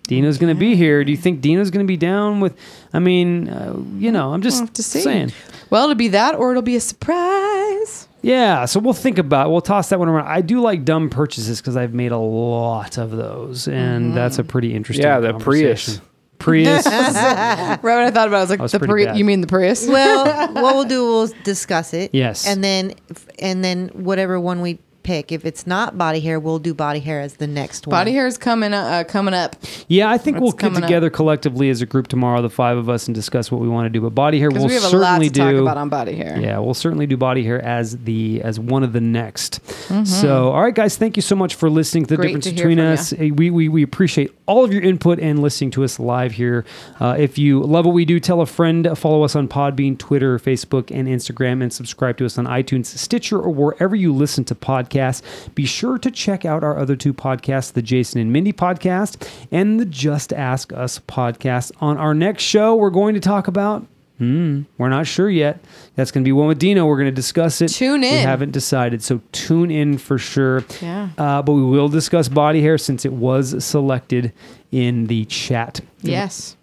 Speaker 1: Dino's going to be here. Do you think Dino's going to be down with? I mean, uh, you know, I'm just
Speaker 2: We'll have to see.
Speaker 1: saying.
Speaker 2: Well, it'll be that, or it'll be a surprise.
Speaker 1: Yeah, so we'll think about. We'll toss that one around. I do like dumb purchases because I've made a lot of those, and
Speaker 2: Mm-hmm.
Speaker 1: that's a pretty interesting.
Speaker 4: Yeah, the Prius.
Speaker 1: Prius.
Speaker 2: right when I thought about it, I was like,
Speaker 1: was
Speaker 2: the
Speaker 1: pretty
Speaker 2: Pri-
Speaker 1: bad.
Speaker 2: you mean the Prius?
Speaker 3: Well, what we'll do, we'll discuss it.
Speaker 1: Yes.
Speaker 3: And then, and then whatever one we pick, if it's not body hair, we'll do body hair as the next one.
Speaker 2: Body hair is coming uh, coming up
Speaker 1: yeah, I think we'll get
Speaker 2: coming up?
Speaker 1: together collectively as a group tomorrow, the five of us, and discuss what we want to do. But body hair,
Speaker 2: because
Speaker 1: we'll
Speaker 2: we have a lot
Speaker 1: certainly
Speaker 2: to talk
Speaker 1: do.
Speaker 2: about on body hair.
Speaker 1: Yeah, we'll certainly do body hair as the as one of the next. So, all right, guys, thank you so much for listening to the
Speaker 2: Mm-hmm. Great
Speaker 1: difference
Speaker 2: to hear
Speaker 1: between
Speaker 2: from
Speaker 1: us. Eh, We, we we appreciate all of your input and listening to us live here. Uh, if you love what we do, tell a friend. Follow us on Podbean, Twitter, Facebook, and Instagram, and subscribe to us on iTunes, Stitcher, or wherever you listen to podcasts. Be sure to check out our other two podcasts, the Jason and Mindy podcast and the Just Ask Us podcast. On our next show, we're going to talk about Hmm, we're not sure yet. That's going to be one with Dino. We're going to discuss it.
Speaker 2: Tune
Speaker 1: We
Speaker 2: in.
Speaker 1: haven't decided, so tune in for sure.
Speaker 2: Yeah.
Speaker 1: Uh, but we will discuss body hair since it was selected in the chat.
Speaker 2: Yes.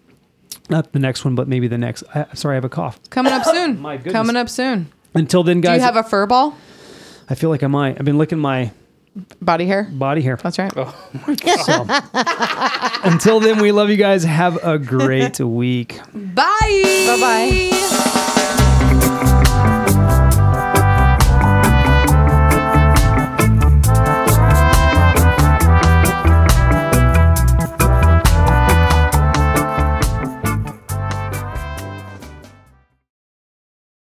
Speaker 1: Not the next one, but maybe the next. I, sorry, I have a cough.
Speaker 2: Coming up soon.
Speaker 1: My goodness.
Speaker 2: Coming up soon.
Speaker 1: Until then,
Speaker 2: Do
Speaker 1: guys,
Speaker 2: you have a fur ball?
Speaker 1: I feel like I might. I've been licking my
Speaker 2: Body hair?
Speaker 1: body hair.
Speaker 2: That's right.
Speaker 1: So. Until then, we love you guys. Have a great week.
Speaker 2: Bye. Bye bye.